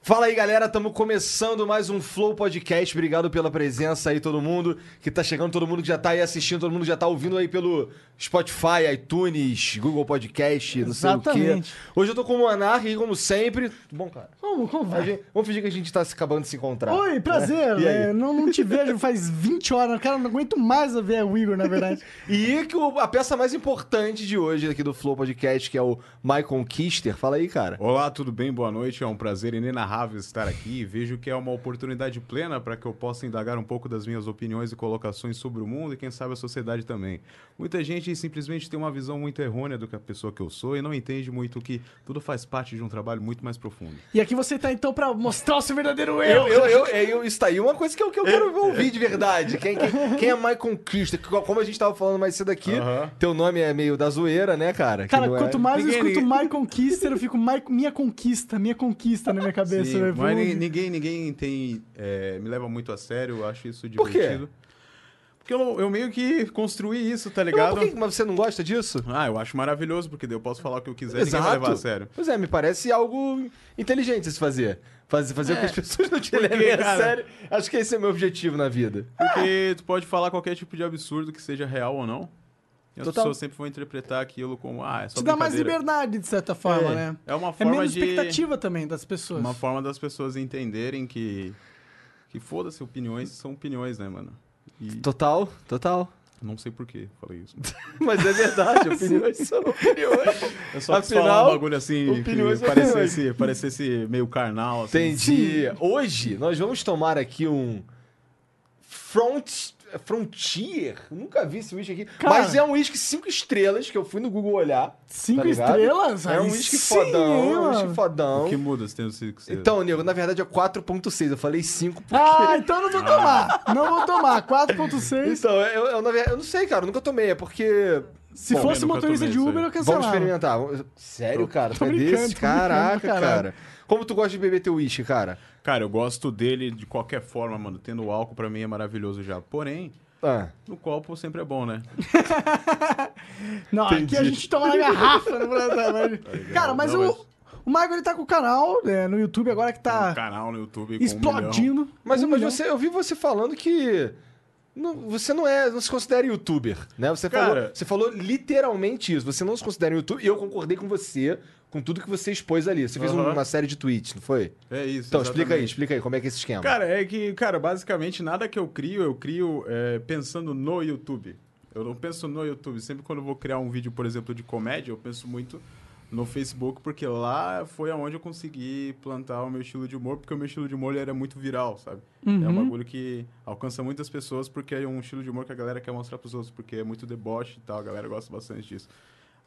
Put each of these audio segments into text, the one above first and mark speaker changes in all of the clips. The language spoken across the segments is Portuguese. Speaker 1: Fala aí, galera. Estamos começando mais um Flow Podcast. Obrigado pela presença aí, todo mundo que tá chegando, todo mundo que já tá aí assistindo, todo mundo que já tá ouvindo aí pelo Spotify, iTunes, Google Podcast, não sei o quê.
Speaker 2: Exatamente.
Speaker 1: Hoje eu tô com o Monark, e como sempre. Tudo bom, cara?
Speaker 2: Como, como
Speaker 1: A
Speaker 2: vai?
Speaker 1: gente- Vamos fingir que a gente tá se acabando de se encontrar.
Speaker 2: Oi, prazer.
Speaker 1: E aí?
Speaker 2: é, não, não te vejo faz 20 horas. Cara, eu não aguento mais ver o Igor, na verdade.
Speaker 1: E que o- a peça mais importante de hoje aqui do Flow Podcast, que é o Michael Kister. Fala aí, cara.
Speaker 3: Olá, tudo bem? Boa noite. É um prazer inenarrável estar aqui e vejo que é uma oportunidade plena para que eu possa indagar um pouco das minhas opiniões e colocações sobre o mundo e quem sabe a sociedade também. Muita gente simplesmente tem uma visão muito errônea do que a pessoa que eu sou e não entende muito que tudo faz parte de um trabalho muito mais profundo.
Speaker 2: E aqui você tá então pra mostrar o seu verdadeiro
Speaker 1: Eu,
Speaker 2: eu.
Speaker 1: eu, eu, eu- isso aí é uma coisa que eu, que eu quero ouvir de verdade. Quem, quem, quem é Michael Kister? Co- Como a gente tava falando mais cedo aqui,
Speaker 3: Aham.
Speaker 1: teu nome é meio da zoeira, né, cara? Que
Speaker 2: Cara,
Speaker 1: não é-
Speaker 2: quanto mais eu
Speaker 3: Ninguém-
Speaker 2: escuto My Conquista, eu fico My- minha conquista, minha conquista na minha cabeça. né? eu
Speaker 3: Sim, mas
Speaker 2: evoluo.
Speaker 3: ni- ninguém, ninguém tem. é, me leva muito a sério, eu acho isso
Speaker 1: Por quê?
Speaker 3: divertido. Porque eu, eu meio que construí isso, tá
Speaker 1: Não,
Speaker 3: ligado?
Speaker 1: por que- mas você não gosta disso?
Speaker 3: Ah, eu acho maravilhoso, porque daí eu posso falar o que eu quiser e ninguém vai levar a sério.
Speaker 1: Pois é, me parece algo inteligente você se fazer. Fazer, fazer
Speaker 2: É.
Speaker 1: com que as pessoas não te levem a
Speaker 3: cara?
Speaker 1: sério. Acho que esse é o meu objetivo na vida.
Speaker 3: Porque tu pode falar qualquer tipo de absurdo que seja real ou não. E as
Speaker 1: Total.
Speaker 3: pessoas sempre vão interpretar aquilo como, ah, é só
Speaker 2: Te dá mais
Speaker 3: brincadeira.
Speaker 2: liberdade, de certa forma, né?
Speaker 3: É uma
Speaker 2: É
Speaker 3: forma
Speaker 2: menos
Speaker 3: de
Speaker 2: expectativa também das pessoas.
Speaker 3: uma forma das pessoas entenderem que que foda-se opiniões, são opiniões, né, mano? E
Speaker 1: Total, total.
Speaker 3: não sei por que falei isso.
Speaker 1: Mas é verdade, opiniões são opiniões.
Speaker 3: Eu só quis falar
Speaker 1: Afinal,
Speaker 3: um bagulho assim,
Speaker 1: opiniões
Speaker 3: que
Speaker 1: são
Speaker 3: parecesse, parecesse meio carnal, assim.
Speaker 1: Entendi. Hoje nós vamos tomar aqui um front Frontier. Nunca vi esse uísque aqui.
Speaker 2: Cara.
Speaker 1: Mas é um uísque cinco estrelas que eu fui no Google olhar.
Speaker 2: Cinco
Speaker 1: tá ligado?
Speaker 2: estrelas?
Speaker 1: É um
Speaker 2: Aí
Speaker 1: uísque
Speaker 2: sim,
Speaker 1: fodão,
Speaker 2: hein,
Speaker 1: é um uísque
Speaker 2: mano?
Speaker 1: fodão.
Speaker 3: O que muda se tem o cinco estrelas?
Speaker 1: Então, nego, na verdade é 4.6. Eu falei 5 porque...
Speaker 2: Ah, é então eu não vou tomar. Não vou tomar. 4.6.
Speaker 1: Então, eu, eu, na verdade, eu não sei, cara. Eu nunca tomei. É porque...
Speaker 2: Se
Speaker 3: Bom,
Speaker 2: fosse
Speaker 3: eu nunca
Speaker 2: motorista
Speaker 3: tomei
Speaker 2: de
Speaker 3: isso
Speaker 2: Uber,
Speaker 3: aí.
Speaker 2: eu cancelava.
Speaker 1: Vamos experimentar. Vamos- Sério, cara? Tu
Speaker 2: tô
Speaker 1: é
Speaker 2: brincando,
Speaker 1: desse?
Speaker 2: tô brincando pra
Speaker 1: Caraca, cara.
Speaker 2: caralho.
Speaker 1: Como tu gosta de beber teu uísque, cara?
Speaker 3: Cara, eu gosto dele de qualquer forma, mano. Tendo álcool pra mim é maravilhoso já. Porém,
Speaker 1: Ah.
Speaker 3: no copo sempre é bom, né?
Speaker 2: Não, aqui a gente toma na garrafa. Não é, mas... Cara, mas
Speaker 3: Não,
Speaker 2: o,
Speaker 3: mas-
Speaker 2: o Mago ele tá com o canal né, no YouTube agora que
Speaker 3: um
Speaker 2: tá
Speaker 3: canal no YouTube com Um milhão.
Speaker 2: explodindo.
Speaker 1: Mas,
Speaker 2: Um
Speaker 1: mas
Speaker 2: milhão.
Speaker 1: você, eu vi você falando que não- você não é, não se considera youtuber, né? Você falou,
Speaker 3: Cara.
Speaker 1: você falou literalmente isso. Você não se considera youtuber. E eu concordei com você com tudo que você expôs ali. Você fez um,
Speaker 3: Aham.
Speaker 1: uma série de tweets, não foi?
Speaker 3: É isso.
Speaker 1: Então explica aí,
Speaker 3: Uhum. exatamente.
Speaker 1: explica aí como é que é esse esquema.
Speaker 3: Cara, é que, cara, basicamente nada que eu crio, eu crio é, pensando no YouTube. Eu não penso no YouTube. Sempre quando eu vou criar um vídeo, por exemplo, de comédia, eu penso muito no Facebook, porque lá foi aonde eu consegui plantar o meu estilo de humor, porque o meu estilo de humor ele era muito viral, sabe? É um
Speaker 2: Uhum.
Speaker 3: bagulho que alcança muitas pessoas, porque é um estilo de humor que a galera quer mostrar pros outros, porque é muito deboche e tal, a galera gosta bastante disso.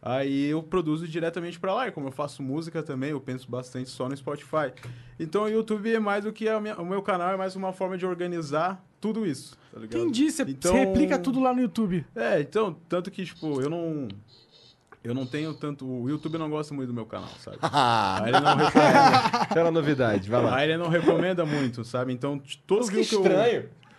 Speaker 3: Aí eu produzo diretamente pra lá, e como eu faço música também, eu penso bastante só no Spotify. Então o YouTube é mais do que a minha- o meu canal, é mais uma forma de organizar tudo isso, tá ligado?
Speaker 2: Entendi, você, você
Speaker 3: Então-
Speaker 2: replica tudo lá no YouTube.
Speaker 3: É, então, tanto que, tipo, eu não. Eu não tenho tanto. O YouTube não gosta muito do meu canal, sabe?
Speaker 1: Ah,
Speaker 3: Aí ele não recomenda,
Speaker 1: era novidade, vai lá. é
Speaker 3: aí ele não recomenda muito, sabe? Então, t- todo
Speaker 1: Mas
Speaker 3: view que,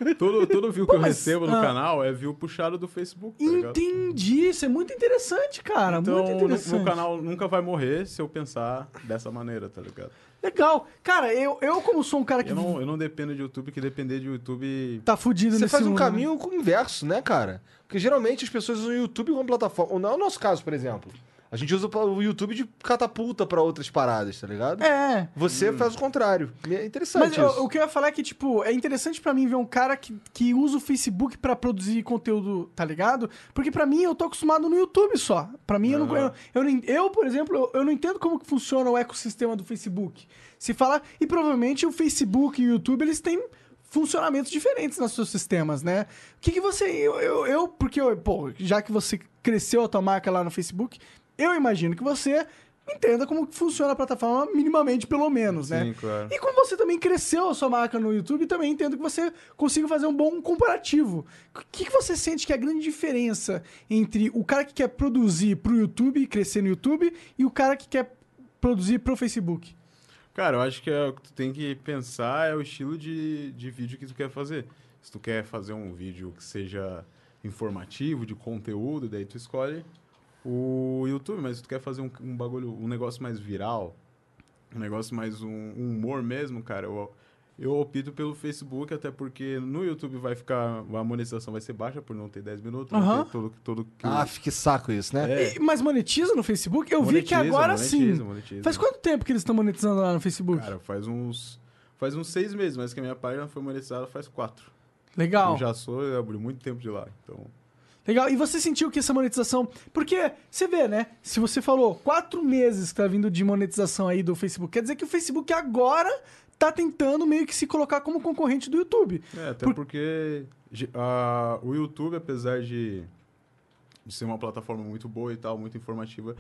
Speaker 3: eu. Todo, todo view que eu
Speaker 2: mas-
Speaker 3: recebo no
Speaker 2: ah.
Speaker 3: canal é view puxado do Facebook, tá ligado?
Speaker 2: Entendi, isso é muito interessante, cara.
Speaker 3: Então,
Speaker 2: muito
Speaker 3: no-
Speaker 2: interessante.
Speaker 3: meu canal nunca vai morrer se eu pensar dessa maneira, tá ligado?
Speaker 2: Legal. Cara, eu, eu como sou um cara que
Speaker 3: Eu não, eu não dependo de YouTube, que depender de YouTube.
Speaker 2: tá fudido
Speaker 1: Você
Speaker 2: nesse
Speaker 1: faz um
Speaker 2: mundo, né?
Speaker 1: caminho inverso, né, cara? Porque geralmente as pessoas usam o YouTube como plataforma. Não é o nosso caso, por exemplo. A gente usa o YouTube de catapulta pra outras paradas, tá ligado?
Speaker 2: É.
Speaker 1: Você faz o contrário. É interessante
Speaker 2: Mas
Speaker 1: isso.
Speaker 2: eu- o que eu ia falar é que, tipo, é interessante pra mim ver um cara que, que usa o Facebook pra produzir conteúdo, tá ligado? Porque pra mim eu tô acostumado no YouTube só. Pra mim eu não. Eu, eu, não- eu, por exemplo, eu, eu não entendo como que funciona o ecossistema do Facebook. Se falar. E provavelmente o Facebook e o YouTube eles têm funcionamentos diferentes nos seus sistemas, né? O que, que você. Eu, eu, eu- porque, eu, pô, já que você cresceu a tua marca lá no Facebook, eu imagino que você entenda como que funciona a plataforma minimamente, pelo menos, né?
Speaker 3: Sim, claro.
Speaker 2: E como você também cresceu a sua marca no YouTube, também entendo que você consiga fazer um bom comparativo. O que, que você sente que é a grande diferença entre o cara que quer produzir pro YouTube e crescer no YouTube e o cara que quer produzir pro Facebook?
Speaker 3: Cara, eu acho que é o que tu tem que pensar é o estilo de, de vídeo que tu quer fazer. Se tu quer fazer um vídeo que seja informativo, de conteúdo, daí tu escolhe o YouTube. Mas se tu quer fazer um, um bagulho, um negócio mais viral, um negócio mais um, um humor mesmo, cara, eu, eu opto pelo Facebook, até porque no YouTube vai ficar, a monetização vai ser baixa por não ter 10 minutos, não
Speaker 2: Aham.
Speaker 3: ter todo, todo que...
Speaker 1: Ah, que saco isso, né?
Speaker 2: E- mas monetiza no Facebook? Eu vi que
Speaker 3: É. Monetiza,
Speaker 2: agora
Speaker 3: monetiza,
Speaker 2: sim.
Speaker 3: monetiza.
Speaker 2: Faz quanto tempo que eles estão monetizando lá no Facebook?
Speaker 3: Cara, faz uns... Faz uns seis meses, mas que a minha página foi monetizada faz quatro.
Speaker 2: Legal.
Speaker 3: Eu já sou, eu abri muito tempo de lá. Então,
Speaker 2: Legal. E você sentiu que essa monetização. Porque você vê, né? Se você falou quatro meses que tá vindo de monetização aí do Facebook, quer dizer que o Facebook agora tá tentando meio que se colocar como concorrente do YouTube.
Speaker 3: é, até
Speaker 2: Por-
Speaker 3: porque ge- a- o YouTube, apesar de, de ser uma plataforma muito boa e tal, muito informativa,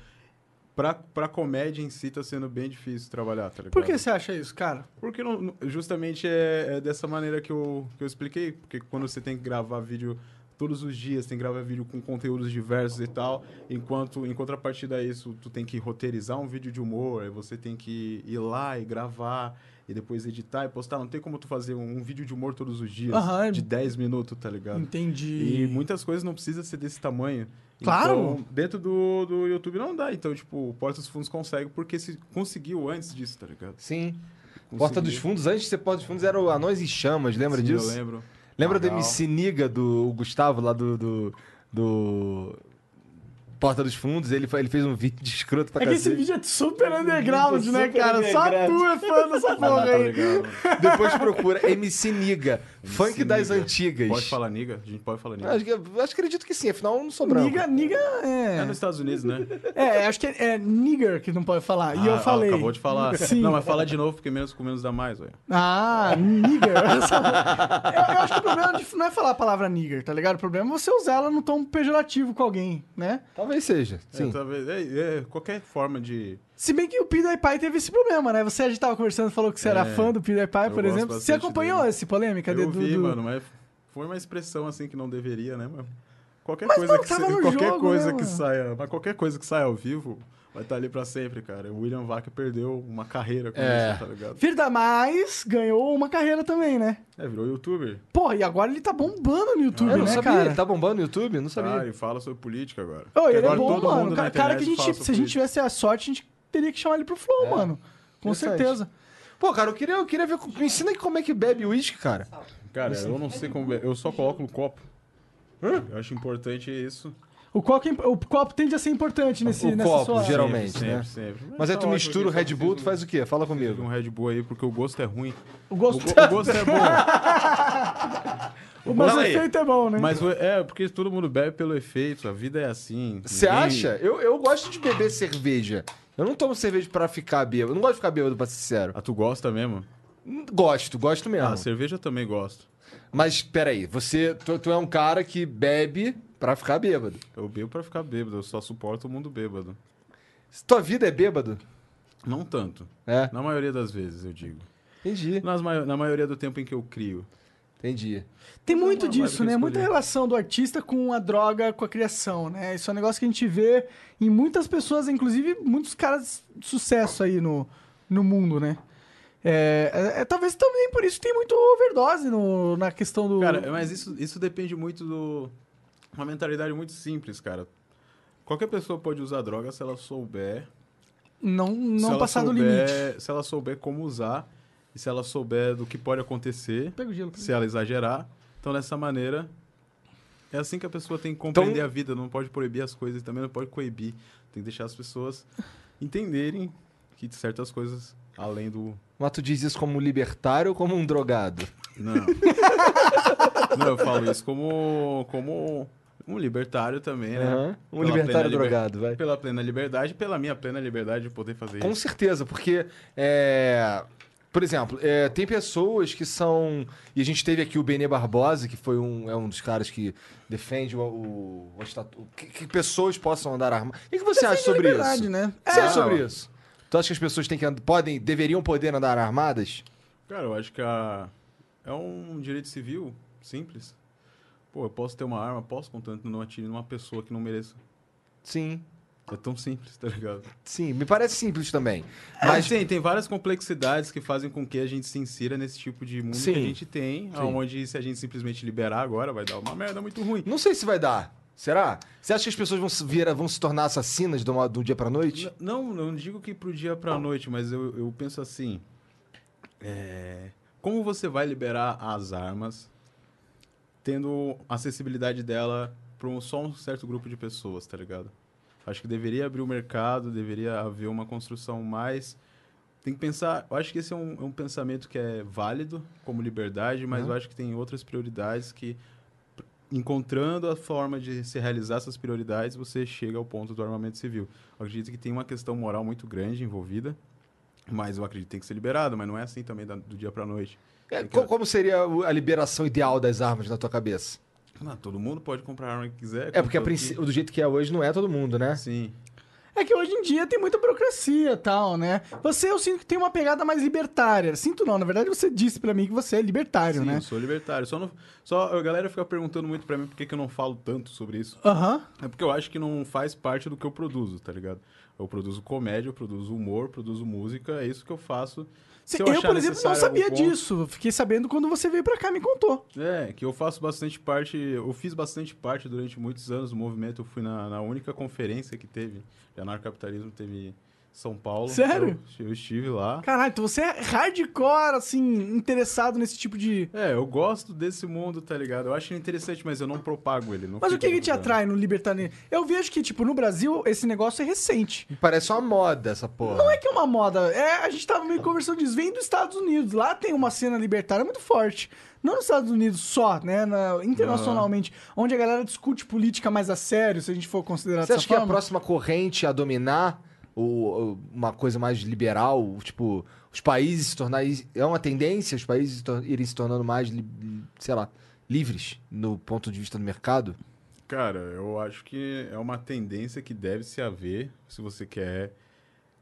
Speaker 3: pra, pra comédia em si tá sendo bem difícil trabalhar, tá ligado?
Speaker 2: Por que você acha isso, cara?
Speaker 3: Porque não- não- justamente é, é dessa maneira que eu, que eu expliquei, porque quando você tem que gravar vídeo todos os dias, tem que gravar vídeo com conteúdos diversos e tal, enquanto em contrapartida a isso, tu tem que roteirizar um vídeo de humor, aí você tem que ir lá e gravar e depois editar e postar, não tem como tu fazer um, um vídeo de humor todos os dias
Speaker 2: Aham. é
Speaker 3: de 10 minutos, tá ligado?
Speaker 2: Entendi. É
Speaker 3: E muitas coisas não precisa ser desse tamanho.
Speaker 2: Claro!
Speaker 3: Então, dentro do, do YouTube não dá. Então, tipo, o Porta dos Fundos consegue porque se conseguiu antes disso, tá ligado?
Speaker 1: Sim. Porta dos
Speaker 3: Conseguiu.
Speaker 1: Fundos, antes de ser Porta dos Fundos, era o Anões em Chamas, lembra
Speaker 3: Sim,
Speaker 1: disso?
Speaker 3: Eu lembro.
Speaker 1: Lembra do
Speaker 3: Magal.
Speaker 1: MC Niga, do o Gustavo lá do, do, do Porta dos Fundos? Ele, fa- ele fez um vídeo escroto pra
Speaker 2: É que esse
Speaker 1: cacete.
Speaker 2: vídeo é super underground, né,
Speaker 1: super
Speaker 2: cara? Só
Speaker 1: underground.
Speaker 2: tu é fã dessa
Speaker 3: Ah,
Speaker 2: porra
Speaker 3: tá
Speaker 2: aí.
Speaker 3: ligado.
Speaker 1: Depois procura MC Niga, funk
Speaker 3: Sim,
Speaker 1: das
Speaker 3: nigga.
Speaker 1: antigas.
Speaker 3: Pode falar niga? A gente pode falar niga.
Speaker 1: Acho que, acho que acredito que sim, afinal eu não sou branco.
Speaker 2: Niga, niga
Speaker 3: É
Speaker 2: é.
Speaker 3: nos Estados Unidos, né?
Speaker 2: É, acho que é, é nigger que não pode falar. e
Speaker 3: Ah,
Speaker 2: eu falei.
Speaker 3: Acabou de falar.
Speaker 2: Sim.
Speaker 3: Não, mas fala de novo, porque menos com menos dá mais, velho.
Speaker 2: Ah, nigger. Essa- eu, eu acho que o problema de- não é falar a palavra nigger, tá ligado? O problema é você usar ela num tom pejorativo com alguém, né?
Speaker 1: Talvez seja. Sim.
Speaker 3: É, talvez- é, é, qualquer forma de.
Speaker 2: Se bem que o PewDiePie teve esse problema, né? Você a gente tava conversando e falou que você era
Speaker 3: É.
Speaker 2: fã do PewDiePie,
Speaker 3: Eu
Speaker 2: por
Speaker 3: gosto
Speaker 2: exemplo. Você
Speaker 3: bastante
Speaker 2: acompanhou
Speaker 3: dele.
Speaker 2: essa polêmica?
Speaker 3: eu
Speaker 2: do-
Speaker 3: vi,
Speaker 2: do-
Speaker 3: mano, mas foi uma expressão assim que não deveria, né, mano? Qualquer
Speaker 2: Mas,
Speaker 3: coisa
Speaker 2: mano,
Speaker 3: que
Speaker 2: tava
Speaker 3: se-
Speaker 2: no
Speaker 3: qualquer
Speaker 2: jogo,
Speaker 3: coisa
Speaker 2: né,
Speaker 3: que
Speaker 2: mano?
Speaker 3: saia, mas qualquer coisa que saia ao vivo vai estar ali pra sempre, cara. O William Vaca perdeu uma carreira com
Speaker 1: É.
Speaker 3: isso, tá ligado?
Speaker 2: Firda Mais ganhou uma carreira também, né?
Speaker 3: É, virou youtuber.
Speaker 2: Porra, e agora ele tá bombando no YouTube,
Speaker 1: Eu não
Speaker 2: né,
Speaker 1: sabia,
Speaker 2: cara?
Speaker 1: ele tá bombando no YouTube? Eu não sabia.
Speaker 3: Cara, e fala sobre política agora.
Speaker 2: Ô, ele é
Speaker 3: Agora
Speaker 2: bom,
Speaker 3: todo
Speaker 2: mano.
Speaker 3: mundo
Speaker 2: Ca-
Speaker 3: na
Speaker 2: Cara, que a
Speaker 3: internet fala
Speaker 2: gente,
Speaker 3: sobre É,
Speaker 2: se a gente
Speaker 3: política.
Speaker 2: tivesse a sorte, a gente teria que chamar ele pro Flow, mano. Com
Speaker 1: Interessante.
Speaker 2: certeza.
Speaker 1: Pô, cara, eu queria, eu queria ver. com- Me ensina aí como é que bebe uísque, cara.
Speaker 3: Cara, eu não sei como. é, Eu só coloco no copo. Eu acho importante isso.
Speaker 2: O copo, é imp- o copo tende a ser importante nesse,
Speaker 1: O
Speaker 2: nessa
Speaker 1: copo,
Speaker 2: sua...
Speaker 1: geral- Geralmente,
Speaker 3: sempre,
Speaker 1: né?
Speaker 3: Sempre, sempre.
Speaker 1: Mas aí
Speaker 3: tá
Speaker 1: tu
Speaker 3: ótimo,
Speaker 1: mistura o
Speaker 3: eu só
Speaker 1: Red Bull, tu
Speaker 3: preciso
Speaker 1: faz o quê? Fala comigo.
Speaker 3: de Um Red Bull aí, porque o gosto é ruim.
Speaker 2: O
Speaker 3: O,
Speaker 2: gosto...
Speaker 3: go- o gosto é bom.
Speaker 2: O mas o
Speaker 1: Fala aí.
Speaker 2: efeito é bom, né?
Speaker 3: Mas o- é, porque todo mundo bebe pelo efeito, a vida é assim.
Speaker 1: Você
Speaker 3: ninguém-
Speaker 1: acha? Eu, eu gosto de beber cerveja. Eu não tomo cerveja pra ficar bêbado. Eu não gosto de ficar bêbado, pra ser sincero.
Speaker 3: Ah, tu gosta mesmo?
Speaker 1: Gosto, gosto mesmo.
Speaker 3: Ah, cerveja eu também gosto.
Speaker 1: Mas peraí, você. Tu, tu é um cara que bebe pra ficar bêbado.
Speaker 3: Eu bebo pra ficar bêbado, eu só suporto o mundo bêbado.
Speaker 1: Se Tua vida é bêbado?
Speaker 3: Não tanto.
Speaker 1: É.
Speaker 3: Na maioria das vezes, eu digo.
Speaker 1: Entendi.
Speaker 3: Nas mai- na maioria do tempo em que eu crio.
Speaker 1: Entendi.
Speaker 2: Tem muito
Speaker 3: Uma vibe
Speaker 2: disso,
Speaker 3: que eu
Speaker 2: né?
Speaker 3: escolhi.
Speaker 2: Muita relação do artista com a droga, com a criação, né? Isso é um negócio que a gente vê em muitas pessoas, inclusive muitos caras de sucesso aí no, no mundo, né? É, é- é- talvez também por isso que tem muito overdose no- na questão do.
Speaker 3: Cara, mas isso, isso depende muito do. Uma mentalidade muito simples, cara. Qualquer pessoa pode usar droga se ela souber.
Speaker 2: não
Speaker 3: se
Speaker 2: não
Speaker 3: ela
Speaker 2: passar do
Speaker 3: souber-
Speaker 2: limite.
Speaker 3: Se ela souber como usar e se ela souber do que pode acontecer,
Speaker 2: Pega o gelo. pega o
Speaker 3: se ela exagerar. Então, dessa maneira, é assim que a pessoa tem que compreender
Speaker 1: Então-
Speaker 3: a vida. Não pode proibir as coisas e também não pode coibir. Tem que deixar as pessoas entenderem que certas coisas, além do.
Speaker 1: Mas tu diz isso como libertário ou como um drogado?
Speaker 3: Não. não, eu falo isso como, como um libertário também, né?
Speaker 1: Aham. Um
Speaker 3: Pela
Speaker 1: libertário
Speaker 3: plena liber-
Speaker 1: drogado, vai.
Speaker 3: Pela plena liberdade, pela minha plena liberdade de poder fazer
Speaker 1: Com
Speaker 3: isso.
Speaker 1: certeza, porque é, Por exemplo, é, tem pessoas que são. E a gente teve aqui o Benê Barbosa, que foi um, é um dos caras que defende o. o, o estatuto, que, que pessoas possam andar armadas. O que, que você
Speaker 2: Defende
Speaker 1: acha
Speaker 2: a
Speaker 1: sobre
Speaker 2: liberdade,
Speaker 1: isso?
Speaker 2: né?
Speaker 1: O que Você
Speaker 3: É.
Speaker 1: acha sobre isso? Tu acha que as pessoas têm que and- podem, deveriam poder andar armadas?
Speaker 3: Cara, eu acho que a... é um direito civil simples. Pô, eu posso ter uma arma, posso, contanto não atire numa pessoa que não mereça.
Speaker 1: Sim.
Speaker 3: É tão simples, tá ligado?
Speaker 1: Sim, me parece simples também.
Speaker 2: É.
Speaker 3: Mas
Speaker 1: tipo
Speaker 3: tem, tem várias complexidades que fazem com que a gente se insira nesse tipo de mundo
Speaker 1: Sim.
Speaker 3: que a gente tem, aonde se a gente simplesmente liberar agora vai dar uma merda muito ruim.
Speaker 1: Não sei se vai dar. Será? Você acha que as pessoas vão se, vir, vão se tornar assassinas de, uma- de um dia pra noite?
Speaker 3: N- Não, não digo que pro dia pra noite, mas eu, eu penso assim. é, como você vai liberar as armas tendo acessibilidade dela para só um certo grupo de pessoas, tá ligado? Acho que deveria abrir o mercado, deveria haver uma construção mais. Tem que pensar. Eu acho que esse é um, é um pensamento que é válido como liberdade, mas eu acho que tem outras prioridades que. p- Encontrando a forma de se realizar essas prioridades, você chega ao ponto do armamento civil. Eu acredito que tem uma questão moral muito grande envolvida, mas eu acredito que tem que ser liberado, mas não é assim também da- do dia pra noite.
Speaker 1: É,
Speaker 3: Tem que-
Speaker 1: co- como seria o- a liberação ideal das armas na tua cabeça?
Speaker 3: Ah, todo mundo pode comprar a arma que quiser.
Speaker 1: É porque a
Speaker 3: contanto
Speaker 1: princ-
Speaker 3: que-
Speaker 1: do jeito que é hoje não é todo mundo, né?
Speaker 3: Sim.
Speaker 2: É que hoje em dia tem muita burocracia e tal, né? Você, eu sinto que tem uma pegada mais libertária. Sinto não, na verdade você disse pra mim que você é libertário,
Speaker 3: Sim,
Speaker 2: né?
Speaker 3: eu sou libertário. Só, não, só a galera fica perguntando muito pra mim por que, que eu não falo tanto sobre isso.
Speaker 2: Aham.
Speaker 3: É porque eu acho que não faz parte do que eu produzo, tá ligado? Eu produzo comédia, eu produzo humor, produzo música, é isso que eu faço. Se
Speaker 2: eu,
Speaker 3: achar
Speaker 2: por exemplo, não
Speaker 3: necessário
Speaker 2: sabia
Speaker 3: algum ponto-
Speaker 2: disso. Fiquei sabendo quando você veio pra cá e me contou.
Speaker 3: É, que eu faço bastante parte, eu fiz bastante parte durante muitos anos do movimento. Eu fui na, na única conferência que teve de anarcapitalismo, teve em São Paulo.
Speaker 2: Sério?
Speaker 3: Eu, eu estive lá.
Speaker 2: Caralho, então você é hardcore, assim, interessado nesse tipo de.
Speaker 3: É, eu gosto desse mundo, tá ligado? Eu acho ele interessante, mas eu não propago ele. não
Speaker 2: Mas o
Speaker 3: fico
Speaker 2: que, que te
Speaker 3: divulgando.
Speaker 2: atrai no libertarianismo? Eu vejo que, tipo, no Brasil, esse negócio é recente.
Speaker 1: Parece uma moda essa porra.
Speaker 2: Não é que é uma moda. É, a gente tava meio conversando disso. Vem dos Estados Unidos. Lá tem uma cena libertária muito forte. Não nos Estados Unidos só, né? na- internacionalmente. Onde a galera discute política mais a sério, se a gente for considerar
Speaker 1: Você
Speaker 2: dessa
Speaker 1: acha que é a
Speaker 2: forma.
Speaker 1: próxima corrente a dominar o- o- uma coisa mais liberal? Tipo, os países se tornarem. É uma tendência os países se tor- irem se tornando mais, li- sei lá, livres no ponto de vista do mercado?
Speaker 3: Cara, eu acho que é uma tendência que deve se haver se você quer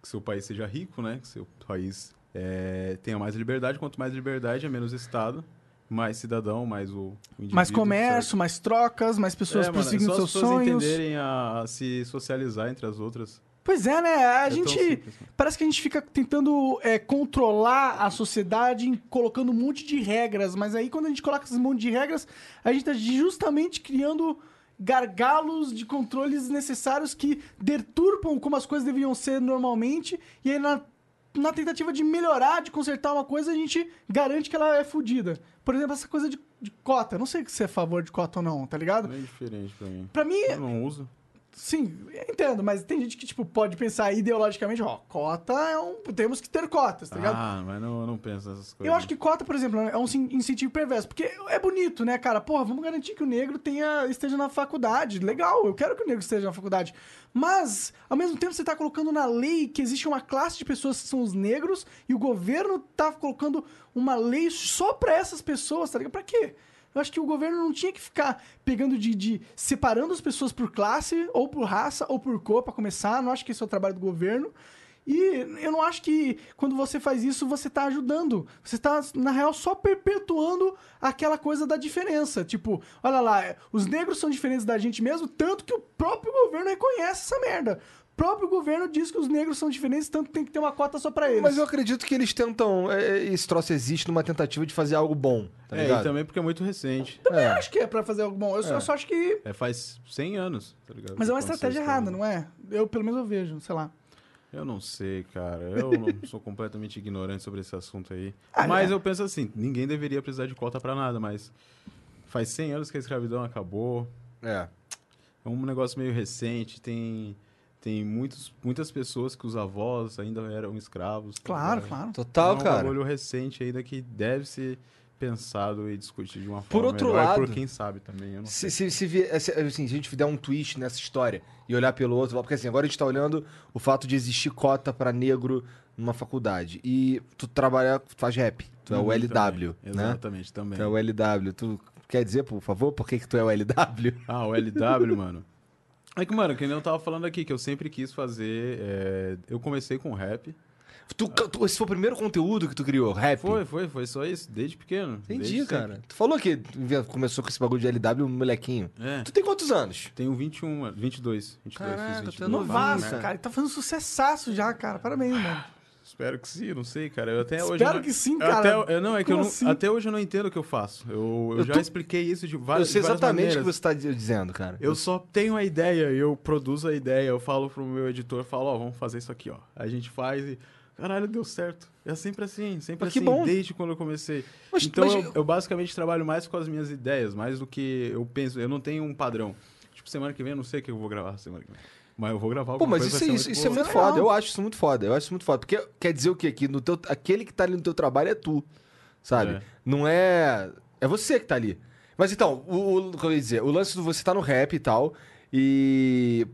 Speaker 3: que seu país seja rico, né? Que seu país eh, tenha mais liberdade. Quanto mais liberdade, é menos Estado, mais cidadão, mais o, o indivíduo.
Speaker 2: Mais
Speaker 3: certo?
Speaker 2: comércio, mais trocas, mais pessoas
Speaker 3: é, mano, é
Speaker 2: perseguindo
Speaker 3: só
Speaker 2: seus
Speaker 3: as pessoas
Speaker 2: sonhos.
Speaker 3: entenderem a, a se socializar entre as outras.
Speaker 2: Pois é, né? A
Speaker 3: É tão
Speaker 2: gente.
Speaker 3: simples, né?
Speaker 2: Parece que a gente fica tentando é, controlar a sociedade em- colocando um monte de regras, mas aí quando a gente coloca esse monte de regras, a gente tá justamente criando gargalos de controles necessários que deturpam como as coisas deveriam ser normalmente, e aí na, na tentativa de melhorar, de consertar uma coisa, a gente garante que ela é fodida. Por exemplo, essa coisa de, de cota. Não sei se é a favor de cota ou não, tá ligado?
Speaker 3: Bem É diferente pra mim.
Speaker 2: Pra mim,
Speaker 3: Eu não uso.
Speaker 2: Sim, eu entendo, mas tem gente que, tipo, pode pensar ideologicamente, ó, cota é um. Temos que ter cotas, tá ligado?
Speaker 3: Ah, mas não, eu não penso nessas coisas.
Speaker 2: Eu acho que cota, por exemplo, é um sin- incentivo perverso, porque é bonito, né, cara? Porra, vamos garantir que o negro tenha, esteja na faculdade. Legal, eu quero que o negro esteja na faculdade. Mas, ao mesmo tempo, você tá colocando na lei que existe uma classe de pessoas que são os negros e o governo tá colocando uma lei só pra essas pessoas, tá ligado? Pra quê? Eu acho que o governo não tinha que ficar pegando de, de- separando as pessoas por classe, ou por raça, ou por cor, pra começar. Não acho que esse é o trabalho do governo. E eu não acho que quando você faz isso, você tá ajudando. Você tá, na real, só perpetuando aquela coisa da diferença. Tipo, olha lá, os negros são diferentes da gente mesmo, tanto que o próprio governo reconhece essa merda. O próprio governo diz que os negros são diferentes, tanto tem que ter uma cota só pra eles.
Speaker 1: Mas eu acredito que eles tentam. é, é, Esse troço existe numa tentativa de fazer algo bom, tá
Speaker 3: é,
Speaker 1: ligado?
Speaker 3: e também porque é muito recente.
Speaker 2: também
Speaker 1: é.
Speaker 2: acho que é pra fazer algo bom. Eu, só- eu só acho que.
Speaker 3: É, faz 100 anos, tá ligado?
Speaker 2: Mas é uma
Speaker 3: Aconteceu
Speaker 2: estratégia
Speaker 3: isso pra
Speaker 2: errada,
Speaker 3: mim.
Speaker 2: não é? Eu, pelo menos, eu vejo, sei lá.
Speaker 3: Eu não sei, cara. Eu não sou completamente ignorante sobre esse assunto aí.
Speaker 2: Ah,
Speaker 3: mas
Speaker 2: é.
Speaker 3: eu penso assim, ninguém deveria precisar de cota pra nada, mas faz 100 anos que a escravidão acabou.
Speaker 1: É.
Speaker 3: É um negócio meio recente, tem tem muitos, muitas pessoas que os avós ainda eram escravos. tá
Speaker 2: Claro,
Speaker 3: ligado?
Speaker 2: claro.
Speaker 1: Total,
Speaker 3: é um
Speaker 1: cara.
Speaker 3: bagulho recente ainda que deve ser pensado e discutido de uma
Speaker 1: Por
Speaker 3: forma
Speaker 1: outro
Speaker 3: melhor,
Speaker 1: lado-
Speaker 3: por quem sabe também, eu não
Speaker 1: Se, se, se, vier- se- assim, se a gente fizer um twist nessa história e olhar pelo outro lado, porque assim, agora a gente tá olhando o fato de existir cota pra negro numa faculdade e tu trabalha, tu faz rap, tu é o LW,
Speaker 3: Uhum, Também,
Speaker 1: né?
Speaker 3: Exatamente, também.
Speaker 1: Tu é o LW. Tu quer dizer, por favor, por que, que tu é o LW?
Speaker 3: Ah, o LW, mano. É que, mano, que nem eu tava falando aqui, que eu sempre quis fazer. é, Eu comecei com rap.
Speaker 1: Tu, tu- esse foi o primeiro conteúdo que tu criou, rap?
Speaker 3: Foi, foi, foi só isso, desde pequeno.
Speaker 1: Entendi,
Speaker 3: desde
Speaker 1: cara. Tu falou que inven- começou com esse bagulho de LW, molequinho.
Speaker 3: sempre. É.
Speaker 1: Tu tem quantos anos?
Speaker 3: Tenho 21, mano, 22. 22
Speaker 1: Caraca,
Speaker 3: fiz
Speaker 1: tu é
Speaker 3: 22.
Speaker 1: novaço,
Speaker 3: né?
Speaker 2: Novaço, cara. Ele tá fazendo sucessaço já, cara. Parabéns, mano.
Speaker 3: Espero que sim, não sei, cara. Eu Ah, até hoje.
Speaker 2: Espero
Speaker 3: não-
Speaker 2: que sim,
Speaker 3: eu
Speaker 2: cara.
Speaker 3: Até, eu, não, é que eu
Speaker 2: Como
Speaker 3: não-
Speaker 2: assim?
Speaker 3: até hoje eu não entendo o que eu faço. Eu, eu
Speaker 1: Eu
Speaker 3: já
Speaker 1: tô-
Speaker 3: expliquei isso de
Speaker 1: eu
Speaker 3: várias
Speaker 1: sei
Speaker 3: de várias
Speaker 1: exatamente o que
Speaker 3: maneiras.
Speaker 1: você tá di- dizendo, cara.
Speaker 3: Eu só tenho a ideia, eu produzo a ideia, eu falo pro meu editor, falo, ó, vamos fazer isso aqui, ó. A gente faz e. Caralho, deu certo. É sempre assim, sempre
Speaker 1: Mas que
Speaker 3: assim,
Speaker 1: bom.
Speaker 3: desde quando eu comecei.
Speaker 1: Mas-
Speaker 3: então
Speaker 1: mas-
Speaker 3: eu, eu basicamente trabalho mais com as minhas ideias, mais do que eu penso. Eu não tenho um padrão. Tipo, semana que vem eu não sei o que eu vou gravar semana que vem. Mas eu vou gravar
Speaker 1: Pô,
Speaker 3: alguma
Speaker 1: mas
Speaker 3: coisa
Speaker 1: isso, é-
Speaker 3: vai ser
Speaker 1: isso, isso é
Speaker 3: boa.
Speaker 1: muito foda. Eu acho isso muito foda. Eu acho isso muito foda. Porque quer dizer o quê? Que no teu, aquele que tá ali no teu trabalho é tu, sabe?
Speaker 3: É.
Speaker 1: Não é... É você que tá ali. Mas então, o, o, como eu ia dizer, o lance do você tá no rap e tal, e...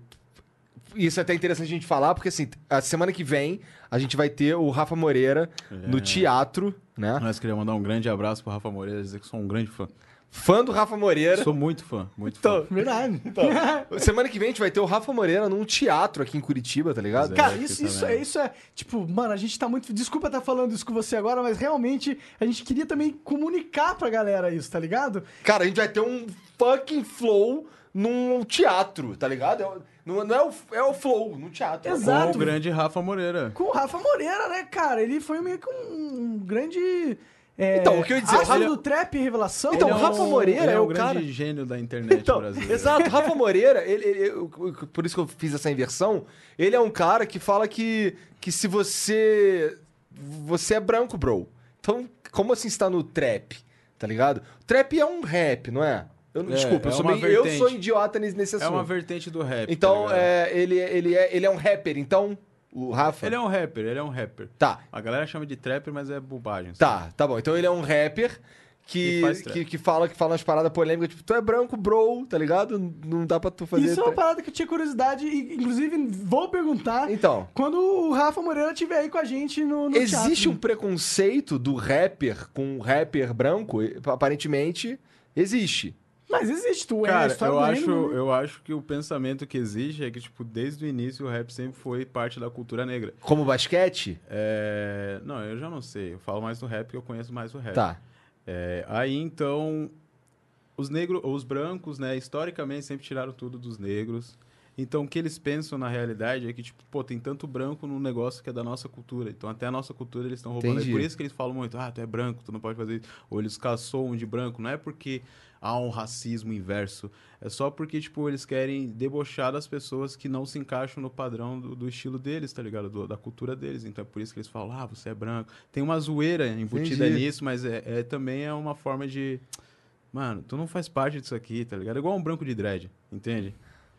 Speaker 1: Isso é até interessante a gente falar, porque assim, a semana que vem a gente vai ter o Rafa Moreira
Speaker 3: É.
Speaker 1: no teatro, né?
Speaker 3: Mas queria mandar um grande abraço pro Rafa Moreira, dizer que sou um grande fã.
Speaker 1: Fã do Rafa Moreira.
Speaker 3: Sou muito fã, muito
Speaker 1: Então,
Speaker 3: fã.
Speaker 2: Verdade. É.
Speaker 1: Semana que vem a gente vai ter o Rafa Moreira num teatro aqui em Curitiba, tá ligado?
Speaker 3: Pois é.
Speaker 2: Cara,
Speaker 3: que
Speaker 2: isso,
Speaker 3: tá
Speaker 2: isso, é,
Speaker 3: vendo.
Speaker 2: isso é. Tipo, mano, a gente tá muito. Desculpa estar falando isso com você agora, mas realmente a gente queria também comunicar pra galera isso, tá ligado?
Speaker 1: Cara, a gente vai ter um fucking flow num teatro, tá ligado? É o- Não não é o, é o flow, num teatro.
Speaker 2: Exato.
Speaker 3: Com o grande Rafa Moreira.
Speaker 2: Com o Rafa Moreira, né, cara? Ele foi meio que um, um grande. É,
Speaker 1: Então, o que eu ia dizer, o
Speaker 2: astro
Speaker 1: Rafa-
Speaker 2: do trap e revelação.
Speaker 1: Então,
Speaker 2: Ele é
Speaker 1: o
Speaker 2: um-
Speaker 1: Rafa Moreira
Speaker 3: ele
Speaker 1: é
Speaker 3: é
Speaker 1: o
Speaker 3: o grande
Speaker 1: cara-
Speaker 3: gênio da internet
Speaker 1: Então,
Speaker 3: brasileira.
Speaker 1: exato, Rafa Moreira, ele, ele- eu- eu- por isso que eu fiz essa inversão, ele é um cara que fala que, que se você. Você é branco, bro. Então, como assim está no trap? Tá ligado? Trap é um rap, não é? Eu, não-
Speaker 3: É,
Speaker 1: desculpa, eu,
Speaker 3: é
Speaker 1: sou
Speaker 3: uma
Speaker 1: meio- eu
Speaker 3: vertente.
Speaker 1: sou idiota nesse, nesse assunto.
Speaker 3: É uma vertente do rap. tá
Speaker 1: Então,
Speaker 3: ligado?
Speaker 1: é, ele, ele, é, ele é um rapper, então, o Rafa.
Speaker 3: Ele é um rapper, ele é um rapper.
Speaker 1: Tá,
Speaker 3: A galera chama de trapper, mas é bobagem. sabe?
Speaker 1: tá, tá bom. Então ele é um rapper que,
Speaker 3: E faz trap.
Speaker 1: que, que fala que fala umas paradas polêmicas, tipo, tu é branco, bro, tá ligado? Não dá pra tu fazer.
Speaker 2: Isso é uma
Speaker 1: tra-
Speaker 2: parada que eu tinha curiosidade e, inclusive, vou perguntar
Speaker 1: Então,
Speaker 2: quando o Rafa Moreira estiver aí com a gente no, no
Speaker 1: existe
Speaker 2: teatro. né?
Speaker 1: um preconceito do rapper com o rapper branco? E, Aparentemente, existe.
Speaker 2: Mas existe, tu é a
Speaker 3: Cara,
Speaker 2: história
Speaker 3: eu
Speaker 2: do
Speaker 3: acho,
Speaker 2: Reino, né?
Speaker 3: eu acho que o pensamento que existe é que, tipo, desde o início o rap sempre foi parte da cultura negra.
Speaker 1: Como basquete?
Speaker 3: É, Não, eu já não sei. Eu falo mais do rap porque eu conheço mais o rap.
Speaker 1: Tá.
Speaker 3: É, aí então, os negros, os brancos, né, historicamente sempre tiraram tudo dos negros. Então, o que eles pensam na realidade é que, tipo, pô, tem tanto branco num negócio que é da nossa cultura. Então, até a nossa cultura eles estão roubando. É
Speaker 1: Entendi.
Speaker 3: por isso que eles falam muito, ah, tu é branco, tu não pode fazer isso. Ou eles caçam um de branco. Não é porque há um racismo inverso. É só porque, tipo, eles querem debochar das pessoas que não se encaixam no padrão do, do estilo deles, tá ligado? Do- da cultura deles. Então, é por isso que eles falam, ah, você é branco. Tem uma zoeira embutida
Speaker 1: Entendi.
Speaker 3: nisso, mas é, é- também é uma forma de... Mano, tu não faz parte disso aqui, tá ligado? É igual um branco de dread, entende?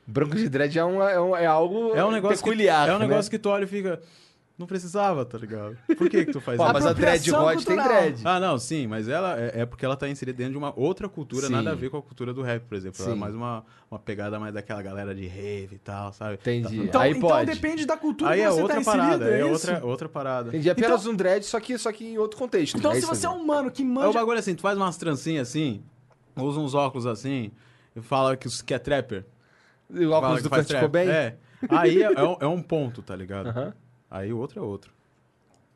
Speaker 1: Branco de dread é, um, é, um- é algo
Speaker 3: É um negócio
Speaker 1: peculiar.
Speaker 3: que, É um
Speaker 1: né?
Speaker 3: negócio que tu olha e fica. Não precisava, tá ligado? Por que, que tu faz
Speaker 1: Ó,
Speaker 3: isso?
Speaker 1: mas a dread
Speaker 2: Apropriação
Speaker 1: rod tem
Speaker 2: cultural.
Speaker 1: dread.
Speaker 3: Ah, não, sim, mas ela é, é porque ela tá inserida dentro de uma outra cultura,
Speaker 1: Sim.
Speaker 3: nada a ver com a cultura do rap, por exemplo. Ela é
Speaker 1: Sim.
Speaker 3: mais uma, uma pegada mais daquela galera de rave e tal, sabe?
Speaker 1: Entendi.
Speaker 3: Tá-
Speaker 2: Então,
Speaker 1: aí
Speaker 2: então
Speaker 1: pode.
Speaker 2: depende da cultura
Speaker 3: Aí
Speaker 2: que
Speaker 3: é
Speaker 2: você
Speaker 3: outra
Speaker 2: tá inserido,
Speaker 3: parada, é,
Speaker 2: isso?
Speaker 3: outra, outra parada.
Speaker 1: Entendi, é apenas um dread, só que, só que em outro contexto.
Speaker 2: Então,
Speaker 1: né?
Speaker 2: se
Speaker 1: Isso
Speaker 2: você é
Speaker 1: mesmo.
Speaker 2: um mano que
Speaker 3: É o
Speaker 2: manja
Speaker 3: bagulho assim, tu faz umas trancinhas assim, usa uns óculos assim, e fala que, os- que é trapper.
Speaker 1: E O
Speaker 3: fala
Speaker 1: óculos
Speaker 3: que
Speaker 1: do
Speaker 3: faz
Speaker 1: Kurt Cobain?
Speaker 3: trap. É. Aí é, é um, é um ponto, tá ligado?
Speaker 1: Aham.
Speaker 3: Aí o outro é outro.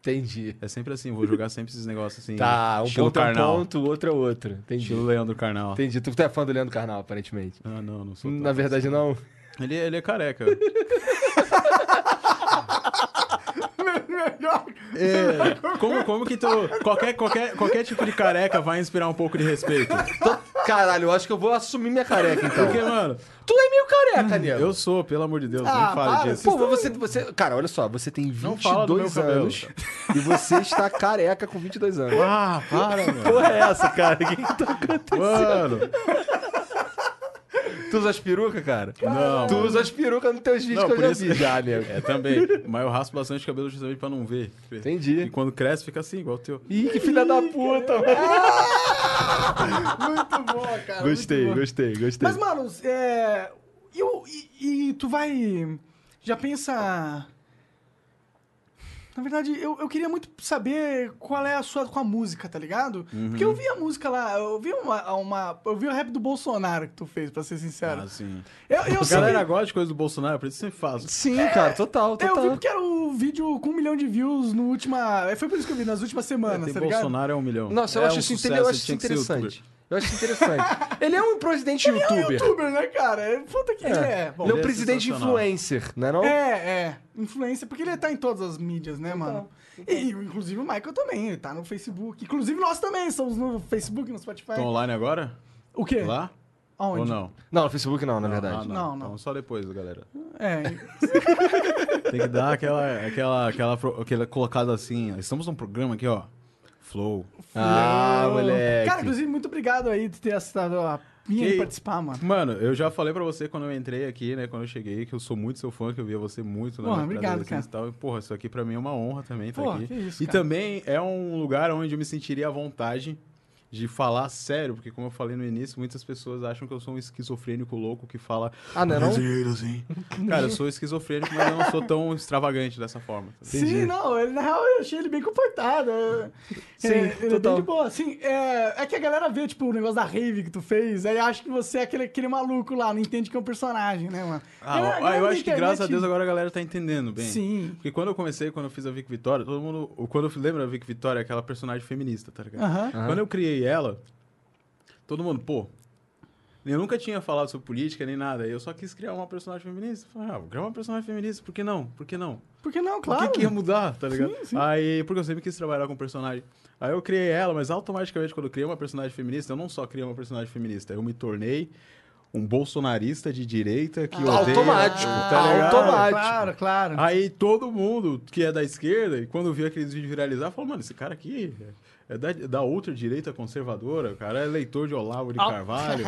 Speaker 1: Entendi.
Speaker 3: É sempre assim, vou jogar sempre esses negócios assim.
Speaker 1: Tá, um
Speaker 3: estilo
Speaker 1: ponto é um
Speaker 3: Karnal.
Speaker 1: ponto, o outro é outro. Entendi.
Speaker 3: Estilo Leandro Carnal.
Speaker 1: Entendi. Tu tu é fã do Leandro Carnal, aparentemente.
Speaker 3: Ah, não, não sou. tão-
Speaker 1: Na verdade, não.
Speaker 3: Ele, ele é careca.
Speaker 2: melhor.
Speaker 3: É, como, como que tu. Qualquer, qualquer, qualquer tipo de careca vai inspirar um pouco de respeito.
Speaker 1: Tô- Caralho, eu acho que eu vou assumir minha careca, então.
Speaker 3: Porque, mano,
Speaker 1: Tu é meio careca, nego.
Speaker 3: eu sou, pelo amor de Deus,
Speaker 2: Ah,
Speaker 3: nem fale
Speaker 2: para,
Speaker 3: disso.
Speaker 1: Pô, mas você, você... Cara, olha só, você tem
Speaker 3: Não fala do meu
Speaker 1: 22
Speaker 3: cabelo.
Speaker 1: anos e você está careca com 22 anos.
Speaker 3: Ah, para, mano.
Speaker 1: Porra é essa, cara? Que que tá acontecendo?
Speaker 3: Mano,
Speaker 1: Tu usa as perucas, cara?
Speaker 3: não.
Speaker 1: Tu
Speaker 3: mano.
Speaker 1: usa as perucas nos teus vídeos
Speaker 3: Não,
Speaker 1: que eu
Speaker 3: por
Speaker 1: já
Speaker 3: isso-
Speaker 1: vi já, nego.
Speaker 3: É, também. Mas eu raspo bastante cabelo justamente pra não ver.
Speaker 1: Entendi.
Speaker 3: E quando cresce, fica assim, igual o teu.
Speaker 1: Ih, que filha da puta, mano.
Speaker 2: Muito boa, cara.
Speaker 1: Gostei,
Speaker 2: muito boa.
Speaker 1: gostei, gostei.
Speaker 2: Mas, mano, é... e, o- e- e tu vai. Já pensa. Na verdade, eu, eu queria muito saber qual é a sua com a música, tá ligado? Porque
Speaker 3: Uhum.
Speaker 2: eu vi a música lá, eu vi uma, uma. Eu vi o rap do Bolsonaro que tu fez, pra ser sincero.
Speaker 3: Ah, sim.
Speaker 2: Eu, eu
Speaker 3: A
Speaker 2: sei-
Speaker 3: galera gosta de coisa do Bolsonaro, por isso sempre faz.
Speaker 1: Sim, cara, total,
Speaker 3: tá
Speaker 2: Eu vi porque era o vídeo com um milhão de views no última. é, Foi por isso que eu vi, nas últimas semanas,
Speaker 3: Tem
Speaker 2: tá ligado?
Speaker 3: Bolsonaro é um milhão.
Speaker 1: Nossa, eu
Speaker 3: É
Speaker 1: acho
Speaker 3: um
Speaker 1: isso inte-
Speaker 3: sucesso,
Speaker 1: eu acho isso
Speaker 3: tinha que ser
Speaker 1: interessante.
Speaker 3: youtuber.
Speaker 1: Eu acho isso interessante. Ele é um presidente youtuber.
Speaker 2: É um youtuber, né, cara? É, Puta que ele é. Bom,
Speaker 1: Ele é um
Speaker 3: é
Speaker 1: presidente
Speaker 3: sensacional.
Speaker 1: influencer, né não?
Speaker 2: É, é. Influência, porque ele tá em todas as mídias, né, mano? E, inclusive o Michael também, ele tá no Facebook. Inclusive nós também estamos no Facebook, no Spotify.
Speaker 3: Estão online agora?
Speaker 2: O quê?
Speaker 3: Lá?
Speaker 2: Aonde?
Speaker 3: Ou não?
Speaker 1: Não, no Facebook não, na
Speaker 3: Ah,
Speaker 1: verdade.
Speaker 2: Não, não.
Speaker 3: Então, só depois, galera.
Speaker 2: É.
Speaker 3: Tem que dar aquela, aquela, aquela, pro- aquela colocada assim. ó. Estamos num programa aqui, ó. Flow.
Speaker 1: Ah, moleque.
Speaker 2: Cara, inclusive, muito obrigado aí de ter aceitado a minha
Speaker 3: Que-
Speaker 2: e participar, mano.
Speaker 3: Mano, eu já falei pra você quando eu entrei aqui, né? Quando eu cheguei, que eu sou muito seu fã, que eu via você muito na
Speaker 2: Porra,
Speaker 3: minha
Speaker 2: obrigado,
Speaker 3: adolescência E tal. E, porra, isso aqui pra mim é uma honra também estar
Speaker 2: Porra,
Speaker 3: aqui.
Speaker 2: que isso,
Speaker 3: e
Speaker 2: cara.
Speaker 3: também é um lugar onde eu me sentiria à vontade de falar sério, porque como eu falei no início, muitas pessoas acham que eu sou um esquizofrênico louco que fala.
Speaker 1: Ah, não é não?
Speaker 3: "Brasileiro, assim." Cara, eu sou esquizofrênico, mas eu não sou tão extravagante dessa forma. tá ligado?
Speaker 2: Sim, não, ele, na real eu achei ele bem comportado. é.
Speaker 1: Sim,
Speaker 2: ele, ele é bem
Speaker 1: total.
Speaker 2: de boa. Sim, é, é que a galera vê, tipo, o negócio da rave que tu fez, aí acha que você é aquele, aquele maluco lá, não entende que é um personagem, né, mano?
Speaker 3: Ah,
Speaker 2: Galera-
Speaker 3: ó,
Speaker 2: galera
Speaker 3: eu
Speaker 2: da
Speaker 3: acho que graças a
Speaker 2: internet-
Speaker 3: Deus agora a galera tá entendendo bem.
Speaker 2: Sim.
Speaker 3: Porque quando eu comecei, quando eu fiz a Vic Vitória, todo mundo. Quando eu fui- lembra a Vic Vitória, aquela personagem feminista, tá ligado?
Speaker 2: Aham.
Speaker 3: Quando eu criei ela, todo mundo, pô. Eu nunca tinha falado sobre política nem nada. Eu só quis criar uma personagem feminista. Falei, ah, vou criar uma personagem feminista, por que não? Por que não?
Speaker 2: Por que não,
Speaker 3: Por
Speaker 2: claro?
Speaker 3: que, que ia mudar, tá ligado?
Speaker 2: Sim, sim.
Speaker 3: Aí, porque eu sempre quis trabalhar com personagem. Aí eu criei ela, mas automaticamente quando eu criei uma personagem feminista, eu não só criei uma personagem feminista, eu me tornei um bolsonarista de direita que
Speaker 2: Ah,
Speaker 3: odeia...
Speaker 1: Automático,
Speaker 3: tá ligado?
Speaker 1: automático.
Speaker 2: Claro, claro.
Speaker 3: Aí todo mundo que é da esquerda, e quando viu aqueles vídeos viralizar, falou, mano, esse cara aqui é da, da outra direita conservadora, o cara é leitor de Olavo de Carvalho.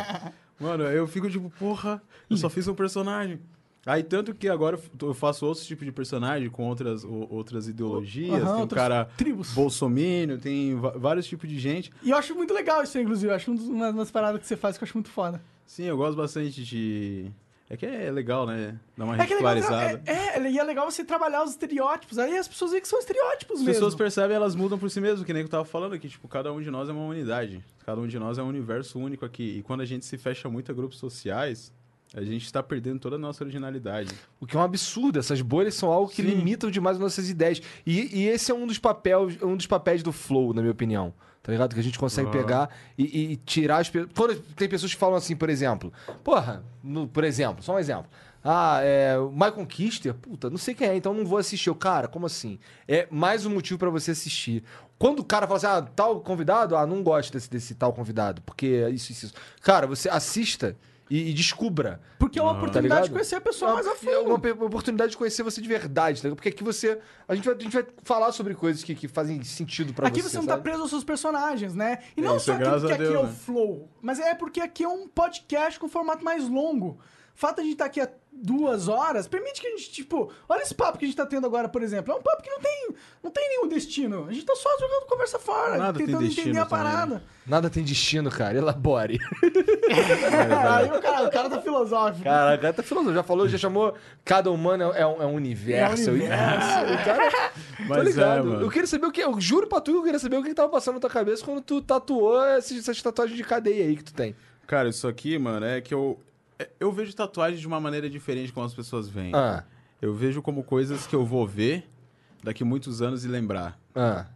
Speaker 3: mano, eu fico tipo, porra, eu só fiz um personagem. Aí tanto que agora eu f- eu faço outros tipos de personagem com outras, o- outras ideologias,
Speaker 2: Aham,
Speaker 3: tem um
Speaker 2: outras
Speaker 3: cara
Speaker 2: tribos.
Speaker 3: bolsomínio, tem va- vários tipos de gente.
Speaker 2: E eu acho muito legal isso, aí, inclusive. Eu acho um dos- uma das paradas que você faz que eu acho muito foda.
Speaker 3: Sim, eu gosto bastante de... É que é legal, né? Dar uma
Speaker 2: É que é legal.
Speaker 3: ridicularizada.
Speaker 2: É, é, e é legal você trabalhar os estereótipos. Aí as pessoas veem que são estereótipos
Speaker 3: As
Speaker 2: mesmo.
Speaker 3: pessoas percebem, elas mudam por si mesmo, que nem eu tava falando que tipo, cada um de nós é uma unidade. Cada um de nós é um universo único aqui. E quando a gente se fecha muito a grupos sociais, a gente tá perdendo toda a nossa originalidade.
Speaker 1: O que é um absurdo. Essas bolhas são algo que
Speaker 3: Sim.
Speaker 1: limitam demais as nossas ideias. E, e esse é um dos, papéis, um dos papéis do flow, na minha opinião. Tá ligado? Que a gente consegue
Speaker 3: Ah.
Speaker 1: pegar e, e tirar as pessoas. Quando tem pessoas que falam assim, por exemplo. Porra, no- por exemplo, só um exemplo. Ah, é. o Michael Kister, puta, não sei quem é, então não vou assistir. Eu, cara, como assim? É mais um motivo pra você assistir. Quando o cara fala assim, ah, tal convidado, ah, não gosto desse, desse tal convidado, porque é isso, isso, isso. Cara, você assista e- e descubra.
Speaker 2: Porque é uma
Speaker 3: Tá
Speaker 2: oportunidade
Speaker 1: ligado?
Speaker 2: de conhecer a pessoa mais a
Speaker 1: É uma
Speaker 2: fundo.
Speaker 1: pe- uma oportunidade de conhecer você de verdade, tá ligado? Porque aqui você. A gente vai, a gente vai falar sobre coisas que, que fazem sentido pra
Speaker 2: Aqui
Speaker 1: você.
Speaker 2: você não tá
Speaker 1: sabe?
Speaker 2: preso aos seus personagens, né? E
Speaker 3: É,
Speaker 2: não
Speaker 3: isso
Speaker 2: só
Speaker 3: é
Speaker 2: aqui,
Speaker 3: graças
Speaker 2: porque
Speaker 3: a
Speaker 2: aqui
Speaker 3: Deus,
Speaker 2: é o
Speaker 3: né?
Speaker 2: flow, mas é porque aqui é um podcast com formato mais longo. O fato de a gente estar aqui há duas horas permite que a gente, tipo, olha esse papo que a gente tá tendo agora, por exemplo. É um papo que não tem, não tem nenhum destino. A gente tá só jogando conversa fora,
Speaker 3: Nada tem
Speaker 2: tentando entender
Speaker 3: destino
Speaker 2: a
Speaker 3: também, né?
Speaker 2: parada.
Speaker 1: Nada tem destino, cara. Elabore.
Speaker 3: É,
Speaker 2: Aí o cara, o cara tá filosófico.
Speaker 1: Cara, o cara tá filosofo. Já falou, já chamou. Cada humano é, é um, é um universo.
Speaker 2: É um universo.
Speaker 1: Ah, o cara. tá
Speaker 3: Mas é,
Speaker 1: ligado?
Speaker 3: mano.
Speaker 1: eu queria saber o que. Eu juro pra tu que eu queria saber o que que tava passando na tua cabeça quando tu tatuou essas, essas tatuagens de cadeia aí que tu tem.
Speaker 3: Cara, isso aqui, mano, é que eu. é- Eu vejo tatuagem de uma maneira diferente como as pessoas veem.
Speaker 1: Ah,
Speaker 3: Eu vejo como coisas que eu vou ver daqui muitos anos e lembrar.
Speaker 1: ah.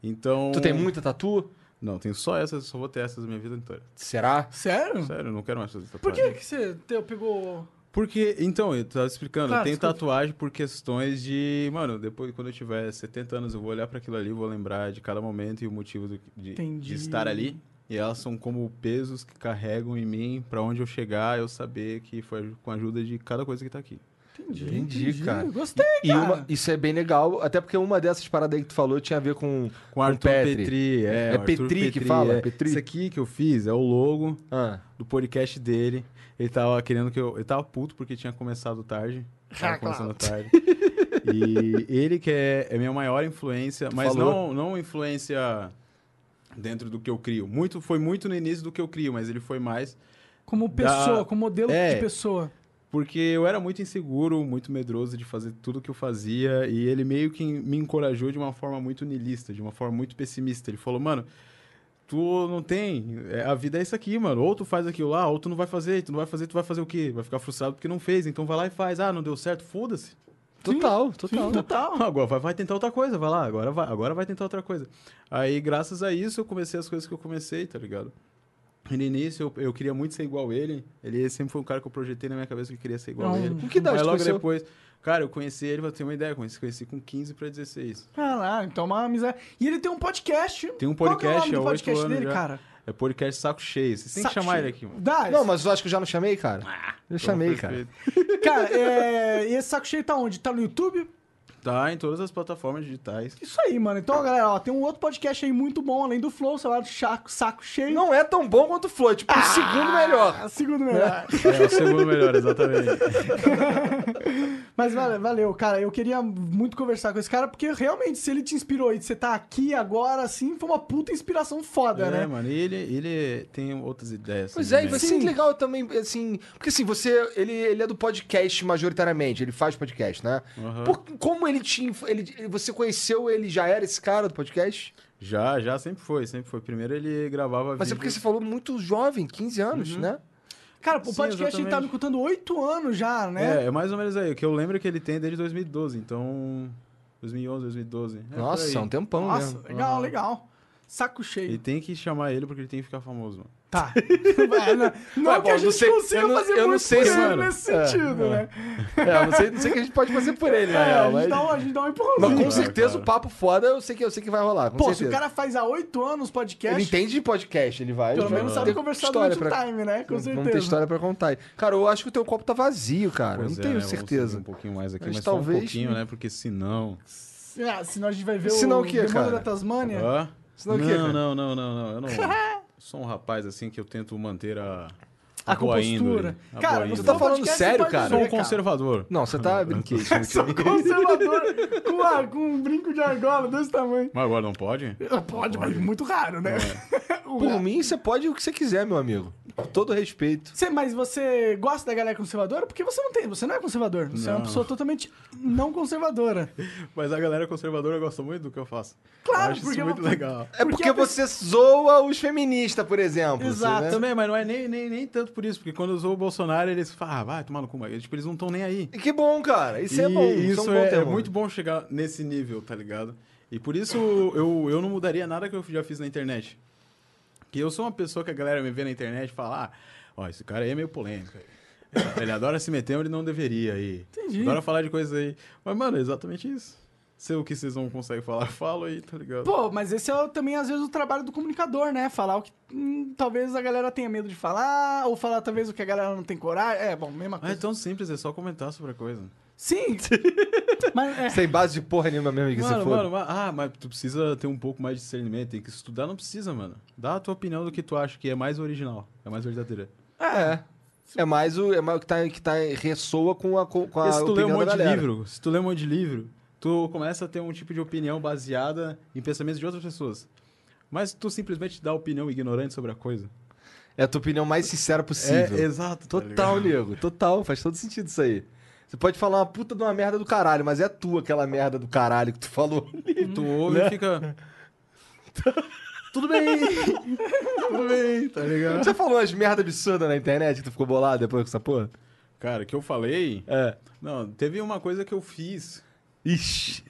Speaker 3: Então.
Speaker 1: Tu tem muita tatu?
Speaker 3: Não, tenho só essas, só vou ter essas minha vida inteira.
Speaker 1: Será?
Speaker 2: Sério?
Speaker 3: Sério, eu não quero mais fazer tatuagem.
Speaker 2: Por que, que você te- pegou.
Speaker 3: Porque, então, eu tava explicando,
Speaker 2: Claro,
Speaker 3: eu tenho
Speaker 2: desculpa.
Speaker 3: tatuagem por questões de. Mano, depois, quando eu tiver 70 anos, eu vou olhar pra aquilo ali, vou lembrar de cada momento e o motivo do- de,
Speaker 2: Entendi.
Speaker 3: de estar ali. E elas são como pesos que carregam em mim pra onde eu chegar, eu saber que foi com a ajuda de cada coisa que tá aqui.
Speaker 2: Entendi,
Speaker 1: Entendi, cara.
Speaker 2: Gostei,
Speaker 1: E
Speaker 2: cara.
Speaker 1: uma- isso é bem legal, até porque uma dessas paradas aí que tu falou tinha a ver com.
Speaker 3: Com Arthur
Speaker 1: Petri.
Speaker 3: Petri. é.
Speaker 1: É
Speaker 3: o Arthur
Speaker 1: Petri que fala,
Speaker 3: é.
Speaker 1: Petri?
Speaker 3: Isso aqui que eu fiz é o logo
Speaker 1: Ah.
Speaker 3: do podcast dele. Ele tava querendo que eu. Ele tava puto porque tinha começado tarde. Tava
Speaker 2: Ah,
Speaker 3: começando tarde. E ele que é, é minha maior influência, mas
Speaker 1: falou.
Speaker 3: não, não influência dentro do que eu crio. Muito, foi muito no início do que eu crio, mas ele foi mais
Speaker 2: Como pessoa,
Speaker 3: Da-
Speaker 2: como modelo
Speaker 3: É.
Speaker 2: de pessoa.
Speaker 3: Porque eu era muito inseguro, muito medroso de fazer tudo que eu fazia, e ele meio que me encorajou de uma forma muito niilista, de uma forma muito pessimista. Ele falou, mano, tu não tem. é, A vida é isso aqui, mano. Ou tu faz aquilo lá, ou tu não vai fazer. Tu não vai fazer, tu vai fazer o quê? Vai ficar frustrado porque não fez. Então vai lá e faz. Ah, não deu certo, foda-se.
Speaker 1: Total,
Speaker 2: Então,
Speaker 1: total.
Speaker 3: Total. Agora vai, vai tentar outra coisa, vai lá, agora vai, agora vai tentar outra coisa. Aí, graças a isso, eu comecei as coisas que eu comecei, tá ligado? E no início, eu, eu queria muito ser igual ele. Ele sempre foi um cara que eu projetei na minha cabeça que eu queria ser igual
Speaker 2: Não,
Speaker 3: ele.
Speaker 1: com que idade
Speaker 3: Aí
Speaker 1: tu
Speaker 3: logo
Speaker 1: conheceu?
Speaker 3: depois. Cara, eu conheci ele, pra ter uma ideia, conheci, conheci com 15 pra 16.
Speaker 2: Caralho, então é uma amizade. E ele tem um podcast.
Speaker 3: Tem um
Speaker 2: Qual que é o nome
Speaker 3: podcast,
Speaker 2: do
Speaker 3: há oito
Speaker 2: podcast
Speaker 3: anos
Speaker 2: dele,
Speaker 3: já.
Speaker 2: cara?
Speaker 3: É podcast saco cheio. Vocês têm que
Speaker 2: Saco
Speaker 3: chamar
Speaker 2: cheio.
Speaker 3: ele aqui, mano.
Speaker 2: Dá,
Speaker 1: Não, mas eu acho que eu já não chamei, cara. eu chamei,
Speaker 3: Então,
Speaker 1: cara.
Speaker 3: perfeito.
Speaker 2: Cara, é... e esse saco cheio tá onde? Tá no YouTube?
Speaker 3: Tá em todas as plataformas digitais.
Speaker 2: Isso aí, mano. Então, galera, ó, tem um outro podcast aí muito bom, além do Flow, sei lá, do Chaco, Saco Cheio.
Speaker 1: Não é tão bom quanto o Flow, é tipo o segundo melhor.
Speaker 2: Ah, segundo melhor.
Speaker 3: É o segundo melhor, exatamente.
Speaker 2: Mas vale- valeu, cara. Eu queria muito conversar com esse cara, porque realmente, se ele te inspirou e você tá aqui agora, assim, foi uma puta inspiração foda,
Speaker 3: É,
Speaker 2: né?
Speaker 3: mano, e ele, ele tem outras ideias.
Speaker 1: Pois é, e
Speaker 3: também.
Speaker 1: vai ser legal também, assim. Porque assim, você. Ele, ele é do podcast majoritariamente, ele faz podcast, né?
Speaker 3: Aham.
Speaker 1: Por- como ele te. inf- Ele, você conheceu ele, já era esse cara do podcast?
Speaker 3: Já, já, sempre foi, sempre foi. Primeiro ele gravava
Speaker 1: Mas é
Speaker 3: vídeo-
Speaker 1: porque você falou muito jovem, 15 anos, né?
Speaker 2: Cara, o
Speaker 3: Sim,
Speaker 2: podcast ele tá
Speaker 3: exatamente.
Speaker 2: me contando oito anos já, né?
Speaker 3: É, é mais ou menos aí. O que eu lembro que ele tem desde 2012, então... 2011, 2012. é por aí.
Speaker 1: Nossa, é um tempão
Speaker 2: Nossa,
Speaker 1: mesmo.
Speaker 2: legal,
Speaker 3: Aham.
Speaker 2: legal. Saco cheio.
Speaker 3: E tem que chamar ele porque ele tem que ficar famoso, mano.
Speaker 2: Tá. Vai, não não é
Speaker 1: Ué,
Speaker 2: que
Speaker 1: bom,
Speaker 2: a
Speaker 1: não
Speaker 2: gente
Speaker 1: sei-
Speaker 2: consiga
Speaker 1: eu não-
Speaker 2: fazer
Speaker 1: eu não
Speaker 2: muito
Speaker 1: sei
Speaker 2: por
Speaker 1: se-
Speaker 2: ele nesse
Speaker 1: É,
Speaker 2: sentido, né?
Speaker 1: É, eu não sei, não sei o que a gente pode fazer por ele,
Speaker 2: É,
Speaker 1: né?
Speaker 2: a, gente
Speaker 1: mas...
Speaker 2: dá um, a gente dá um
Speaker 1: mas
Speaker 2: empurrãozinho.
Speaker 1: com
Speaker 3: Claro,
Speaker 1: certeza
Speaker 3: claro.
Speaker 1: o papo foda, eu sei que, eu sei que vai rolar. Com
Speaker 2: Pô, se
Speaker 1: certeza.
Speaker 2: o cara faz há oito anos podcast,
Speaker 1: Ele entende de podcast, ele vai.
Speaker 2: pelo
Speaker 1: ele vai
Speaker 2: menos
Speaker 1: ter
Speaker 2: sabe conversar
Speaker 1: história
Speaker 2: durante o
Speaker 1: pra-
Speaker 2: time, né? Com
Speaker 1: Vamos ter
Speaker 2: certeza.
Speaker 1: história pra contar. aí. Cara, eu acho que o teu copo tá vazio, cara. eu
Speaker 3: Pois
Speaker 1: não
Speaker 3: é,
Speaker 1: tenho
Speaker 3: né, vamos subir
Speaker 1: certeza.
Speaker 3: um pouquinho mais aqui,
Speaker 1: Mas
Speaker 3: mas, só
Speaker 1: talvez-
Speaker 3: um pouquinho, né? Porque senão...
Speaker 2: Ah, senão a gente vai ver
Speaker 1: Senão
Speaker 2: o
Speaker 1: o quê,
Speaker 2: Demônio
Speaker 1: cara?
Speaker 2: da Tasmânia.
Speaker 3: Hã?
Speaker 1: é. Senão o quê,
Speaker 3: não,
Speaker 1: cara?
Speaker 3: não, não, não, não. Eu não... sou um rapaz, assim, que eu tento manter a...
Speaker 2: A
Speaker 3: boa
Speaker 2: compostura.
Speaker 3: índole, a
Speaker 2: Cara,
Speaker 3: boa
Speaker 2: você
Speaker 3: índole.
Speaker 1: tá falando
Speaker 2: podcast,
Speaker 1: sério,
Speaker 2: pode
Speaker 1: cara?
Speaker 3: Sou um
Speaker 2: ver,
Speaker 3: conservador. um
Speaker 1: Não, você tá brinquedo.
Speaker 2: Conservador com, a- com um brinco de argola desse tamanho.
Speaker 3: Mas agora não pode?
Speaker 2: Pode, mas muito raro, né?
Speaker 1: Por mim, você pode o que você quiser, meu amigo. Com todo respeito.
Speaker 2: Você- mas você gosta da galera conservadora? Porque você não tem, você não é conservador. Você é uma
Speaker 3: Não.
Speaker 2: pessoa totalmente não conservadora.
Speaker 3: Mas a galera conservadora gosta muito do que eu faço.
Speaker 2: Claro,
Speaker 3: eu acho
Speaker 2: porque-
Speaker 3: isso muito legal.
Speaker 1: É
Speaker 2: Porque
Speaker 1: porque,
Speaker 2: a pessoa-
Speaker 1: você zoa os feministas, por exemplo.
Speaker 2: Exato.
Speaker 1: Você, né?
Speaker 3: Também, mas não é nem, nem, nem tanto por isso, porque quando eu sou o Bolsonaro, eles falam, ah, vai tomar no cu, mas tipo, eles não estão nem aí.
Speaker 1: E que bom, cara. Isso é
Speaker 3: E
Speaker 1: bom.
Speaker 3: Isso
Speaker 1: é, um bom
Speaker 3: é, é
Speaker 1: termo.
Speaker 3: muito bom chegar nesse nível, tá ligado? E por isso eu, eu não mudaria nada que eu já fiz na internet. Que eu sou uma pessoa que a galera me vê na internet e fala, ah, ó, esse cara aí é meio polêmico. aí. Ele adora se meter onde não deveria aí.
Speaker 2: Entendi.
Speaker 3: Adora falar de coisas aí. Mas, mano, é exatamente isso. Se o que vocês não conseguem falar, eu falo aí, tá ligado?
Speaker 2: Pô, mas esse é o- também, às vezes, o trabalho do comunicador, né? Falar o que hum, talvez a galera tenha medo de falar, ou falar talvez o que a galera não tem coragem. É, bom, mesma
Speaker 3: Ah, é
Speaker 2: coisa.
Speaker 3: tão simples, é só comentar sobre a coisa.
Speaker 2: Sim! mas, é,
Speaker 1: Sem base de porra nenhuma mesmo que você
Speaker 3: Mano,
Speaker 1: for.
Speaker 3: mano, ma- ah, mas tu precisa ter um pouco mais de discernimento, tem que estudar, não precisa, mano. Dá a tua opinião do que tu acha que é mais original, é mais verdadeira.
Speaker 1: É. É mais o, é mais o que, tá, que tá, ressoa com a, co- com a
Speaker 3: Porque se tu lê
Speaker 1: opinião
Speaker 3: um monte
Speaker 1: da
Speaker 3: de
Speaker 1: galera.
Speaker 3: livro, se tu lê um monte de livro, tu começa a ter um tipo de opinião baseada em pensamentos de outras pessoas. Mas tu simplesmente dá opinião ignorante sobre a coisa.
Speaker 1: É a tua opinião mais sincera possível.
Speaker 3: É, exato. tá
Speaker 1: Total,
Speaker 3: ligado?
Speaker 1: nego. Total. Faz todo sentido isso aí. Você pode falar uma puta de uma merda do caralho, mas é tua aquela merda do caralho que tu falou.
Speaker 3: Tu ouve e fica.
Speaker 1: Tudo bem.
Speaker 3: Tudo bem, tá ligado?
Speaker 1: Você falou umas merda absurdas na internet que tu ficou bolado depois com essa porra?
Speaker 3: Cara, o que eu falei.
Speaker 1: É.
Speaker 3: Não, teve uma coisa que eu fiz
Speaker 1: Ixi.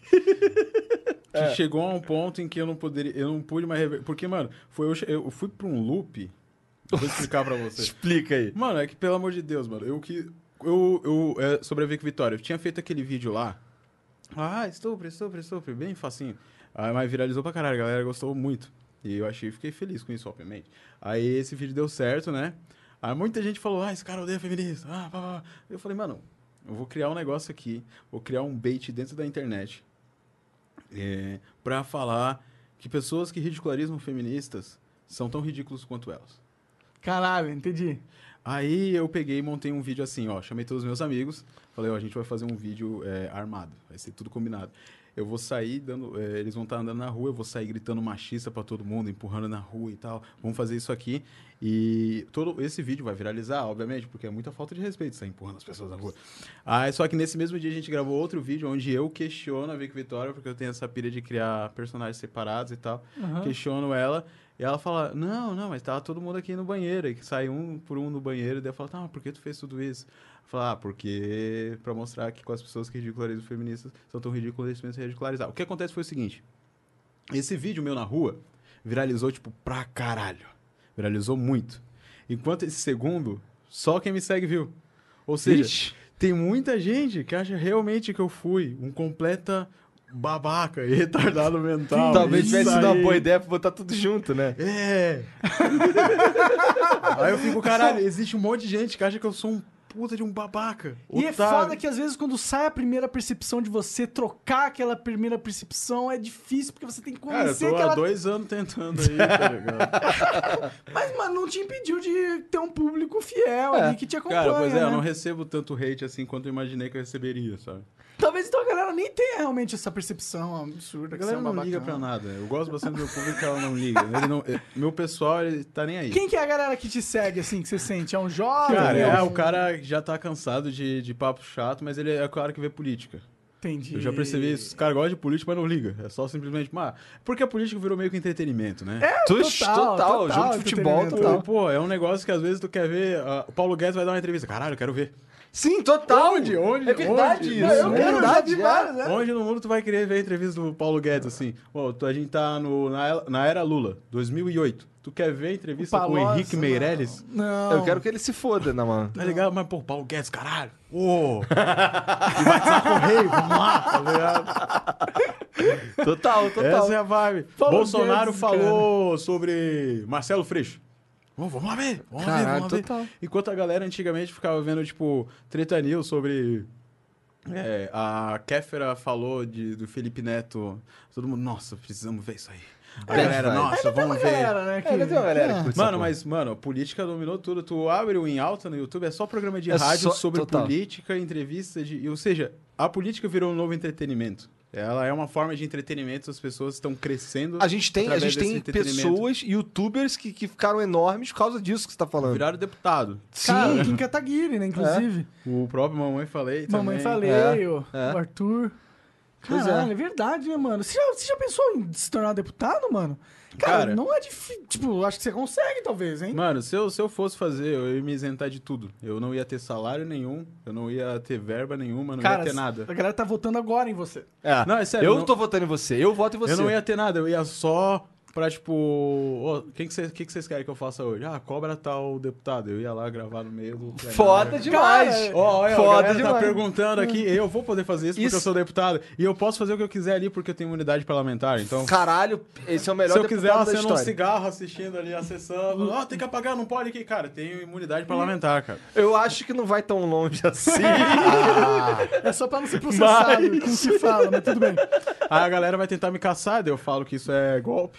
Speaker 3: Que chegou a um ponto em que eu não poderia, eu não pude mais rever. Porque, mano, foi eu, che- eu fui pra um loop. Vou explicar pra você.
Speaker 1: Explica aí.
Speaker 3: Mano, é que pelo amor de Deus, mano, eu que eu eu é, sobre a Vic Vitória, eu tinha feito aquele vídeo lá. Ah, estupro, estupro, estupro, bem facinho. Aí, mas viralizou pra caralho, a galera gostou muito. E eu achei, fiquei feliz com isso, obviamente. Aí esse vídeo deu certo, né? Aí muita gente falou, ah, esse cara odeia feminista. Ah, pá, pá, pá. Eu falei, mano, eu vou criar um negócio aqui, vou criar um bait dentro da internet é, para falar que pessoas que ridicularizam feministas são tão ridículos quanto elas.
Speaker 2: caralho, entendi.
Speaker 3: Aí eu peguei e montei um vídeo assim, ó. Chamei todos os meus amigos. Falei, ó, a gente vai fazer um vídeo é, armado. Vai ser tudo combinado. eu vou sair dando. é, eles vão estar andando na rua, eu vou sair gritando machista pra todo mundo, empurrando na rua e tal. Vamos fazer isso aqui. E todo esse vídeo vai viralizar, obviamente, porque é muita falta de respeito sair empurrando as pessoas na rua. Ah, só que nesse mesmo dia a gente gravou outro vídeo onde eu questiono a Vic Vitória, porque eu tenho essa pira de criar personagens separados e tal. Questiono ela. E ela fala, não, não, mas tava todo mundo aqui no banheiro. E que sai um por um no banheiro. Daí eu falo, tá, mas por que tu fez tudo isso? Falar, ah, porque pra mostrar que com as pessoas que ridicularizam feministas são tão ridículas, eles pensam em ridicularizar. O que acontece foi o seguinte. Esse vídeo meu na rua viralizou, tipo, pra caralho. Viralizou muito. Enquanto esse segundo, só quem me segue viu. Ou seja, tem muita gente que acha realmente que eu fui um completa babaca e retardado mental.
Speaker 1: Talvez
Speaker 3: Isso
Speaker 1: tivesse sido uma
Speaker 3: aí.
Speaker 1: boa ideia pra botar tudo junto, né?
Speaker 3: É. Aí eu fico, caralho, existe um monte de gente que acha que eu sou um puta de um babaca.
Speaker 2: E é foda que às vezes quando sai a primeira percepção de você, trocar aquela primeira percepção é difícil, porque você tem que
Speaker 3: Cara, eu
Speaker 2: convencer
Speaker 3: tô
Speaker 2: que
Speaker 3: há
Speaker 2: ela.
Speaker 3: dois anos tentando aí, tá ligado?
Speaker 2: Mas, mano, não te impediu de ter um público fiel ali que te acompanha.
Speaker 3: Cara, pois é, eu
Speaker 2: né?
Speaker 3: não recebo tanto hate assim quanto eu imaginei que eu receberia, sabe?
Speaker 2: Talvez então a galera nem tenha realmente essa percepção absurda
Speaker 3: A
Speaker 2: que você é
Speaker 3: galera
Speaker 2: um
Speaker 3: não
Speaker 2: babacão.
Speaker 3: liga pra nada. Eu gosto bastante do meu público, ela não liga. Ele não- eh, meu pessoal, ele tá nem aí.
Speaker 2: Quem que é a galera que te segue, assim, que você sente? É um jovem?
Speaker 3: Cara, é,
Speaker 2: um-
Speaker 3: o cara já tá cansado de, de papo chato, mas ele é o cara que vê política.
Speaker 2: Entendi.
Speaker 3: Eu já percebi isso. Os caras gostam de política, mas não liga. É só simplesmente. Ah, porque a política virou meio que entretenimento, né? É,
Speaker 1: Tux,
Speaker 2: total,
Speaker 1: total,
Speaker 2: total,
Speaker 1: jogo de futebol,
Speaker 2: entretenimento.
Speaker 1: total.
Speaker 3: Pô, é um negócio que às vezes tu quer ver. ah, o Paulo Guedes vai dar uma entrevista. Caralho, eu quero ver.
Speaker 1: Sim, total.
Speaker 3: Onde? Onde?
Speaker 1: É verdade
Speaker 3: Onde?
Speaker 1: isso.
Speaker 3: Não, eu
Speaker 1: é
Speaker 3: quero,
Speaker 1: verdade,
Speaker 2: já vi
Speaker 1: é.
Speaker 2: várias, né?
Speaker 3: Onde no mundo tu vai querer ver a entrevista do Paulo Guedes, assim? Pô, tu- a gente tá no, na, na era Lula, 2008. Tu quer ver a entrevista com o
Speaker 2: Palocci,
Speaker 3: Henrique
Speaker 2: não.
Speaker 3: Meirelles?
Speaker 2: Não.
Speaker 1: Eu quero que ele se foda, na mano.
Speaker 3: Tá ligado? Mas, pô, Paulo Guedes, caralho. Ô! e vai saco rei, vamos lá, tá ligado?
Speaker 1: Total,
Speaker 3: Essa é a vibe.
Speaker 2: Paulo
Speaker 3: Bolsonaro
Speaker 2: Guedes,
Speaker 3: falou sobre Marcelo Freixo. Vamos, vamos lá ver. Vamos lá ver,
Speaker 1: Caralho,
Speaker 3: vamos lá ver.
Speaker 1: total.
Speaker 3: Enquanto a galera antigamente ficava vendo, tipo, treta news sobre. é, a Kéfera falou de, do Felipe Neto. Todo mundo, nossa, precisamos ver isso aí. A
Speaker 1: Bad
Speaker 3: galera,
Speaker 1: vibe.
Speaker 3: nossa,
Speaker 2: Tem uma
Speaker 3: vamos ver.
Speaker 2: galera, né? Que...
Speaker 1: É, tem uma galera que curte essa
Speaker 3: Mano,
Speaker 1: porra.
Speaker 3: mas, mano, política dominou tudo. Tu abre o Em Alta no YouTube, é só programa de
Speaker 1: É
Speaker 3: rádio
Speaker 1: só-
Speaker 3: sobre
Speaker 1: total.
Speaker 3: política, entrevistas de... e, Ou seja, a política virou um novo entretenimento. Ela é uma forma de entretenimento, as pessoas estão crescendo.
Speaker 1: A gente tem, a
Speaker 3: através
Speaker 1: gente tem
Speaker 3: desse entretenimento.
Speaker 1: pessoas, youtubers que, que ficaram enormes por causa disso que você tá falando.
Speaker 3: Viraram deputado.
Speaker 2: Cara, Kim Kataguiri, né? Inclusive.
Speaker 3: O próprio Mamãe Falei É, também.
Speaker 2: Mamãe Falei, o
Speaker 1: é.
Speaker 2: o Arthur.
Speaker 1: Pois é.
Speaker 2: Caralho, é. verdade, né, mano? Você já, você já pensou em se tornar deputado, mano? Cara,
Speaker 3: Cara.
Speaker 2: não é difícil. Tipo, acho que você consegue, talvez, hein?
Speaker 3: Mano, se eu, se eu fosse fazer, eu ia me isentar de tudo. Eu não ia ter salário nenhum, eu não ia ter verba nenhuma, não
Speaker 2: Cara,
Speaker 3: ia ter nada.
Speaker 2: a galera tá votando agora em você.
Speaker 1: É.
Speaker 3: Não, é sério,
Speaker 1: Eu
Speaker 3: não-
Speaker 1: não tô votando em você, eu voto em você.
Speaker 3: Eu não ia ter nada, eu ia só pra, tipo, ô, quem que vocês que que vocês querem que eu faça hoje? Ah, cobra tal deputado. Eu ia lá gravar no meio do. plenário.
Speaker 1: Foda demais.
Speaker 2: Cara,
Speaker 3: Ó, olha,
Speaker 1: Foda
Speaker 3: a galera tá
Speaker 1: demais.
Speaker 3: perguntando aqui, eu vou poder fazer isso, porque
Speaker 1: Isso-
Speaker 3: eu sou deputado. E eu posso fazer o que eu quiser ali porque eu tenho imunidade parlamentar. Então,
Speaker 1: Caralho, esse é o melhor
Speaker 3: se eu
Speaker 1: deputado
Speaker 3: quiser
Speaker 1: da
Speaker 3: acendo um
Speaker 1: história.
Speaker 3: cigarro assistindo ali, acessando, ó, tem que apagar, não pode aqui, cara. Tenho imunidade
Speaker 1: Hum.
Speaker 3: parlamentar, cara.
Speaker 1: Eu acho que não vai tão longe assim.
Speaker 2: É só pra não ser processado com o que se fala, mas tudo bem.
Speaker 3: Aí a galera vai tentar me caçar, daí eu falo que isso é golpe.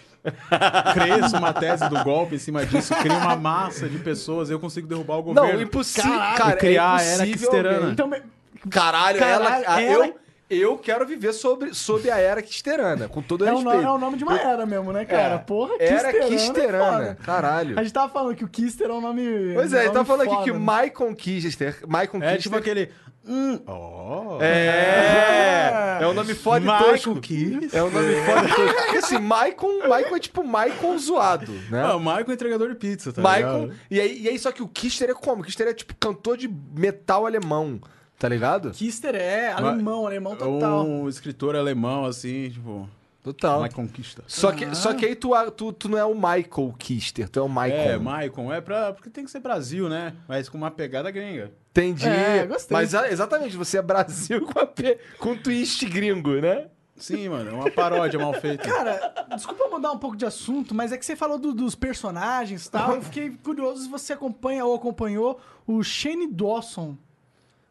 Speaker 3: Cresço uma tese do golpe em cima disso, cria uma massa de pessoas, eu consigo derrubar o governo.
Speaker 1: não, é impossível.
Speaker 2: Caralho.
Speaker 1: Cara,
Speaker 3: Criar a
Speaker 1: é
Speaker 3: era
Speaker 1: impossível
Speaker 3: Kisterana.
Speaker 1: alguém.
Speaker 2: Então, me-
Speaker 1: Caralho,
Speaker 2: Caralho,
Speaker 1: ela, a-
Speaker 2: ela-
Speaker 1: Eu, eu quero viver sobre, sob a era quisterana, com todo
Speaker 2: é, o no-
Speaker 1: respeito.
Speaker 2: é o nome de uma era mesmo, né, cara? Porra,
Speaker 1: É. Era
Speaker 2: Kisterana é
Speaker 1: quisterana.
Speaker 2: foda.
Speaker 1: Caralho.
Speaker 2: A gente tava falando que o Kister é um nome.
Speaker 1: Pois é,
Speaker 2: um
Speaker 1: ele tá
Speaker 2: nome
Speaker 1: falando
Speaker 2: foda,
Speaker 1: aqui que
Speaker 2: né?
Speaker 1: o Michael Kister. Michael
Speaker 3: É
Speaker 1: Kister-
Speaker 3: tipo aquele. Hum, ó.
Speaker 1: É! É um nome foda e tosco.
Speaker 3: Michael Kiss.
Speaker 1: É um nome foda e tosco. Porque assim, Michael, Michael é tipo Michael zoado, né?
Speaker 3: Ah, o Michael é entregador de pizza, tá
Speaker 1: Michael.
Speaker 3: ligado?
Speaker 1: E aí, e aí, só que o Kister é como? O Kister é tipo cantor de metal alemão, tá ligado?
Speaker 2: Kister é
Speaker 3: Ma-
Speaker 2: alemão, alemão
Speaker 3: É
Speaker 2: total.
Speaker 3: um escritor alemão, assim, tipo.
Speaker 1: Total.
Speaker 3: Uma conquista.
Speaker 1: Só que, só que aí tu, tu, tu não é o Michael Kister, tu é o
Speaker 3: É,
Speaker 1: Michael.
Speaker 3: Michael, é pra. Porque tem que ser Brasil, né? Mas com uma pegada gringa.
Speaker 1: Entendi.
Speaker 2: É, gostei.
Speaker 1: Mas ah, exatamente, você é Brasil com, a P, com twist gringo, né?
Speaker 3: Sim, mano, é uma paródia mal feita.
Speaker 2: Cara, desculpa mudar um pouco de assunto, mas é que você falou do- dos personagens e tal. Eu fiquei curioso se você acompanha ou acompanhou o Shane Dawson.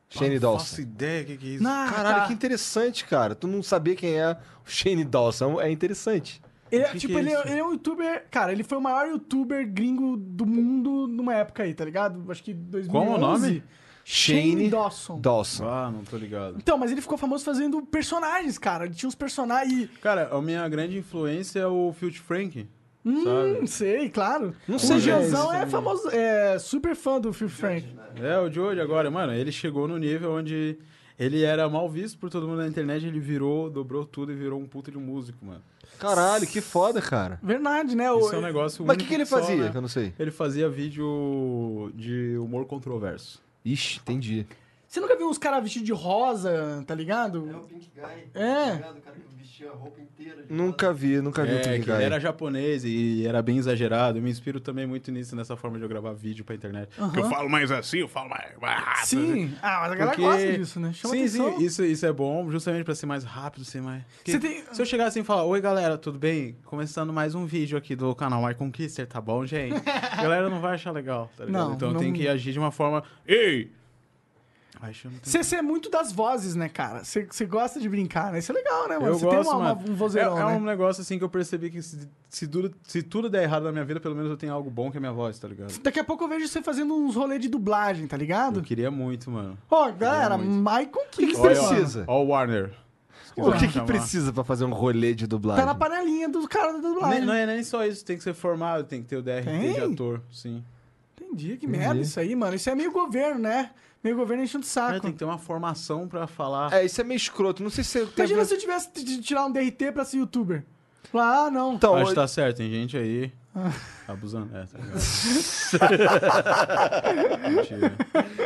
Speaker 1: Shane
Speaker 3: não faço
Speaker 1: Dawson.
Speaker 3: ideia o que, que é isso.
Speaker 2: Não. Ah,
Speaker 1: Caralho,
Speaker 2: tá.
Speaker 1: que interessante, cara. Tu não sabia quem é o Shane Dawson, é interessante.
Speaker 2: Ele, é-
Speaker 3: que que
Speaker 2: tipo,
Speaker 3: é
Speaker 2: ele, é-
Speaker 3: isso?
Speaker 2: ele é um youtuber. Cara, ele foi o maior youtuber gringo do mundo numa época aí, tá ligado? Acho que 2011.
Speaker 3: Qual o nome?
Speaker 1: Shane,
Speaker 2: Shane Dawson.
Speaker 1: Dawson.
Speaker 3: Ah, não tô ligado.
Speaker 2: Então, mas ele ficou famoso fazendo personagens, cara. Ele tinha uns personagens.
Speaker 3: Cara, a minha grande influência é o Field Frank.
Speaker 2: Hum,
Speaker 3: Sabe?
Speaker 2: sei, claro.
Speaker 1: Não
Speaker 2: o
Speaker 1: sei,
Speaker 2: Gianzão
Speaker 1: gente.
Speaker 2: é famoso, é super fã do Phil Frank.
Speaker 3: É, o George agora, mano, ele chegou no nível onde ele era mal visto por todo mundo na internet, ele virou, dobrou tudo e virou um puta de um músico, mano.
Speaker 1: Caralho, que foda, cara.
Speaker 2: Verdade, né?
Speaker 3: Isso
Speaker 2: O-
Speaker 3: é um negócio
Speaker 1: Mas o
Speaker 3: único
Speaker 1: que, que ele
Speaker 3: só,
Speaker 1: fazia?
Speaker 3: né?
Speaker 1: Que eu não sei.
Speaker 3: Ele fazia vídeo de humor controverso.
Speaker 1: Ixi, entendi.
Speaker 2: Você nunca viu uns caras vestidos de rosa, tá ligado?
Speaker 4: É o Pink Guy.
Speaker 2: É.
Speaker 4: tá ligado? O cara que vestia a roupa inteira. de
Speaker 1: Nunca vi, nunca vi o
Speaker 3: É,
Speaker 1: Pink
Speaker 3: que
Speaker 1: Guy.
Speaker 3: ele era japonês e era bem exagerado. Eu me inspiro também muito nisso, nessa forma de eu gravar vídeo pra internet. Que eu falo mais assim, eu falo mais mais rápido.
Speaker 2: Sim. Ah, mas a galera
Speaker 3: Porque-
Speaker 2: gosta disso, né? Chama
Speaker 3: sim,
Speaker 2: atenção.
Speaker 3: sim, isso, isso é bom, justamente pra ser mais rápido, ser mais. Porque
Speaker 2: Você tem-
Speaker 3: Se eu chegar assim e falar, oi galera, tudo bem? Começando mais um vídeo aqui do canal iConquister, tá bom, gente? a galera não vai achar legal, tá ligado?
Speaker 2: Não,
Speaker 3: então
Speaker 2: não-
Speaker 3: tem que agir de uma forma. Ei! Aí chama atenção.
Speaker 2: Você é muito das vozes, né, cara? Você você gosta de brincar, né? Isso é legal, né, mano?
Speaker 3: Eu
Speaker 2: Você
Speaker 3: gosto,
Speaker 2: tem uma- uma-
Speaker 3: mano.
Speaker 2: um vozeirão,
Speaker 3: é, é
Speaker 2: né?
Speaker 3: um negócio assim que eu percebi que se, se tudo, se tudo der errado na minha vida, pelo menos eu tenho algo bom que é minha voz, tá ligado?
Speaker 2: Daqui a pouco eu vejo você fazendo uns rolês de dublagem, tá
Speaker 3: Eu
Speaker 2: ligado?
Speaker 3: queria muito, mano.
Speaker 2: Ó, galera,
Speaker 3: é muito.
Speaker 2: Michael Kingston.
Speaker 1: Olha,
Speaker 2: mano.
Speaker 1: precisa?
Speaker 3: Ó, o Warner. Se
Speaker 1: O
Speaker 3: quiser
Speaker 1: que,
Speaker 3: me
Speaker 1: que
Speaker 3: chamar.
Speaker 1: precisa pra fazer um rolê de dublagem?
Speaker 2: Tá na panelinha dos caras da
Speaker 3: Nem-
Speaker 2: dublagem.
Speaker 3: não é nem só isso, tem que ser formado, tem que ter o DRT de
Speaker 2: Tem?
Speaker 3: ator, sim. é-
Speaker 2: Entendi, que merda isso aí, mano. Isso é meio governo, né? Meio governo enchendo o
Speaker 3: Cara,
Speaker 2: saco.
Speaker 3: É, tem que ter uma formação pra falar.
Speaker 1: É, isso é meio escroto. Não sei se você.
Speaker 2: Imagina se eu tivesse t- de tirar um DRT pra ser youtuber. Falar, ah, não.
Speaker 1: Então,
Speaker 3: Acho que tá certo, tem gente aí.
Speaker 2: Ah.
Speaker 3: Tá abusando. É, tá ligado? Mentira.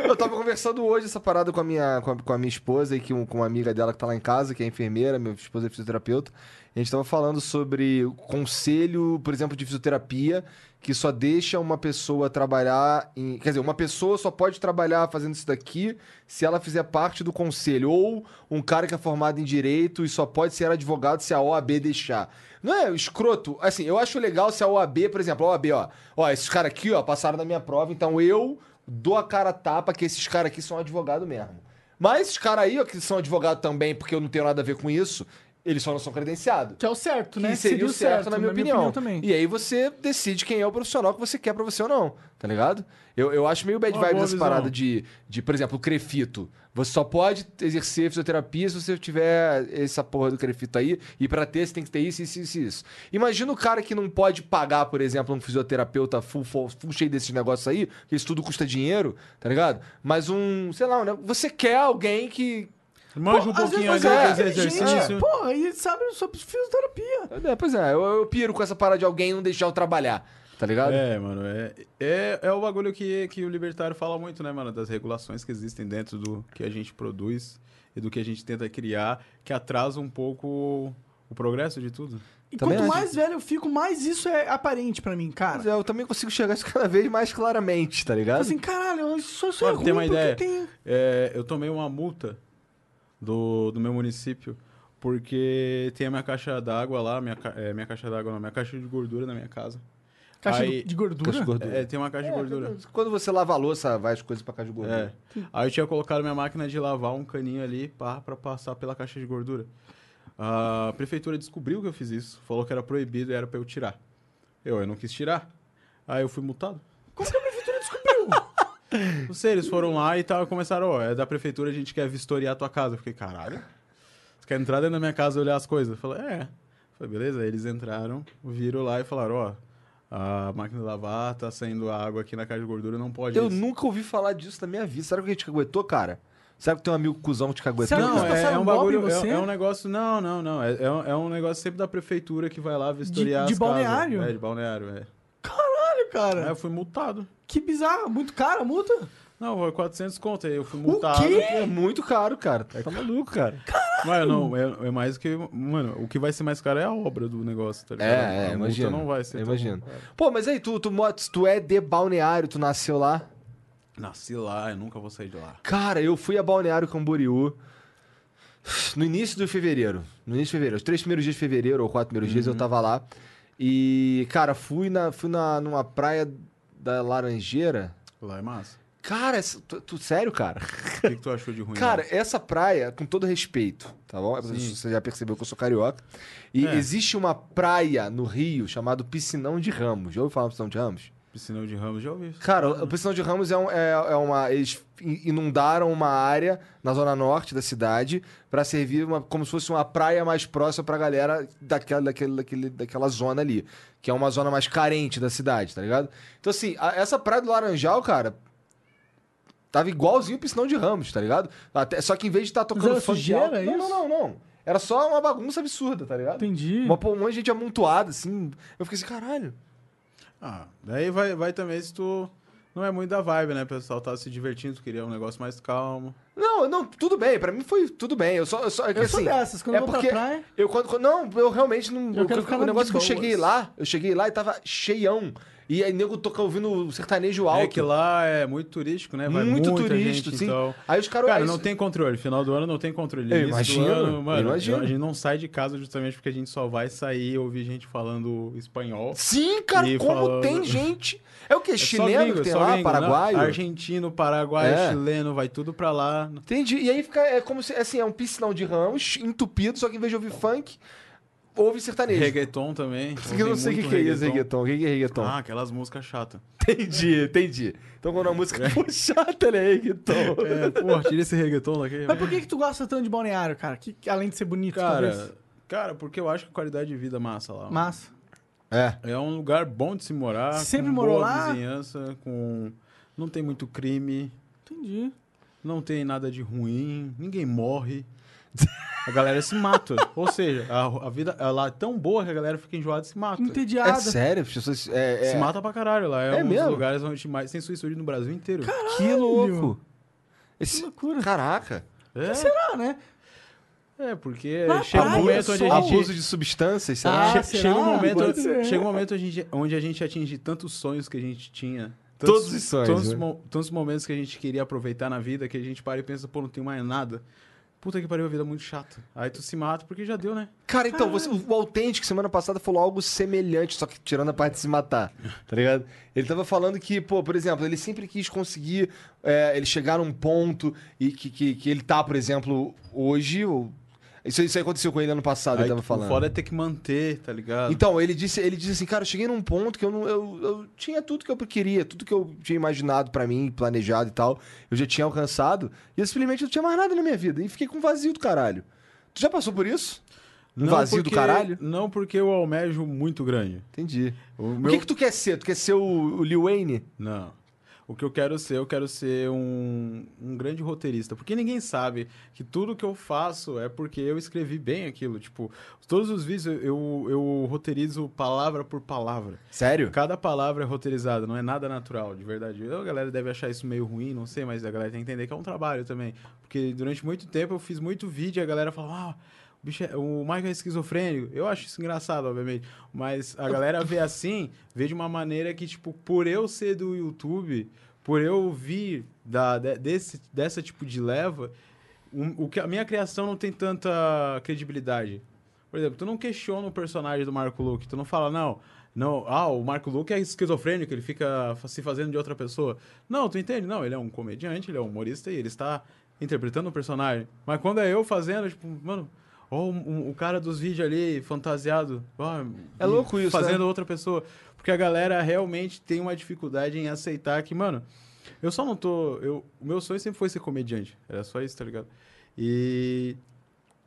Speaker 1: Eu tava conversando hoje essa parada com a minha, com a, com a minha esposa e que um- com uma amiga dela que tá lá em casa, que é enfermeira, minha esposa é fisioterapeuta. E a gente tava falando sobre o conselho, por exemplo, de fisioterapia, que só deixa uma pessoa trabalhar em. Quer dizer, uma pessoa só pode trabalhar fazendo isso daqui se ela fizer parte do conselho. Ou um cara que é formado em direito e só pode ser advogado se a OAB deixar. Não é escroto? Assim, eu acho legal se a OAB, por exemplo, a OAB, ó, ó, esses caras aqui, ó, passaram na minha prova, então eu dou a cara a tapa que esses caras aqui são advogado mesmo. Mas esses caras aí, ó, que são advogado também, porque eu não tenho nada a ver com isso, eles só não são credenciados.
Speaker 2: Que é o certo,
Speaker 1: Que
Speaker 2: né?
Speaker 1: seria, o certo, na minha opinião.
Speaker 2: também.
Speaker 1: E aí você decide quem é o profissional que você quer pra você ou não, tá ligado? Eu, eu acho meio bad
Speaker 3: Uma
Speaker 1: vibe
Speaker 3: boa
Speaker 1: essa
Speaker 3: visão.
Speaker 1: parada de, de, por exemplo, o crefito. Você só pode exercer fisioterapia se você tiver essa porra do crefito aí. E pra ter, você tem que ter isso, isso, isso, isso. Imagina o cara que não pode pagar, por exemplo, um fisioterapeuta full, full, full cheio desses negócios aí, que isso tudo custa dinheiro, tá ligado? Mas um, sei lá, né? você quer alguém que...
Speaker 3: Manja
Speaker 2: Pô,
Speaker 3: um
Speaker 2: às vezes
Speaker 3: pouquinho ali
Speaker 2: você
Speaker 1: é
Speaker 3: desse
Speaker 2: inteligente,
Speaker 3: exercício.
Speaker 2: Porra, e sabe sobre fisioterapia.
Speaker 1: É, pois é, eu, eu piro com essa parada de alguém não deixar eu trabalhar, tá ligado?
Speaker 3: É, mano, é, é, é o bagulho que, que o libertário fala muito, né, mano? Das regulações que existem dentro do que a gente produz e do que a gente tenta criar, que atrasa um pouco o progresso de tudo.
Speaker 2: E
Speaker 1: Também
Speaker 2: quanto
Speaker 1: acho.
Speaker 2: mais velho eu fico, mais isso é aparente pra mim, cara.
Speaker 1: Mas é, eu também consigo enxergar isso cada vez mais claramente, tá ligado?
Speaker 2: Fala assim, caralho, isso só é
Speaker 3: Mano,
Speaker 2: ruim
Speaker 3: tem uma
Speaker 2: porque
Speaker 3: ideia.
Speaker 2: tem...
Speaker 3: É, eu tomei uma multa do, do meu município porque tem a minha caixa d'água lá, minha, ca- é, minha caixa d'água não, minha caixa de gordura na minha casa.
Speaker 2: Caixa
Speaker 3: Aí-
Speaker 2: de gordura.
Speaker 1: Caixa de gordura.
Speaker 3: É, tem uma caixa de gordura.
Speaker 1: Quando você lava a louça, vai as coisas pra casa de
Speaker 3: É.
Speaker 1: gordura.
Speaker 3: Aí eu tinha colocado minha máquina de lavar um caninho ali pá, pra passar pela caixa de gordura. A prefeitura descobriu que eu fiz isso, falou que era proibido e era pra eu tirar. Eu, eu não quis tirar. Aí eu fui multado.
Speaker 2: Como que a prefeitura descobriu?
Speaker 3: Não sei, eles foram lá e tal, e começaram, ó, é da prefeitura, a gente quer vistoriar a tua casa. Eu fiquei, caralho, você quer entrar dentro da minha casa e olhar as coisas? Eu falei, é. Eu falei, beleza, aí eles entraram, viram lá e falaram, ó, a máquina de lavar tá saindo água aqui na caixa de gordura, não pode
Speaker 1: Eu
Speaker 3: isso.
Speaker 1: nunca ouvi falar disso na minha vida. Será que alguém te caguetou, cara? Será que tem um amigo cuzão que te caguetou?
Speaker 2: Será que
Speaker 3: Não,
Speaker 2: Então, eles
Speaker 3: é, é
Speaker 2: passaram
Speaker 3: um
Speaker 2: golpe em
Speaker 3: bagulho,
Speaker 2: você?
Speaker 3: é, é um negócio, não, não, não, é, é um, é um negócio sempre da prefeitura que vai lá vistoriar
Speaker 2: De- de
Speaker 3: as
Speaker 2: balneário?
Speaker 3: Casas. É, de balneário, é.
Speaker 2: Caralho,
Speaker 3: Aí
Speaker 2: cara.
Speaker 3: eu fui multado.
Speaker 2: Que bizarro. Muito caro a multa?
Speaker 3: Não, foi 400 conto, aí eu fui multado.
Speaker 2: quê?
Speaker 1: É muito caro, cara.
Speaker 3: É
Speaker 1: Tá maluco, cara.
Speaker 3: Mas não, é, é mais que. Mano, o que vai ser mais caro é a obra do negócio, tá ligado?
Speaker 1: É, é,
Speaker 3: a
Speaker 1: imagina.
Speaker 3: multa não vai ser. tão-
Speaker 1: Imagina. Pô, mas aí, tu, tu, mo- tu é de balneário, tu nasceu lá?
Speaker 3: Nasci lá, eu nunca vou sair de lá.
Speaker 1: Cara, eu fui a Balneário Camboriú no início do fevereiro. No início de fevereiro. Os três primeiros dias de fevereiro, ou quatro primeiros dias, eu tava lá. E, cara, fui, na, fui na, numa praia da Laranjeira.
Speaker 3: Lá é massa.
Speaker 1: Cara, essa- tu, tu- sério, cara?
Speaker 3: O que, que tu achou de ruim? né?
Speaker 1: Cara,
Speaker 3: lá?
Speaker 1: essa praia, com todo respeito, tá bom? Você já percebeu que eu sou carioca. E
Speaker 3: É.
Speaker 1: existe uma praia no Rio chamada Piscinão de Ramos. Já ouviu falar do Piscinão de Ramos?
Speaker 3: Piscinão de Ramos, já ouvi. isso.
Speaker 1: Cara, o Piscinão de Ramos é, um- é- é uma. Eles in- inundaram uma área na zona norte da cidade pra servir uma- como se fosse uma praia mais próxima pra galera daquela, daquele, daquele- daquela zona ali. Que é uma zona mais carente da cidade, tá ligado? Então, assim, a- essa praia do Laranjal, cara. Tava igualzinho o Piscinão de Ramos, tá ligado? Até- só que em vez de estar tocando
Speaker 2: era
Speaker 1: funk
Speaker 2: sujeira,
Speaker 1: alto-
Speaker 2: é
Speaker 1: não,
Speaker 2: isso?
Speaker 1: não, não, não. Era só uma bagunça absurda, tá ligado?
Speaker 2: Entendi.
Speaker 1: Uma, um monte de gente amontoada, assim. Eu fiquei assim, caralho.
Speaker 3: Ah, daí vai, vai também se tu. Não é muito da vibe, né? O pessoal tá se divertindo, tu queria um negócio mais calmo.
Speaker 1: Não, não, tudo bem, pra mim foi tudo bem. Eu só. Eu, só, é que,
Speaker 2: Eu sou
Speaker 1: assim,
Speaker 2: dessas, quando
Speaker 1: é
Speaker 2: eu vou pra
Speaker 1: porque
Speaker 2: praia-
Speaker 1: Eu, quando, quando- não, eu realmente não.
Speaker 2: Eu quero
Speaker 1: o-
Speaker 2: ficar
Speaker 1: o
Speaker 2: na
Speaker 1: negócio que eu
Speaker 2: de
Speaker 1: cheguei
Speaker 2: boas.
Speaker 1: lá, eu cheguei lá e tava cheião. E aí, nego toca ouvindo sertanejo alto.
Speaker 3: É que lá é muito turístico, né? Vai
Speaker 1: muito
Speaker 3: muita
Speaker 1: turista,
Speaker 3: gente,
Speaker 1: assim.
Speaker 3: Então...
Speaker 1: Aí os caras.
Speaker 3: Cara,
Speaker 1: aí
Speaker 3: não
Speaker 1: os-
Speaker 3: tem controle. Final do ano não tem controle.
Speaker 1: Eu
Speaker 3: Início do
Speaker 1: imagino,
Speaker 3: ano, mano,
Speaker 1: eu imagino.
Speaker 3: A gente não sai de casa justamente porque a gente só vai sair e ouvir gente falando espanhol.
Speaker 1: Sim, cara,
Speaker 3: E
Speaker 1: como
Speaker 3: falando-
Speaker 1: tem gente. É o quê?
Speaker 3: É só
Speaker 1: Chileno
Speaker 3: gringo,
Speaker 1: que tem
Speaker 3: só
Speaker 1: lá?
Speaker 3: gringo,
Speaker 1: paraguaio?
Speaker 3: não. Argentino, paraguaio,
Speaker 1: É.
Speaker 3: chileno, vai tudo pra lá.
Speaker 1: Entendi. E aí fica. É como se. Assim, é um piscinão de ramos, entupido, só que em vez de ouvir funk, ouve sertanejo.
Speaker 3: Reggaeton também.
Speaker 1: Eu não sei o que, que é isso, reggaeton. O que que é reggaeton?
Speaker 3: Ah, aquelas músicas chatas.
Speaker 1: Entendi, entendi. Então quando a música for chata, ele é reggaeton.
Speaker 3: É, porra, tira esse reggaeton daqui.
Speaker 2: Mas por que, que tu gosta tanto de balneário, cara? Que, que além de ser bonito, talvez.
Speaker 3: né? Cara, cara, porque eu acho que a qualidade de vida é massa lá.
Speaker 2: Massa.
Speaker 1: É.
Speaker 3: É um lugar bom de se morar.
Speaker 2: Sempre
Speaker 3: com
Speaker 2: morou
Speaker 3: boa
Speaker 2: lá?
Speaker 3: vizinhança, com... Não tem muito crime,
Speaker 2: Entendi.
Speaker 3: não tem nada de ruim, ninguém morre. A galera se mata. Ou seja, a, a vida lá é tão boa que a galera fica enjoada e se mata.
Speaker 2: Entediada.
Speaker 1: sério, as pessoas. É,
Speaker 3: Se mata pra caralho lá. É,
Speaker 1: É
Speaker 3: um
Speaker 1: mesmo?
Speaker 3: dos lugares onde mais tem suicídio no Brasil inteiro.
Speaker 1: Que é louco! Esse...
Speaker 2: Que loucura.
Speaker 1: Caraca!
Speaker 3: É,
Speaker 2: Será, né?
Speaker 3: é, porque
Speaker 2: Na
Speaker 3: chega um
Speaker 2: praia,
Speaker 3: momento onde a
Speaker 2: sol.
Speaker 3: gente...
Speaker 1: Abuso de substâncias, será?
Speaker 2: Ah,
Speaker 3: Che-
Speaker 2: será?
Speaker 3: chega um
Speaker 2: Pode
Speaker 3: momento,
Speaker 2: ser.
Speaker 3: chega um momento a gente- onde a gente atinge tantos sonhos que a gente tinha.
Speaker 1: Todos os sonhos,
Speaker 3: Tantos,
Speaker 1: né?
Speaker 3: mo- tantos momentos que a gente queria aproveitar na vida, que a gente para e pensa, pô, não tem mais nada. Puta que pariu, a vida é muito chata. Aí tu se mata porque já deu, né?
Speaker 1: Cara, então, você, o Autêntico, semana passada, falou algo semelhante, só que tirando a parte de se matar, tá ligado? Ele tava falando que, pô, por exemplo, ele sempre quis conseguir é, ele chegar num ponto e que, que, que ele tá, por exemplo, hoje. Ou... Isso, isso aí aconteceu com ele ano passado,
Speaker 3: Aí
Speaker 1: ele tava
Speaker 3: tu-
Speaker 1: falando.
Speaker 3: O foda é ter que manter, tá ligado?
Speaker 1: Então, ele disse, ele disse assim, cara, eu cheguei num ponto que eu não. Eu, eu tinha tudo que eu queria, tudo que eu tinha imaginado pra mim, planejado e tal. Eu já tinha alcançado. E eu simplesmente não tinha mais nada na minha vida. E fiquei com um vazio do caralho. Tu já passou por isso? Um vazio do
Speaker 3: porque-
Speaker 1: caralho?
Speaker 3: Não porque eu almejo muito grande.
Speaker 1: Entendi.
Speaker 3: O
Speaker 1: O
Speaker 3: meu-
Speaker 1: que, que tu quer ser? Tu quer ser o, o Lil Wayne?
Speaker 3: Não. O que eu quero ser, eu quero ser um, um grande roteirista. Porque ninguém sabe que tudo que eu faço é porque eu escrevi bem aquilo. Tipo, todos os vídeos eu, eu, eu roteirizo palavra por palavra.
Speaker 1: Sério?
Speaker 3: Cada palavra é roteirizada, não é nada natural, de verdade. Eu, a galera deve achar isso meio ruim, não sei, mas a galera tem que entender que é um trabalho também. Porque durante muito tempo eu fiz muito vídeo e a galera falava, ah, o, bicho é- o Michael é esquizofrênico. Eu acho isso engraçado, obviamente. Mas a galera vê assim, vê de uma maneira que, tipo, por eu ser do YouTube, por eu vir da, de- desse, dessa tipo de leva, um, o, o que, a minha criação não tem tanta credibilidade. Por exemplo, tu não questiona o personagem do Marco Luke, tu não fala, não, não, ah, o Marco Luke é esquizofrênico, ele fica fa- se fazendo de outra pessoa. Não, tu entende? Não, ele é um comediante, ele é um humorista e ele está interpretando o personagem. Mas quando é eu fazendo, tipo, mano, ó, o- o- o cara dos vídeos ali, fantasiado, ó,
Speaker 1: É
Speaker 3: e
Speaker 1: louco isso,
Speaker 3: Fazendo
Speaker 1: né?
Speaker 3: outra pessoa. Porque a galera realmente tem uma dificuldade em aceitar que, mano, eu só não tô. Eu, o meu sonho sempre foi ser comediante. Era só isso, tá ligado? E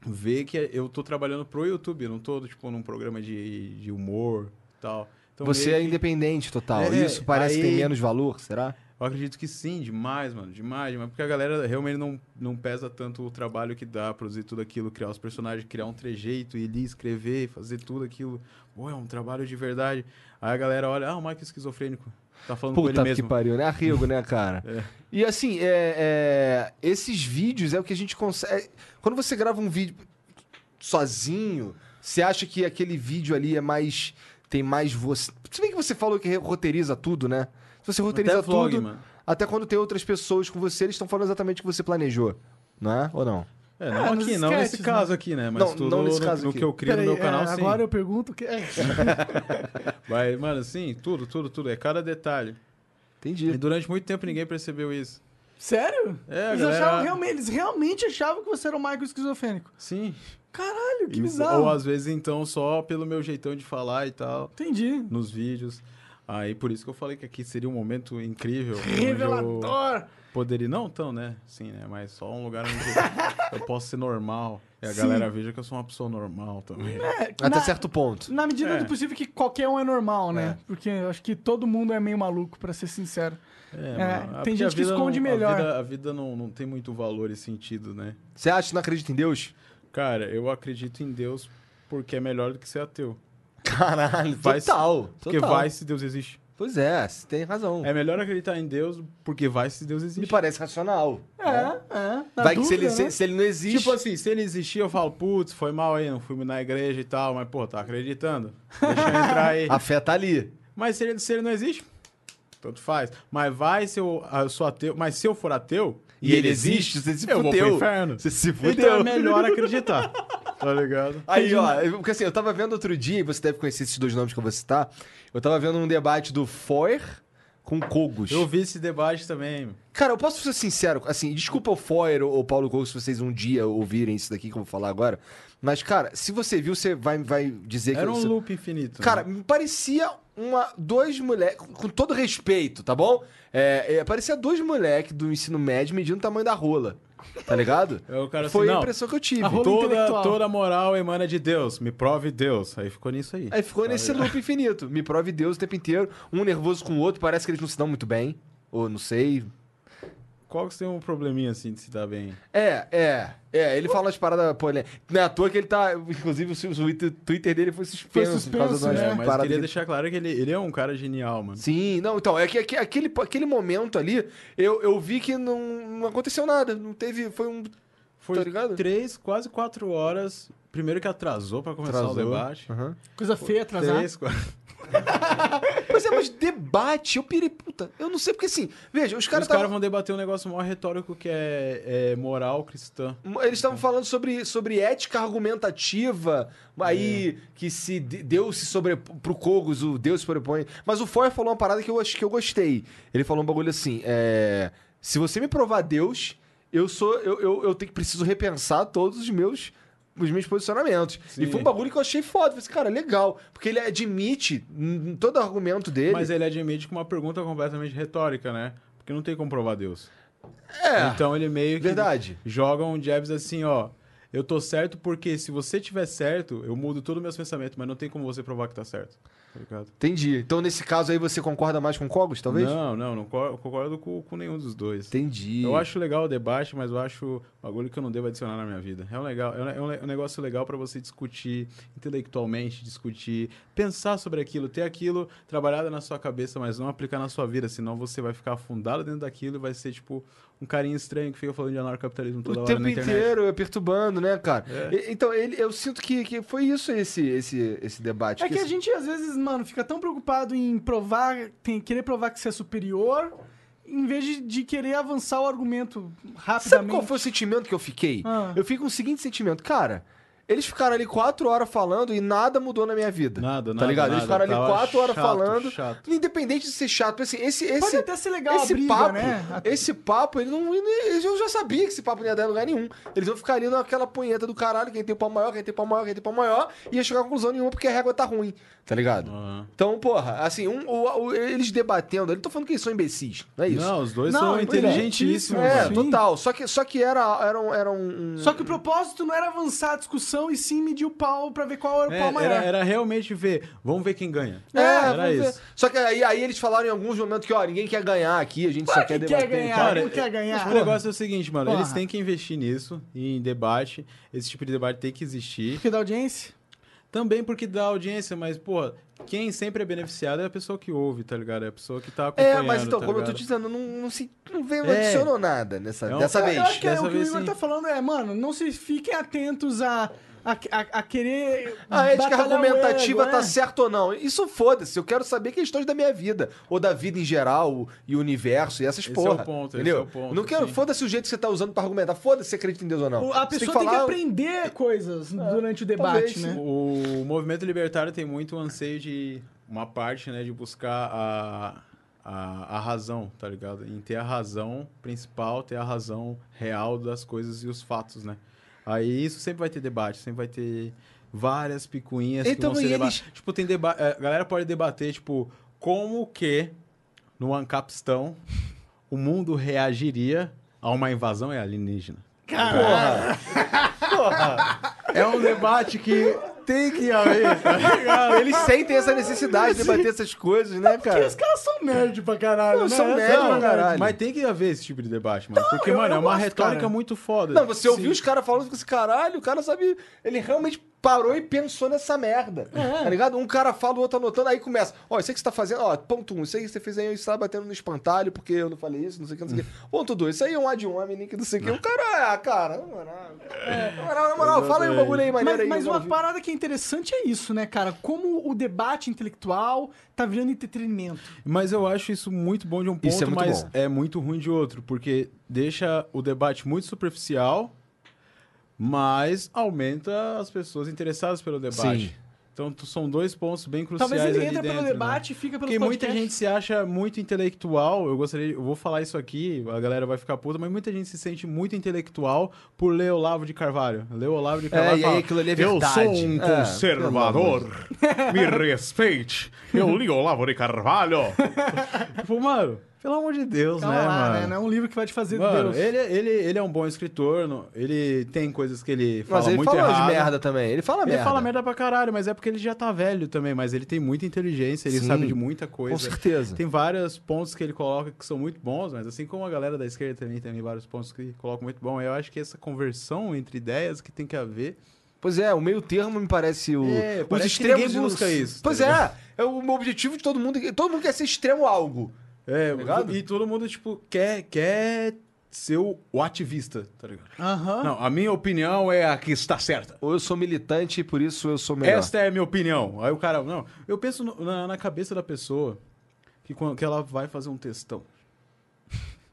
Speaker 3: ver que é, eu tô trabalhando pro YouTube, eu não tô, tipo, num programa de, de humor e tal. Então,
Speaker 1: Você
Speaker 3: meio
Speaker 1: é
Speaker 3: que-
Speaker 1: independente total.
Speaker 3: É,
Speaker 1: isso parece que tem
Speaker 3: aí-
Speaker 1: menos valor, será?
Speaker 3: Eu acredito que sim, demais, mano. Demais, demais. Porque a galera realmente não, não pesa tanto o trabalho que dá, produzir tudo aquilo, criar os personagens, criar um trejeito, ir ali, escrever, fazer tudo aquilo. Pô, é um trabalho de verdade. Aí a galera olha, ah, o Mike é esquizofrênico. Tá falando com ele
Speaker 1: Puta que
Speaker 3: mesmo.
Speaker 1: pariu, né? Arrego, né, cara?
Speaker 3: É.
Speaker 1: E assim, é, é, esses vídeos é o que a gente consegue. Quando você grava um vídeo sozinho, você acha que aquele vídeo ali é mais. tem mais você. Se bem que você falou que roteiriza tudo, né? Se você roteiriza
Speaker 3: Até vlog,
Speaker 1: tudo.
Speaker 3: mano.
Speaker 1: Até quando tem outras pessoas com você, eles estão falando exatamente o que você planejou. Não é? Ou não?
Speaker 3: É,
Speaker 2: Ah,
Speaker 3: não
Speaker 2: nos
Speaker 3: aqui, não
Speaker 2: sketches,
Speaker 3: nesse caso aqui, né? Mas
Speaker 1: Não,
Speaker 3: tudo
Speaker 1: não nesse
Speaker 3: no,
Speaker 1: caso
Speaker 3: no
Speaker 1: aqui.
Speaker 3: que eu crio
Speaker 2: Peraí,
Speaker 3: no meu canal,
Speaker 2: é,
Speaker 3: sim.
Speaker 2: Agora eu pergunto o que é.
Speaker 3: Mas, mano, sim, tudo, tudo, tudo. É cada detalhe.
Speaker 1: Entendi.
Speaker 3: E durante muito tempo ninguém percebeu isso.
Speaker 2: Sério?
Speaker 3: É,
Speaker 2: eles,
Speaker 3: galera-
Speaker 2: achavam realmente, eles realmente achavam que você era o Michael esquizofrênico.
Speaker 3: Sim.
Speaker 2: Caralho, que
Speaker 3: E-
Speaker 2: bizarro.
Speaker 3: Ou às vezes, então, só pelo meu jeitão de falar e tal,
Speaker 2: Entendi.
Speaker 3: nos vídeos. Aí por isso que eu falei que aqui seria um momento incrível. onde eu
Speaker 2: Revelador!
Speaker 3: Poderia. Não tão, né? Sim, né? Mas só um lugar onde eu posso ser normal. E a galera veja que eu sou uma pessoa normal também.
Speaker 2: É,
Speaker 1: Até
Speaker 2: na-
Speaker 1: certo ponto.
Speaker 2: Na medida
Speaker 3: É.
Speaker 2: do possível que qualquer um é normal, né? Porque eu acho que todo mundo é meio maluco, pra ser sincero. É,
Speaker 3: mano,
Speaker 2: tem
Speaker 3: porque
Speaker 2: gente
Speaker 3: a
Speaker 2: que
Speaker 3: vida
Speaker 2: esconde
Speaker 3: não-
Speaker 2: melhor.
Speaker 3: A vida, a vida não, não tem muito valor e sentido, né?
Speaker 1: Você acha que não acredita em Deus?
Speaker 3: Cara, eu acredito em Deus porque é melhor do que ser ateu.
Speaker 1: Caralho,
Speaker 3: Vai se-
Speaker 1: total.
Speaker 3: Porque
Speaker 1: total.
Speaker 3: vai se Deus existe.
Speaker 1: Pois é, você tem razão.
Speaker 3: É melhor acreditar em Deus porque vai se Deus
Speaker 1: Me
Speaker 3: existe.
Speaker 1: parece racional.
Speaker 2: É, é. na
Speaker 1: vai que se
Speaker 2: dúvida,
Speaker 1: ele, se,
Speaker 2: né?
Speaker 1: se ele não existe.
Speaker 3: Tá Tipo assim, se ele existir, eu falo, putz, foi mal aí, não fui na igreja e tal, mas pô, tá acreditando. Deixa eu entrar aí.
Speaker 1: a fé tá ali.
Speaker 3: Mas se ele, se ele não existe, tanto faz. Mas vai se eu, ah, eu sou ateu. Mas se eu for ateu
Speaker 1: E ele existe, você se
Speaker 3: eu vou pro
Speaker 1: fudeu.
Speaker 3: inferno.
Speaker 1: Você se
Speaker 3: Então
Speaker 1: fudeu.
Speaker 3: é melhor acreditar. Tá ligado?
Speaker 1: Aí, ó, eu- porque assim, eu tava vendo outro dia, e você deve conhecer esses dois nomes que eu vou citar. Eu tava vendo um debate do Foer com Kogos.
Speaker 3: Eu vi esse debate também.
Speaker 1: Cara, eu posso ser sincero, assim, desculpa o Foyer ou o Paulo Gol se vocês um dia ouvirem isso daqui que eu vou falar agora. Mas, cara, se você viu, você vai, vai dizer que.
Speaker 3: Era um
Speaker 1: você-
Speaker 3: loop infinito.
Speaker 1: Cara,
Speaker 3: né?
Speaker 1: me parecia uma. Dois moleques. Com todo respeito, tá bom? É, é, parecia dois moleques do ensino médio medindo o tamanho da rola. Tá ligado?
Speaker 3: É, o cara
Speaker 1: Foi
Speaker 3: assim,
Speaker 1: a
Speaker 3: não.
Speaker 1: impressão que eu tive.
Speaker 2: A rola
Speaker 3: toda,
Speaker 2: intelectual.
Speaker 3: toda moral emana de Deus. Me prove Deus. Aí ficou nisso aí. Tá
Speaker 1: Aí ficou nesse loop infinito. Me prove Deus o tempo inteiro. Um nervoso com o outro, parece que eles não se dão muito bem. Ou não sei.
Speaker 3: Qual que tem um probleminha assim de se dar bem?
Speaker 1: É, é. É, ele fala as paradas polêmicas. Não é à toa que ele tá. Inclusive, o Twitter dele foi suspenso, por causa é de
Speaker 2: suspenso,
Speaker 1: umas
Speaker 2: né?
Speaker 3: É, mas
Speaker 1: paradas
Speaker 3: queria
Speaker 1: que-
Speaker 3: deixar claro que ele, ele é um cara genial, mano.
Speaker 1: Sim, não, então, é que, é que aquele, aquele momento ali, eu, eu vi que não, não aconteceu nada, não teve, foi um...
Speaker 3: Foi
Speaker 1: Tá ligado?
Speaker 3: três, quase quatro horas. Primeiro que atrasou pra começar o
Speaker 1: Atrasou.
Speaker 3: debate.
Speaker 1: Aham.
Speaker 2: Coisa feia atrasar.
Speaker 3: Três, quatro.
Speaker 1: Mas é, mas debate, eu pirei, puta, eu não sei, porque assim, veja, os caras
Speaker 3: Os caras
Speaker 1: tavam-
Speaker 3: vão debater um negócio maior retórico que é, é moral cristã.
Speaker 1: Hum, eles
Speaker 3: Tá.
Speaker 1: estavam falando sobre, sobre ética argumentativa,
Speaker 3: É.
Speaker 1: aí que se de- Deus se sobrepõe, pro Kogos, o Deus se sobrepõe, mas o Foyer falou uma parada que eu, acho que eu gostei, ele falou um bagulho assim, é, se você me provar Deus, eu sou, eu, eu, eu tenho que preciso repensar todos os meus os meus posicionamentos. E
Speaker 3: Sim.
Speaker 1: foi um bagulho que eu achei foda. Falei assim, cara, legal. Porque ele admite em todo argumento dele.
Speaker 3: Mas é, ele admite com uma pergunta completamente retórica, né? Porque não tem como provar Deus.
Speaker 1: É.
Speaker 3: Então ele meio que
Speaker 1: Verdade.
Speaker 3: joga um jabs assim, ó. Eu tô certo porque se você tiver certo, eu mudo todos os meus pensamentos, mas não tem como você provar que tá certo. Tá ligado?
Speaker 1: Entendi. Então, nesse caso aí, você concorda mais com o Cogos, talvez?
Speaker 3: Não, não, não co- concordo com, com nenhum dos dois.
Speaker 1: Entendi.
Speaker 3: Eu acho legal o debate, mas eu acho um bagulho que eu não devo adicionar na minha vida. É um, legal, é um- é um, le- é um negócio legal pra você discutir intelectualmente, discutir, pensar sobre aquilo, ter aquilo trabalhado na sua cabeça, mas não aplicar na sua vida, senão você vai ficar afundado dentro daquilo e vai ser tipo um carinha estranho que fica falando de anarcapitalismo toda
Speaker 1: O
Speaker 3: hora
Speaker 1: tempo
Speaker 3: na internet.
Speaker 1: inteiro é perturbando, né, cara?
Speaker 3: É.
Speaker 1: E- Então, ele, eu sinto que, que foi isso esse, esse, esse debate. assim,
Speaker 2: É que a
Speaker 1: esse-
Speaker 2: gente, às vezes, mano, fica tão preocupado em provar, tem, querer provar que você é superior, em vez de, de querer avançar o argumento
Speaker 1: Sabe
Speaker 2: rapidamente.
Speaker 1: qual foi o sentimento que eu fiquei?
Speaker 2: Ah.
Speaker 1: Eu fiquei com o seguinte sentimento. Cara, eles ficaram ali quatro horas falando e nada mudou na minha vida.
Speaker 3: Nada,
Speaker 1: Tá
Speaker 3: nada,
Speaker 1: ligado? Eles
Speaker 3: nada.
Speaker 1: ficaram ali
Speaker 3: Tava
Speaker 1: quatro horas
Speaker 3: chato,
Speaker 1: falando.
Speaker 3: chato.
Speaker 1: Independente de ser chato. Assim, esse, esse,
Speaker 2: Pode até ser legal a
Speaker 1: esse
Speaker 2: briga,
Speaker 1: papo, É.
Speaker 2: né?
Speaker 1: Esse papo, ele não. ele- eu já sabia que esse papo não ia dar em lugar nenhum. Eles vão ficar ali naquela punheta do caralho, quem tem o pau maior, quem tem o pau maior, quem tem o pau maior, e ia chegar a conclusão nenhuma porque a régua tá ruim, tá ligado?
Speaker 3: Aham.
Speaker 1: Então, porra, assim, um, o- o- eles debatendo, eu não tô falando que eles são imbecis, não é isso?
Speaker 3: Não, os dois
Speaker 2: Não,
Speaker 3: são
Speaker 2: é
Speaker 3: inteligentíssimos,
Speaker 2: inteligentíssimo,
Speaker 1: é,
Speaker 3: mano.
Speaker 2: sim.
Speaker 1: total. Só que, só que era, era, um, era um. um-
Speaker 2: Só que o propósito não era avançar a discussão e sim medir o pau pra ver qual era o
Speaker 3: É,
Speaker 2: pau maior.
Speaker 3: era, era realmente ver, vamos ver quem ganha.
Speaker 1: É,
Speaker 3: era
Speaker 1: vamos ver.
Speaker 3: isso.
Speaker 1: Só que aí, aí eles falaram em alguns momentos que, ó, ninguém quer ganhar aqui, a gente só
Speaker 2: Claro
Speaker 1: quer
Speaker 2: que quer
Speaker 1: debater.
Speaker 2: ganhar.
Speaker 1: Cara,
Speaker 2: Cara, não quer ganhar.
Speaker 3: O negócio é o seguinte, mano.
Speaker 2: Porra.
Speaker 3: Eles têm que investir nisso, em debate. Esse tipo de debate tem que existir.
Speaker 2: Porque é da audiência.
Speaker 3: Também porque dá audiência, mas, porra, quem sempre é beneficiado é a pessoa que ouve, tá ligado? É a pessoa que tá acompanhando.
Speaker 1: É, mas então,
Speaker 3: tá
Speaker 1: como eu tô
Speaker 3: ligado? um
Speaker 1: te dizendo, não, não, se, não veio, não
Speaker 3: É.
Speaker 1: adicionou nada nessa,
Speaker 3: Não,
Speaker 1: dessa
Speaker 3: eu
Speaker 1: vez.
Speaker 2: Eu acho que é,
Speaker 3: dessa
Speaker 2: o que o
Speaker 3: vez
Speaker 2: Igor
Speaker 3: sim.
Speaker 2: tá falando é, mano, não se fiquem atentos a, a, a, a querer.
Speaker 1: A ética
Speaker 2: batalhar o
Speaker 1: argumentativa
Speaker 2: ego,
Speaker 1: tá
Speaker 2: é.
Speaker 1: certa ou não? Isso foda-se, eu quero saber questões da minha vida, ou da vida em geral, e o universo, e essas
Speaker 3: Esse é
Speaker 1: porra.
Speaker 3: o ponto, esse
Speaker 1: entendeu?
Speaker 3: é o ponto,
Speaker 1: não quero,
Speaker 3: sim.
Speaker 1: foda-se o jeito que você tá usando pra argumentar, foda-se se acredita em Deus ou não.
Speaker 2: O- A
Speaker 1: Você
Speaker 2: pessoa tem que,
Speaker 1: falar-
Speaker 2: aprender coisas durante o debate,
Speaker 1: talvez,
Speaker 2: né?
Speaker 3: O movimento libertário tem muito o anseio de uma parte, né, de buscar a, a, a razão, tá ligado? Em ter a razão principal, ter a razão real das coisas e os fatos, né? Aí isso sempre vai ter debate, sempre vai ter várias picuinhas
Speaker 1: Então,
Speaker 3: que vão
Speaker 1: e
Speaker 3: ser
Speaker 1: eles-
Speaker 3: é, deba- Tipo, tem debate. A galera pode debater, tipo, Como que no Ancapistão o mundo reagiria a uma invasão alienígena? Porra! É um debate que tem que haver. tá ligado?
Speaker 1: Eles sentem essa necessidade de debater essas coisas, né,
Speaker 2: Porque
Speaker 1: cara?
Speaker 2: os caras são nerd pra caralho,
Speaker 1: Não,
Speaker 2: né?
Speaker 1: são nerd pra caralho.
Speaker 3: Mas tem que haver esse tipo de debate, mano. Porque,
Speaker 2: eu-
Speaker 3: mano,
Speaker 2: eu
Speaker 3: é uma
Speaker 2: gosto,
Speaker 3: retórica
Speaker 2: cara. é
Speaker 3: muito foda.
Speaker 1: Não,
Speaker 2: um
Speaker 1: você ouviu os caras falando com esse caralho, o cara sabe. Ele realmente parou e pensou nessa merda.
Speaker 3: É.
Speaker 1: Tá ligado? Um cara fala, o outro anotando, aí começa. Ó, isso aí que você tá fazendo, ó, ponto um, isso aí que você fez aí, você tá batendo no espantalho, porque eu não falei isso, não sei o que, não sei o que. Ponto dois, isso aí é um ad homem, nem que não sei o que. O cara, ah, cara, na moral. Na moral, na moral, fala aí um bagulho aí, maneiro
Speaker 2: Mas,
Speaker 1: aí.
Speaker 2: mas
Speaker 1: eu
Speaker 2: uma
Speaker 1: quero ouvir.
Speaker 2: parada que é interessante é isso, né, cara? Como o debate intelectual tá virando entretenimento.
Speaker 3: Mas eu acho isso muito bom de um ponto,
Speaker 1: Isso é muito
Speaker 3: mas
Speaker 1: bom.
Speaker 3: é muito ruim de outro, porque deixa o debate muito superficial, mas aumenta as pessoas interessadas pelo debate.
Speaker 1: Sim.
Speaker 3: Então tu- são dois pontos bem cruciais
Speaker 2: Talvez ele
Speaker 3: ali
Speaker 2: entre pelo
Speaker 3: dentro, né?
Speaker 2: debate e fica pelo
Speaker 3: Porque muita gente se acha muito intelectual. Eu gostaria, eu vou falar isso aqui, a galera vai ficar puta, mas muita gente se sente muito intelectual por ler Olavo de Carvalho. Ler Olavo de Carvalho.
Speaker 1: e
Speaker 3: fala,
Speaker 1: aí aquilo ali é
Speaker 3: Eu
Speaker 1: verdade."
Speaker 3: sou
Speaker 1: É,
Speaker 3: um
Speaker 1: pelo
Speaker 3: conservador. Me respeite. Eu li Olavo de Carvalho. tipo, mano, pelo amor de Deus,
Speaker 2: Calma
Speaker 3: né,
Speaker 2: lá,
Speaker 3: mano?
Speaker 2: né? Não é um livro que vai te fazer
Speaker 3: Mano,
Speaker 2: Deus.
Speaker 3: ele, ele, ele é um bom escritor, não- ele tem coisas que ele fala
Speaker 1: Mas ele
Speaker 3: muito
Speaker 1: fala
Speaker 3: errado.
Speaker 1: de merda também. Ele fala
Speaker 3: Ele
Speaker 1: merda.
Speaker 3: fala merda pra caralho, mas é porque ele já tá velho também, mas ele tem muita inteligência, ele
Speaker 1: Sim,
Speaker 3: sabe de muita coisa.
Speaker 1: Com certeza.
Speaker 3: Tem vários pontos que ele coloca que são muito bons, mas assim como a galera da esquerda também tem vários pontos que colocam muito bom. Eu acho que essa conversão entre ideias que tem que haver.
Speaker 1: Pois é, o meio termo me parece o.
Speaker 3: É,
Speaker 1: os
Speaker 3: parece que
Speaker 1: extremos
Speaker 3: ninguém busca isso,
Speaker 1: Pois
Speaker 3: tá
Speaker 1: é, é o objetivo de todo mundo. Todo mundo quer ser extremo algo.
Speaker 3: É,
Speaker 1: Tá ligado?
Speaker 3: e todo mundo, tipo, quer, quer ser o, o ativista, tá ligado?
Speaker 2: Aham.
Speaker 3: Não, a minha opinião é a que está certa.
Speaker 1: Ou eu sou militante e por isso eu sou melhor.
Speaker 3: Esta é a minha opinião. Aí o cara, não, eu penso no- na, na cabeça da pessoa que, quando, que ela vai fazer um textão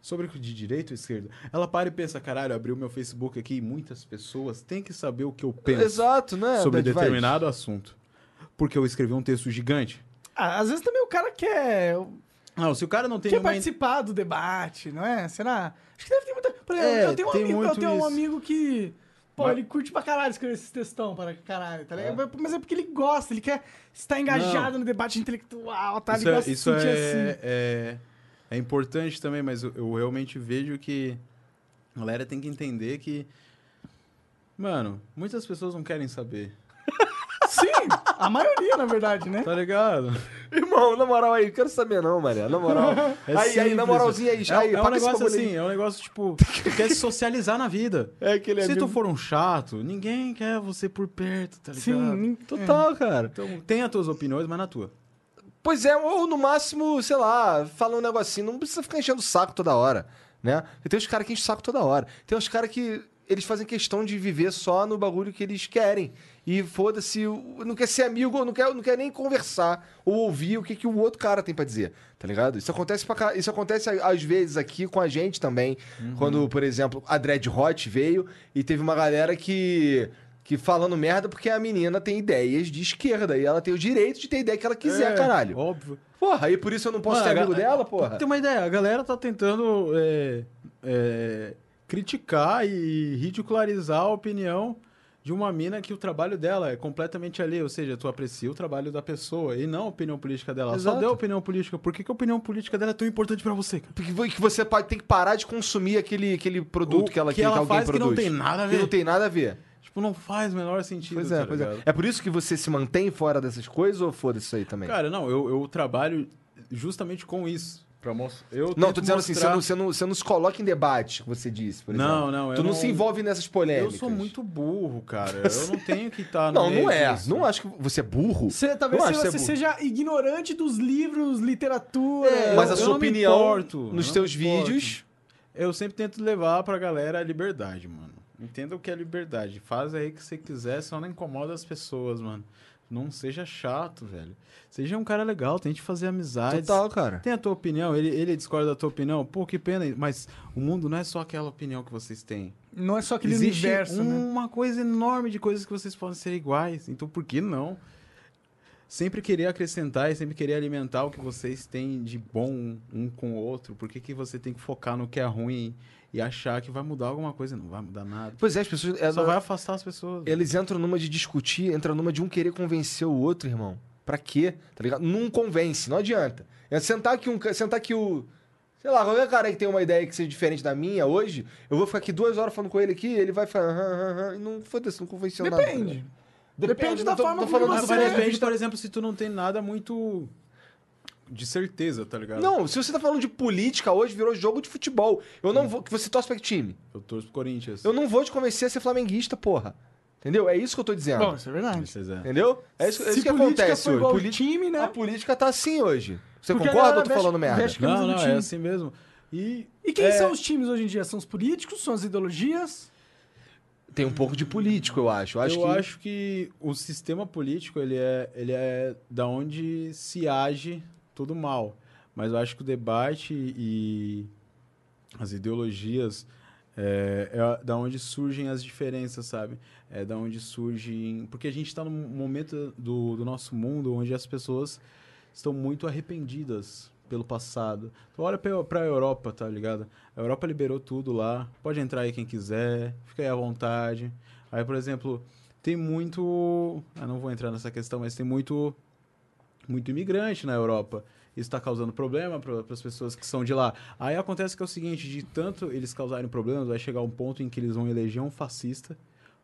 Speaker 3: sobre o de direita ou esquerda. Ela para e pensa, caralho, abriu meu Facebook aqui e muitas pessoas têm que saber o que eu penso.
Speaker 1: Exato,
Speaker 2: É,
Speaker 1: né?
Speaker 3: sobre
Speaker 1: Bad
Speaker 3: determinado assunto. Porque eu escrevi um texto gigante.
Speaker 2: Ah, às vezes também o cara quer,
Speaker 3: Não, se o cara não tem
Speaker 2: quer
Speaker 3: uma...
Speaker 2: participar do debate, não é? Será? Acho que deve ter muita. Por exemplo,
Speaker 3: É,
Speaker 2: eu tenho um,
Speaker 3: tem
Speaker 2: amigo, eu
Speaker 3: muito
Speaker 2: tenho um
Speaker 3: isso.
Speaker 2: amigo que. Pô,
Speaker 3: Mas-
Speaker 2: ele curte pra caralho escrever esses textão para caralho, tá ligado? Mas é porque ele gosta, ele quer estar engajado no debate intelectual, tá?
Speaker 3: Isso,
Speaker 2: ele
Speaker 3: é,
Speaker 2: gosta de se
Speaker 3: isso
Speaker 2: sentir
Speaker 3: é-
Speaker 2: assim.
Speaker 3: é- é importante também, mas eu, eu realmente vejo que a galera tem que entender que, mano, muitas pessoas não querem saber,
Speaker 2: assim. Sim, a maioria, na verdade, né?
Speaker 3: tá ligado?
Speaker 1: Irmão, na moral aí, não quero saber não, Maria. Na moral. aí,
Speaker 3: É
Speaker 1: aí, na
Speaker 3: simples.
Speaker 1: moralzinha aí,
Speaker 3: É,
Speaker 1: aí
Speaker 3: é um
Speaker 1: paga esse
Speaker 3: negócio
Speaker 1: bagulho aí.
Speaker 3: assim, é um negócio tipo, tu quer se socializar na vida.
Speaker 1: É aquele
Speaker 3: Se
Speaker 1: amigo-
Speaker 3: tu for um chato, ninguém quer você por perto, tá ligado?
Speaker 2: Sim, nin-
Speaker 1: Total, cara.
Speaker 3: Então, tem as tuas opiniões, mas na tua.
Speaker 1: Pois é, ou no máximo, sei lá, fala um negocinho, não precisa ficar enchendo o saco toda hora, né? E tem os caras que enchem o saco toda hora. Tem os caras que eles fazem questão de viver só no bagulho que eles querem. E foda-se, o- não quer ser amigo, não quer, não quer nem conversar ou ouvir o que, que o outro cara tem pra dizer, tá ligado? Isso acontece, pra, ca- isso acontece a- às vezes aqui com a gente também. Quando, por exemplo, a Dread Hot veio e teve uma galera que que falando merda porque a menina tem ideias de esquerda e ela tem o direito de ter a ideia que ela quiser,
Speaker 3: É,
Speaker 1: caralho.
Speaker 3: Óbvio.
Speaker 1: Porra, e por isso eu não posso
Speaker 3: Mano,
Speaker 1: ser
Speaker 3: a
Speaker 1: amigo
Speaker 3: ga-
Speaker 1: dela, porra?
Speaker 3: Tem uma ideia, a galera tá tentando é, é, criticar e ridicularizar a opinião de uma mina que o trabalho dela é completamente ali, ou seja, tu aprecia o trabalho da pessoa e não a opinião política dela. Ela Só
Speaker 1: Exato.
Speaker 3: deu a opinião política. Por que, que a opinião política dela é tão importante pra você, cara?
Speaker 1: Porque vo- um que você pa- tem que parar de consumir aquele, aquele produto
Speaker 3: O
Speaker 1: que ela,
Speaker 3: que ela
Speaker 1: alguém
Speaker 3: faz que não
Speaker 1: produz.
Speaker 3: tem nada a
Speaker 1: Que
Speaker 3: ver.
Speaker 1: não tem nada a ver.
Speaker 3: Tipo, não faz o menor sentido.
Speaker 1: Pois é,
Speaker 3: tá
Speaker 1: pois
Speaker 3: ligado?
Speaker 1: é. É por isso que você se mantém fora dessas coisas ou foda-se isso aí também?
Speaker 3: Cara, não, eu, eu trabalho justamente com isso. Pra mostrar. Eu
Speaker 1: não,
Speaker 3: tento
Speaker 1: tô dizendo assim, você
Speaker 3: mostrar-
Speaker 1: não, você, não, você não se coloca em debate, que você disse, por
Speaker 3: Não,
Speaker 1: exemplo.
Speaker 3: não, eu
Speaker 1: Tu não,
Speaker 3: não-
Speaker 1: se envolve nessas
Speaker 3: Eu
Speaker 1: polêmicas.
Speaker 3: sou muito burro, cara. Eu não tenho que tá estar
Speaker 1: Não, não é. Não acho que você é burro.
Speaker 2: Você, talvez
Speaker 1: Não
Speaker 2: se
Speaker 1: acho que
Speaker 2: você,
Speaker 1: você é burro.
Speaker 2: seja ignorante dos livros, literatura.
Speaker 3: É,
Speaker 1: Mas
Speaker 3: eu-
Speaker 1: a
Speaker 3: eu
Speaker 1: sua
Speaker 3: não me
Speaker 1: opinião
Speaker 3: importo, eu
Speaker 1: nos
Speaker 3: não
Speaker 1: teus
Speaker 3: me importo.
Speaker 1: vídeos.
Speaker 3: Eu sempre tento levar pra galera a liberdade, mano. Entenda o que é liberdade. Faz aí o que você quiser, só não incomoda as pessoas, mano. Não seja chato, velho. Seja um cara legal, tente fazer amizades.
Speaker 1: Total, cara.
Speaker 3: Tem a tua opinião, ele, ele discorda da tua opinião. Pô, que pena, mas o mundo não é só aquela opinião que vocês têm.
Speaker 2: Não é só aquele
Speaker 3: Existe um
Speaker 2: universo, né?
Speaker 3: uma coisa enorme de coisas que vocês podem ser iguais. Então, por que não? Sempre querer acrescentar e sempre querer alimentar o que vocês têm de bom um com o outro. Por que, que você tem que focar no que é ruim e achar que vai mudar alguma coisa? Não vai mudar nada.
Speaker 1: Pois é, as pessoas.
Speaker 3: Só
Speaker 1: elas-
Speaker 3: vai afastar as pessoas.
Speaker 1: Eles entram numa de discutir, entram numa de um querer convencer o outro, irmão. Pra quê? Tá ligado? Não convence, não adianta. É sentar que um. ca- Sentar que o. Sei lá, qualquer cara que tem uma ideia que seja diferente da minha hoje, eu vou ficar aqui duas horas falando com ele aqui, ele vai falar. aham, aham, aham", e não foda-se, não convenceu nada. tá
Speaker 2: Depende.
Speaker 1: ligado?
Speaker 2: Depende da
Speaker 1: não tô-
Speaker 2: forma
Speaker 1: tô
Speaker 2: como
Speaker 1: falando
Speaker 2: você- é.
Speaker 1: do
Speaker 3: Mas
Speaker 2: Você-
Speaker 3: depende, por exemplo, se tu não tem nada muito de certeza, tá ligado?
Speaker 1: Não, se você tá falando de política hoje, virou jogo de futebol. Eu não vou. que Você torce pra que time?
Speaker 3: Eu torço pro Corinthians.
Speaker 1: Eu não vou te convencer a ser flamenguista, porra. Entendeu? É isso que eu tô dizendo.
Speaker 2: Bom, isso é verdade.
Speaker 3: Vocês é.
Speaker 1: Entendeu? É isso, é isso
Speaker 2: Se
Speaker 1: que
Speaker 2: política
Speaker 1: acontece
Speaker 2: for
Speaker 1: hoje.
Speaker 2: igual ao
Speaker 1: Poli-
Speaker 2: time, né?
Speaker 3: Ah,
Speaker 1: A política tá assim hoje. Você
Speaker 2: Porque a
Speaker 1: concorda
Speaker 2: galera
Speaker 1: ou tô
Speaker 2: veste-
Speaker 1: falando merda?
Speaker 2: veste- camisa
Speaker 3: Não,
Speaker 2: do
Speaker 3: não, é
Speaker 2: time.
Speaker 3: assim mesmo. E,
Speaker 2: E quem
Speaker 3: é,
Speaker 2: são os times hoje em dia? São os políticos? São as ideologias?
Speaker 1: Tem um pouco de político, eu acho. Eu
Speaker 3: Eu
Speaker 1: acho que
Speaker 3: acho que o sistema político, ele é, ele é da onde se age tudo mal. Mas eu acho que o debate e as ideologias é, é da onde surgem as diferenças, sabe? É da onde surgem... Porque a gente está num momento do, do nosso mundo onde as pessoas estão muito arrependidas pelo passado. Tu olha para a Europa, tá ligado? A Europa liberou tudo lá. Pode entrar aí quem quiser, fica aí à vontade. Aí, por exemplo, tem muito. Ah, não vou entrar nessa questão, mas tem muito. Muito imigrante na Europa. Isso está causando problema para as pessoas que são de lá. Aí acontece que é o seguinte: de tanto eles causarem problemas, vai chegar um ponto em que eles vão eleger um fascista,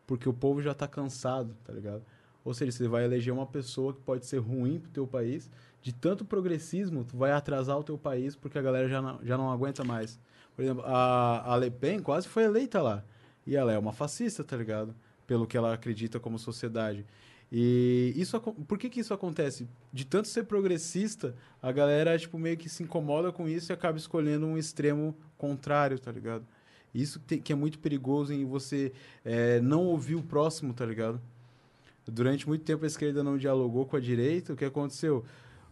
Speaker 3: porque o povo já está cansado, tá ligado? Ou seja, você vai eleger uma pessoa que pode ser ruim pro teu país. De tanto progressismo, tu vai atrasar o teu país porque a galera já não, já não aguenta mais. Por exemplo, a, a Le Pen quase foi eleita lá. E ela é uma fascista, tá ligado? Pelo que ela acredita como sociedade. E isso acon- por que, que isso acontece? De tanto ser progressista, a galera tipo meio que se incomoda com isso e acaba escolhendo um extremo contrário, tá ligado? Isso que tem- que é muito perigoso em você eh, não ouvir o próximo, tá ligado? Durante muito tempo a esquerda não dialogou com a direita, o que aconteceu?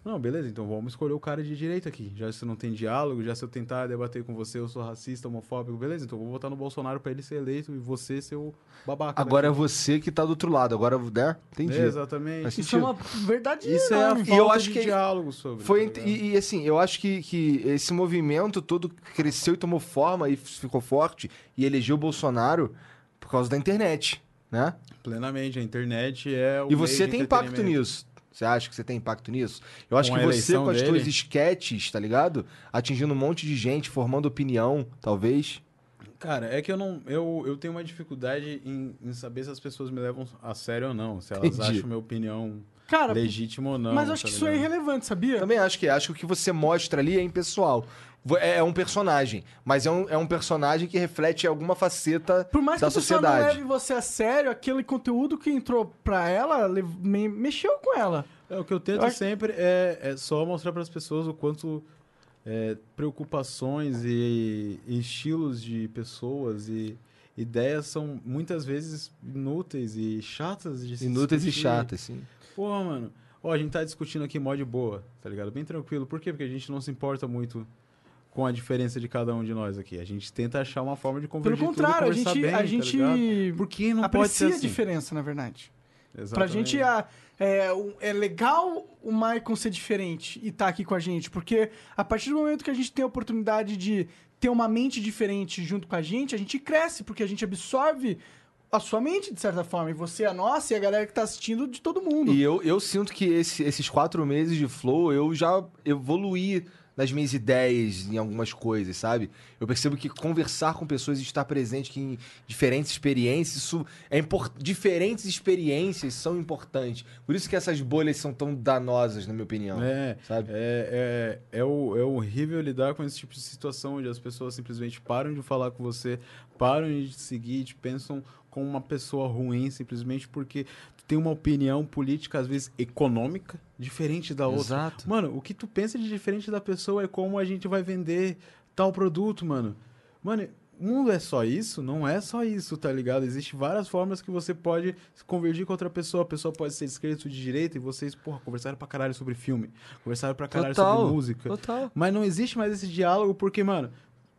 Speaker 3: Não, beleza, então vamos escolher o cara de direita aqui. Já se não tem diálogo, já se eu tentar debater com você, eu sou racista, homofóbico, beleza, então eu vou votar no Bolsonaro pra ele ser eleito e você ser o babaca.
Speaker 1: agora é
Speaker 3: né?
Speaker 1: você que tá do outro lado. Agora, né? Entendi.
Speaker 3: É, Exatamente.
Speaker 1: Faz
Speaker 2: Isso é uma verdade
Speaker 3: Isso é a
Speaker 2: enorme.
Speaker 3: falta
Speaker 1: E eu acho
Speaker 3: de
Speaker 1: que-
Speaker 3: diálogo sobre.
Speaker 1: Foi
Speaker 3: tá
Speaker 1: ent-
Speaker 3: ligado?
Speaker 1: e, e, assim, eu acho que, que esse movimento todo cresceu e tomou forma e ficou forte e elegeu o Bolsonaro por causa da internet, né?
Speaker 3: Plenamente, a internet é o
Speaker 1: e
Speaker 3: meio
Speaker 1: você
Speaker 3: de
Speaker 1: tem impacto
Speaker 3: entretenimento.
Speaker 1: nisso. Você acha que você tem impacto nisso? Eu acho
Speaker 3: Com
Speaker 1: que
Speaker 3: a
Speaker 1: você,
Speaker 3: eleição
Speaker 1: com as
Speaker 3: dele?
Speaker 1: suas esquetes, tá ligado? Atingindo um monte de gente, formando opinião, talvez.
Speaker 3: Cara, é que eu não. Eu, eu tenho uma dificuldade em, em saber se as pessoas me levam a sério ou não. Se elas
Speaker 1: Entendi.
Speaker 3: acham minha opinião
Speaker 2: Cara,
Speaker 3: legítima ou não.
Speaker 2: mas eu acho
Speaker 3: tá
Speaker 2: que isso é
Speaker 3: ligado?
Speaker 2: irrelevante, sabia?
Speaker 1: Também acho que acho que o que você mostra ali é impessoal. Vo- É é um personagem, mas é um, é um personagem que reflete alguma faceta
Speaker 2: Por mais que
Speaker 1: da
Speaker 2: a pessoa não
Speaker 1: sociedade.
Speaker 2: leve você a sério, aquele conteúdo que entrou pra ela le- me- mexeu com ela.
Speaker 3: É, o que eu tento
Speaker 2: Eu acho-
Speaker 3: sempre é, é só mostrar para as pessoas o quanto é, preocupações e, e estilos de pessoas e ideias são muitas vezes inúteis e chatas de se
Speaker 1: Inúteis e
Speaker 3: discutir.
Speaker 1: chatas, sim.
Speaker 3: Porra, mano. Ó, a gente tá discutindo aqui mó de boa, tá ligado? Bem tranquilo. Por quê? Porque a gente não se importa muito com a diferença de cada um de nós aqui. A gente tenta achar uma forma de
Speaker 2: Pelo
Speaker 3: convergir
Speaker 2: contrário, a
Speaker 3: tudo, e conversar
Speaker 2: gente,
Speaker 3: bem,
Speaker 2: a
Speaker 3: tá
Speaker 2: gente
Speaker 3: ligado? Por que não pode
Speaker 2: aprecia
Speaker 3: ser assim?
Speaker 2: a diferença, na verdade. Pra
Speaker 3: Exatamente.
Speaker 2: gente a- é, o- é legal o Maicon ser diferente e tá aqui com a gente, porque a partir do momento que a gente tem a oportunidade de ter uma mente diferente junto com a gente, a gente cresce, porque a gente absorve a sua mente, de certa forma, e você é a nossa e a galera que tá assistindo de todo mundo.
Speaker 1: E eu, eu sinto que esse- esses quatro meses de flow, eu já evoluí nas minhas ideias, em algumas coisas, sabe? Eu percebo que conversar com pessoas e estar presente que em diferentes experiências, isso é impor- diferentes experiências são importantes. Por isso que essas bolhas são tão danosas, na minha opinião.
Speaker 3: É,
Speaker 1: Sabe?
Speaker 3: É, é, é, o- é horrível lidar com esse tipo de situação onde as pessoas simplesmente param de falar com você, param de te seguir, te pensam como uma pessoa ruim simplesmente porque tu tem uma opinião política, às vezes econômica, diferente da É, outra.
Speaker 1: Exato.
Speaker 3: Mano, o que tu pensa de diferente da pessoa é como a gente vai vender tal produto, mano. Mano, o mundo é só isso? Não é só isso, tá ligado? Existem várias formas que você pode se convergir com outra pessoa. A pessoa pode ser de esquerda ou de direita e vocês, porra, conversaram pra caralho sobre filme, conversaram pra caralho sobre música.
Speaker 1: Total.
Speaker 3: Mas não existe mais esse diálogo porque, mano,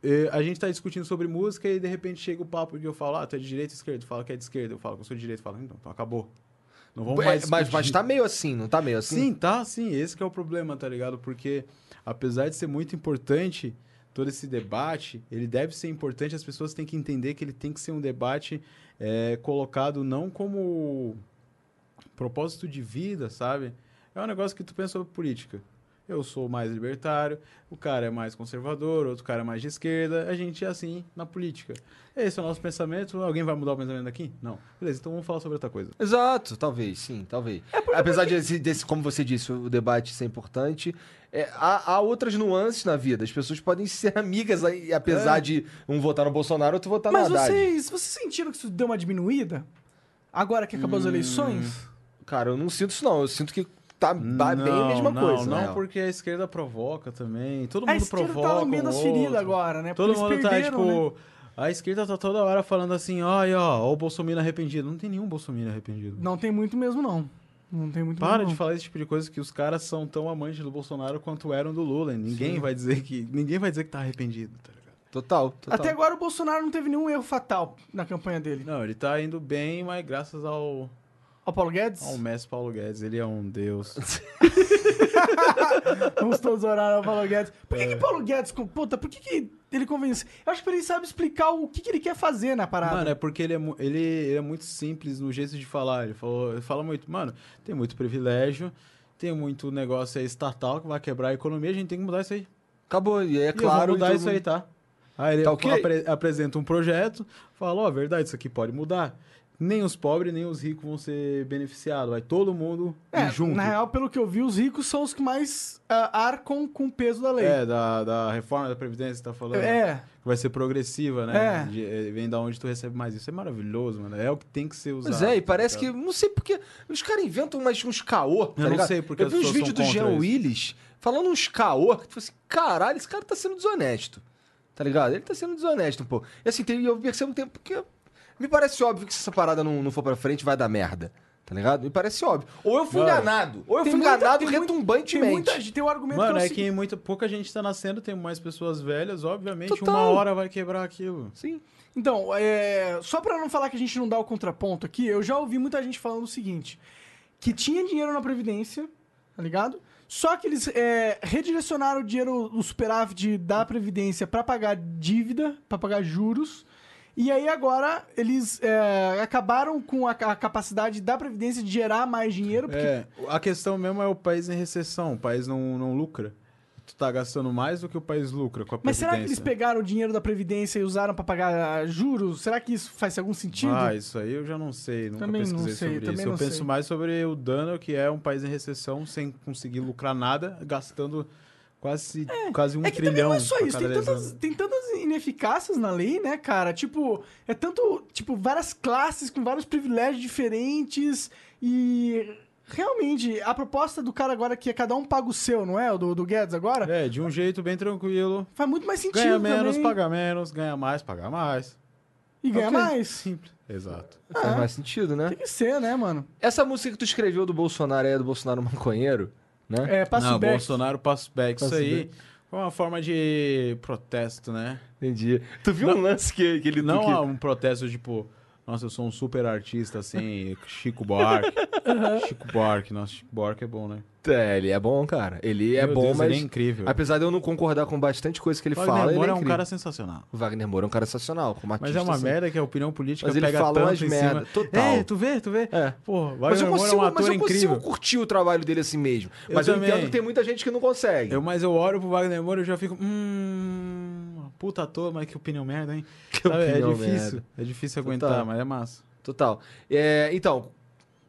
Speaker 3: eh, a gente tá discutindo sobre música e de repente chega o papo que eu falo, ah, tu é de direita ou esquerda? Tu fala que é de esquerda, eu falo que eu sou de direita, fala, então, então acabou. Não vamos
Speaker 1: É,
Speaker 3: mais
Speaker 1: mas,
Speaker 3: discutir.
Speaker 1: mas tá meio assim, não tá meio assim?
Speaker 3: Sim, tá, sim. Esse que é o problema, tá ligado? Porque, apesar de ser muito importante todo esse debate, ele deve ser importante, as pessoas têm que entender que ele tem que ser um debate eh, colocado não como propósito de vida, sabe? É um negócio que tu pensa sobre política. Eu sou mais libertário, o cara é mais conservador, outro cara é mais de esquerda. A gente é assim na política. Esse é o nosso pensamento. Alguém vai mudar o pensamento aqui? Não. Beleza, então vamos falar sobre outra coisa.
Speaker 1: Exato, talvez, sim, talvez.
Speaker 3: É,
Speaker 1: Apesar desse, desse, como você disse, o debate ser importante, é, há, há outras nuances na vida. As pessoas podem ser amigas, aí, apesar
Speaker 3: É.
Speaker 1: de um votar no Bolsonaro, outro votar
Speaker 2: Mas
Speaker 1: no Haddad.
Speaker 2: vocês, vocês sentiram que isso deu uma diminuída? Agora que acabou as
Speaker 3: Hum.
Speaker 2: eleições?
Speaker 1: Cara, eu não sinto isso, não. Eu sinto que tá ba- bem a mesma
Speaker 3: não,
Speaker 1: coisa.
Speaker 3: Não,
Speaker 1: né?
Speaker 3: porque a esquerda provoca também. Todo
Speaker 2: a
Speaker 3: mundo
Speaker 2: esquerda
Speaker 3: provoca.
Speaker 2: tá
Speaker 3: um
Speaker 2: lambendo as feridas
Speaker 3: outro.
Speaker 2: agora, né?
Speaker 3: Todo
Speaker 2: Porque
Speaker 3: mundo
Speaker 2: eles
Speaker 3: tá,
Speaker 2: perderam, né?
Speaker 3: tipo. A esquerda tá toda hora falando assim, ó, e ó, ó, o Bolsonaro arrependido. Não tem nenhum Bolsonaro arrependido.
Speaker 2: Não tem muito mesmo, não. Não tem muito
Speaker 3: Para de
Speaker 2: mesmo, não.
Speaker 3: falar esse tipo de coisa que os caras são tão amantes do Bolsonaro quanto eram do Lula. Ninguém vai dizer que. Ninguém vai dizer que tá arrependido, tá ligado?
Speaker 1: Total, total.
Speaker 2: Até agora o Bolsonaro não teve nenhum erro fatal na campanha dele.
Speaker 3: Não, ele tá indo bem, mas graças ao,
Speaker 2: Ó, Paulo Guedes,
Speaker 3: ao mestre Paulo Guedes, ele é um deus.
Speaker 2: vamos todos orar ao Paulo Guedes. Por
Speaker 3: É.
Speaker 2: que, que Paulo Guedes, com- puta, por que, que ele convence? Eu acho que ele sabe explicar o que, que ele quer fazer na parada.
Speaker 3: Mano, é porque ele é, mu- ele, ele é muito simples no jeito de falar. Ele, falou, ele fala muito, mano, tem muito privilégio, tem muito negócio aí estatal que vai quebrar a economia, a gente tem que mudar isso aí.
Speaker 1: Acabou, e é
Speaker 3: E eu vou
Speaker 1: claro.
Speaker 3: mudar
Speaker 1: então-
Speaker 3: isso aí, tá? Aí ele
Speaker 1: Tá ok?
Speaker 3: apre- apresenta um projeto, fala, ó, verdade, isso aqui pode mudar. Nem os pobres, nem os ricos vão ser beneficiados. Vai todo mundo
Speaker 2: É,
Speaker 3: ir junto.
Speaker 2: na real, pelo que eu vi, os ricos são os que mais ah, arcam com o peso da lei.
Speaker 3: É, da, da reforma da Previdência que você tá falando.
Speaker 2: É.
Speaker 3: Que vai ser progressiva, né?
Speaker 2: É.
Speaker 3: De- eh, vem da onde tu recebe mais. Isso é maravilhoso, mano. É o que tem que ser usado.
Speaker 1: Pois é, e parece
Speaker 3: tá
Speaker 1: que. Não sei porque. Os caras inventam umas, uns caô. Tá
Speaker 3: Eu não
Speaker 1: ligado?
Speaker 3: sei porque
Speaker 1: Eu
Speaker 3: as
Speaker 1: vi uns
Speaker 3: pessoas
Speaker 1: vídeos
Speaker 3: são
Speaker 1: do
Speaker 3: contra
Speaker 1: Jean
Speaker 3: isso.
Speaker 1: Willis falando uns caô. Que tu fala assim, caralho, esse cara tá sendo desonesto. Tá ligado? Ele tá sendo desonesto um pouco. E assim, tem, eu percebo um tempo que. Me parece óbvio que se essa parada não, não for pra frente, vai dar merda. Tá ligado? Me parece óbvio. Ou eu fui
Speaker 3: Mano.
Speaker 1: enganado. Ou eu
Speaker 2: Tem
Speaker 1: fui
Speaker 2: muita-
Speaker 1: enganado
Speaker 2: tem muita-
Speaker 1: retumbantemente.
Speaker 2: Tem muita gente, tem um argumento
Speaker 3: Mano,
Speaker 2: que é o
Speaker 3: é
Speaker 2: seguinte-
Speaker 3: que muita, pouca gente tá nascendo, tem mais pessoas velhas, obviamente,
Speaker 1: Total.
Speaker 3: uma hora vai quebrar aquilo.
Speaker 1: Sim.
Speaker 2: Então, é, só pra não falar que a gente não dá o contraponto aqui, eu já ouvi muita gente falando o seguinte: que tinha dinheiro na Previdência, tá ligado? Só que eles é, redirecionaram o dinheiro, o superávit da Previdência pra pagar dívida, pra pagar juros. E aí agora eles é, acabaram com a, ca- a capacidade da Previdência de gerar mais dinheiro, porque
Speaker 3: É, a questão mesmo é o país em recessão, o país não, não lucra. Tu tá gastando mais do que o país lucra com a
Speaker 2: Mas
Speaker 3: previdência.
Speaker 2: será que eles pegaram o dinheiro da Previdência e usaram pra pagar juros? Será que isso faz algum sentido?
Speaker 3: Ah, isso aí eu já não sei, nunca
Speaker 2: Também não
Speaker 3: pesquisei
Speaker 2: sei,
Speaker 3: sobre
Speaker 2: também
Speaker 3: isso. Eu
Speaker 2: não
Speaker 3: penso
Speaker 2: sei.
Speaker 3: mais sobre o dano que é um país em recessão sem conseguir lucrar nada, gastando quase, quase um
Speaker 2: é que também
Speaker 3: trilhão.
Speaker 2: não é só
Speaker 3: a
Speaker 2: isso,
Speaker 3: cada
Speaker 2: tem
Speaker 3: dez
Speaker 2: tantas,
Speaker 3: anos.
Speaker 2: tem tantas ineficácias na lei, né, cara? Tipo, é tanto, tipo, várias classes com vários privilégios diferentes e realmente a proposta do cara agora é que é cada um paga o seu, não é? O do, do Guedes agora?
Speaker 3: É, de um jeito bem tranquilo.
Speaker 2: Faz muito mais sentido
Speaker 3: Ganha menos,
Speaker 2: também.
Speaker 3: paga menos, ganha mais, paga mais.
Speaker 2: E ganha
Speaker 1: Ok.
Speaker 2: mais.
Speaker 3: Exato.
Speaker 1: Faz mais sentido, né?
Speaker 2: Tem que ser, né, mano?
Speaker 1: Essa música que tu escreveu do Bolsonaro é do Bolsonaro Maconheiro, né?
Speaker 2: É, passa
Speaker 3: não,
Speaker 2: o back.
Speaker 3: Bolsonaro passa back. Isso
Speaker 1: Passo
Speaker 3: aí foi uma forma de protesto, né?
Speaker 1: Entendi. Tu viu um lance que, que ele
Speaker 3: Não
Speaker 1: que...
Speaker 3: um protesto tipo, nossa, eu sou um super artista assim, Chico Buarque. Chico Buarque, nossa, Chico Buarque é bom, né?
Speaker 1: É, ele é bom, cara. Ele é
Speaker 3: Meu
Speaker 1: bom,
Speaker 3: Deus,
Speaker 1: mas.
Speaker 3: Ele é incrível.
Speaker 1: Apesar de eu não concordar com bastante coisa que ele
Speaker 3: Wagner
Speaker 1: fala, ele é,
Speaker 3: Moura é um
Speaker 1: incrível.
Speaker 3: cara sensacional.
Speaker 1: O Wagner Moura é um cara sensacional, como
Speaker 3: Mas
Speaker 1: artista.
Speaker 3: é uma
Speaker 1: assim.
Speaker 3: merda que a opinião política
Speaker 1: Mas ele
Speaker 3: pega
Speaker 1: fala
Speaker 3: tanto
Speaker 1: umas
Speaker 3: em
Speaker 1: merda,
Speaker 3: cima.
Speaker 1: total.
Speaker 3: É, tu vê, tu vê.
Speaker 1: É.
Speaker 3: Pô,
Speaker 1: Mas
Speaker 3: Wagner
Speaker 1: eu,
Speaker 3: Moura é
Speaker 1: consigo,
Speaker 3: um ator
Speaker 1: mas eu consigo
Speaker 3: incrível.
Speaker 1: curtir o trabalho dele assim mesmo.
Speaker 3: Eu
Speaker 1: mas eu
Speaker 3: também.
Speaker 1: entendo que tem muita gente que não consegue.
Speaker 3: Eu, mas eu olho pro Wagner Moura e eu já fico. Hum. Puta toa, mas que opinião merda, hein? Sabe,
Speaker 1: opinião
Speaker 3: é difícil.
Speaker 1: merda.
Speaker 3: É difícil
Speaker 1: Total.
Speaker 3: aguentar, mas é massa.
Speaker 1: Total. É, então,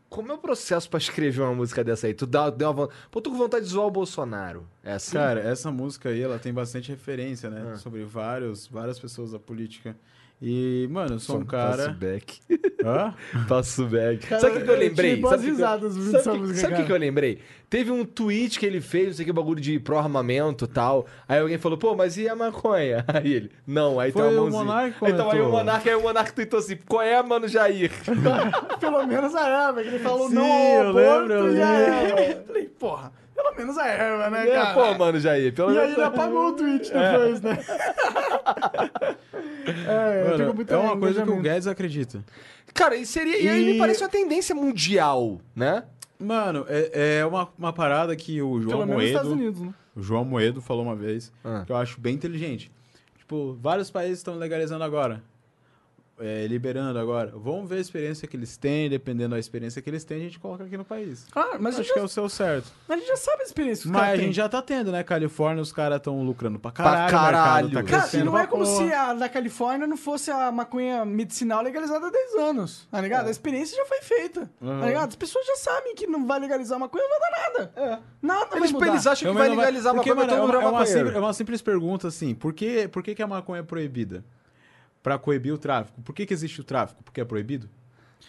Speaker 1: como é o processo pra escrever uma música dessa aí? Tu dá, deu uma vontade. Pô, tô com vontade de zoar o Bolsonaro. É assim?
Speaker 3: Cara, essa música aí, ela tem bastante referência,
Speaker 1: Ah.
Speaker 3: né? Sobre vários, várias pessoas da política. E, mano, eu sou um
Speaker 1: Passo
Speaker 3: cara.
Speaker 1: back.
Speaker 3: Hã?
Speaker 1: Passo back.
Speaker 2: Cara,
Speaker 1: sabe o que, que eu
Speaker 2: eu tive
Speaker 1: lembrei?
Speaker 2: boas
Speaker 1: Sabe o que que eu-
Speaker 2: risadas ouvindo
Speaker 1: sabe
Speaker 2: essa
Speaker 1: o que-
Speaker 2: música,
Speaker 1: sabe o que,
Speaker 2: cara.
Speaker 1: que eu lembrei? Teve um tweet que ele fez, não sei que bagulho de pró-armamento e tal. Aí alguém falou, pô, mas e a maconha? Aí ele, não, aí
Speaker 3: Foi
Speaker 1: tem
Speaker 3: o
Speaker 1: uma mãozinha.
Speaker 3: Monark que
Speaker 1: então aí o
Speaker 3: comentou.
Speaker 1: Monark, aí o Monark tweetou assim, qual é, mano, Jair?
Speaker 2: Pelo menos a erva, que ele falou
Speaker 3: Sim,
Speaker 2: não
Speaker 3: eu
Speaker 2: ao
Speaker 3: lembro,
Speaker 2: aborto
Speaker 3: eu
Speaker 2: e a
Speaker 3: lembro.
Speaker 2: erva. Falei, porra, pelo menos a erva, né,
Speaker 1: É,
Speaker 2: cara?
Speaker 1: pô, mano, Jair, pelo
Speaker 2: e aí
Speaker 1: menos...
Speaker 2: ele apagou o tweet depois, né? é, eu tenho
Speaker 3: Mano,
Speaker 2: muito
Speaker 3: é uma coisa que o
Speaker 2: engajamento.
Speaker 3: Guedes acredita.
Speaker 1: Cara, e, seria, e aí me
Speaker 3: E-
Speaker 1: parece uma tendência mundial, né?
Speaker 3: Mano, é, é uma, uma parada que o João
Speaker 2: Pelo menos nos Estados
Speaker 3: Moedo.
Speaker 2: Unidos, né?
Speaker 3: O João Moedo falou uma vez
Speaker 1: Ah.
Speaker 3: que eu acho bem inteligente. Tipo, vários países estão legalizando agora. é, liberando agora. Vamos ver a experiência que eles têm, dependendo da experiência que eles têm, a gente coloca aqui no país.
Speaker 2: Ah, mas a
Speaker 3: Acho
Speaker 2: gente,
Speaker 3: que
Speaker 2: já,
Speaker 3: é o seu certo.
Speaker 2: a gente já sabe a experiência que os
Speaker 3: Mas a
Speaker 2: caras
Speaker 3: gente
Speaker 2: têm.
Speaker 3: já tá tendo, né? Califórnia, os caras estão lucrando pra caralho. o
Speaker 1: caralho.
Speaker 3: mercado Tá
Speaker 1: Cara,
Speaker 2: Cara,
Speaker 3: crescendo
Speaker 2: não é
Speaker 3: pra
Speaker 2: como
Speaker 3: porra.
Speaker 2: se a da Califórnia não fosse a maconha medicinal legalizada há 10 anos, tá
Speaker 3: É.
Speaker 2: ligado? A experiência já foi feita, tá ligado? As pessoas já sabem que não vai legalizar a maconha, não vai dar nada. Nada
Speaker 1: Eles,
Speaker 2: vai
Speaker 1: eles
Speaker 2: mudar.
Speaker 1: acham que
Speaker 3: Também
Speaker 1: vai
Speaker 3: não
Speaker 1: legalizar
Speaker 3: porque,
Speaker 1: maconha, mas todo
Speaker 3: mano,
Speaker 1: mundo
Speaker 3: é
Speaker 1: é
Speaker 3: uma, é, uma simples, é
Speaker 1: maconheiro.
Speaker 3: uma simples pergunta, assim. Por que, por que, que a maconha é proibida? Pra coibir o tráfico. Por que, que existe o tráfico? Porque é proibido?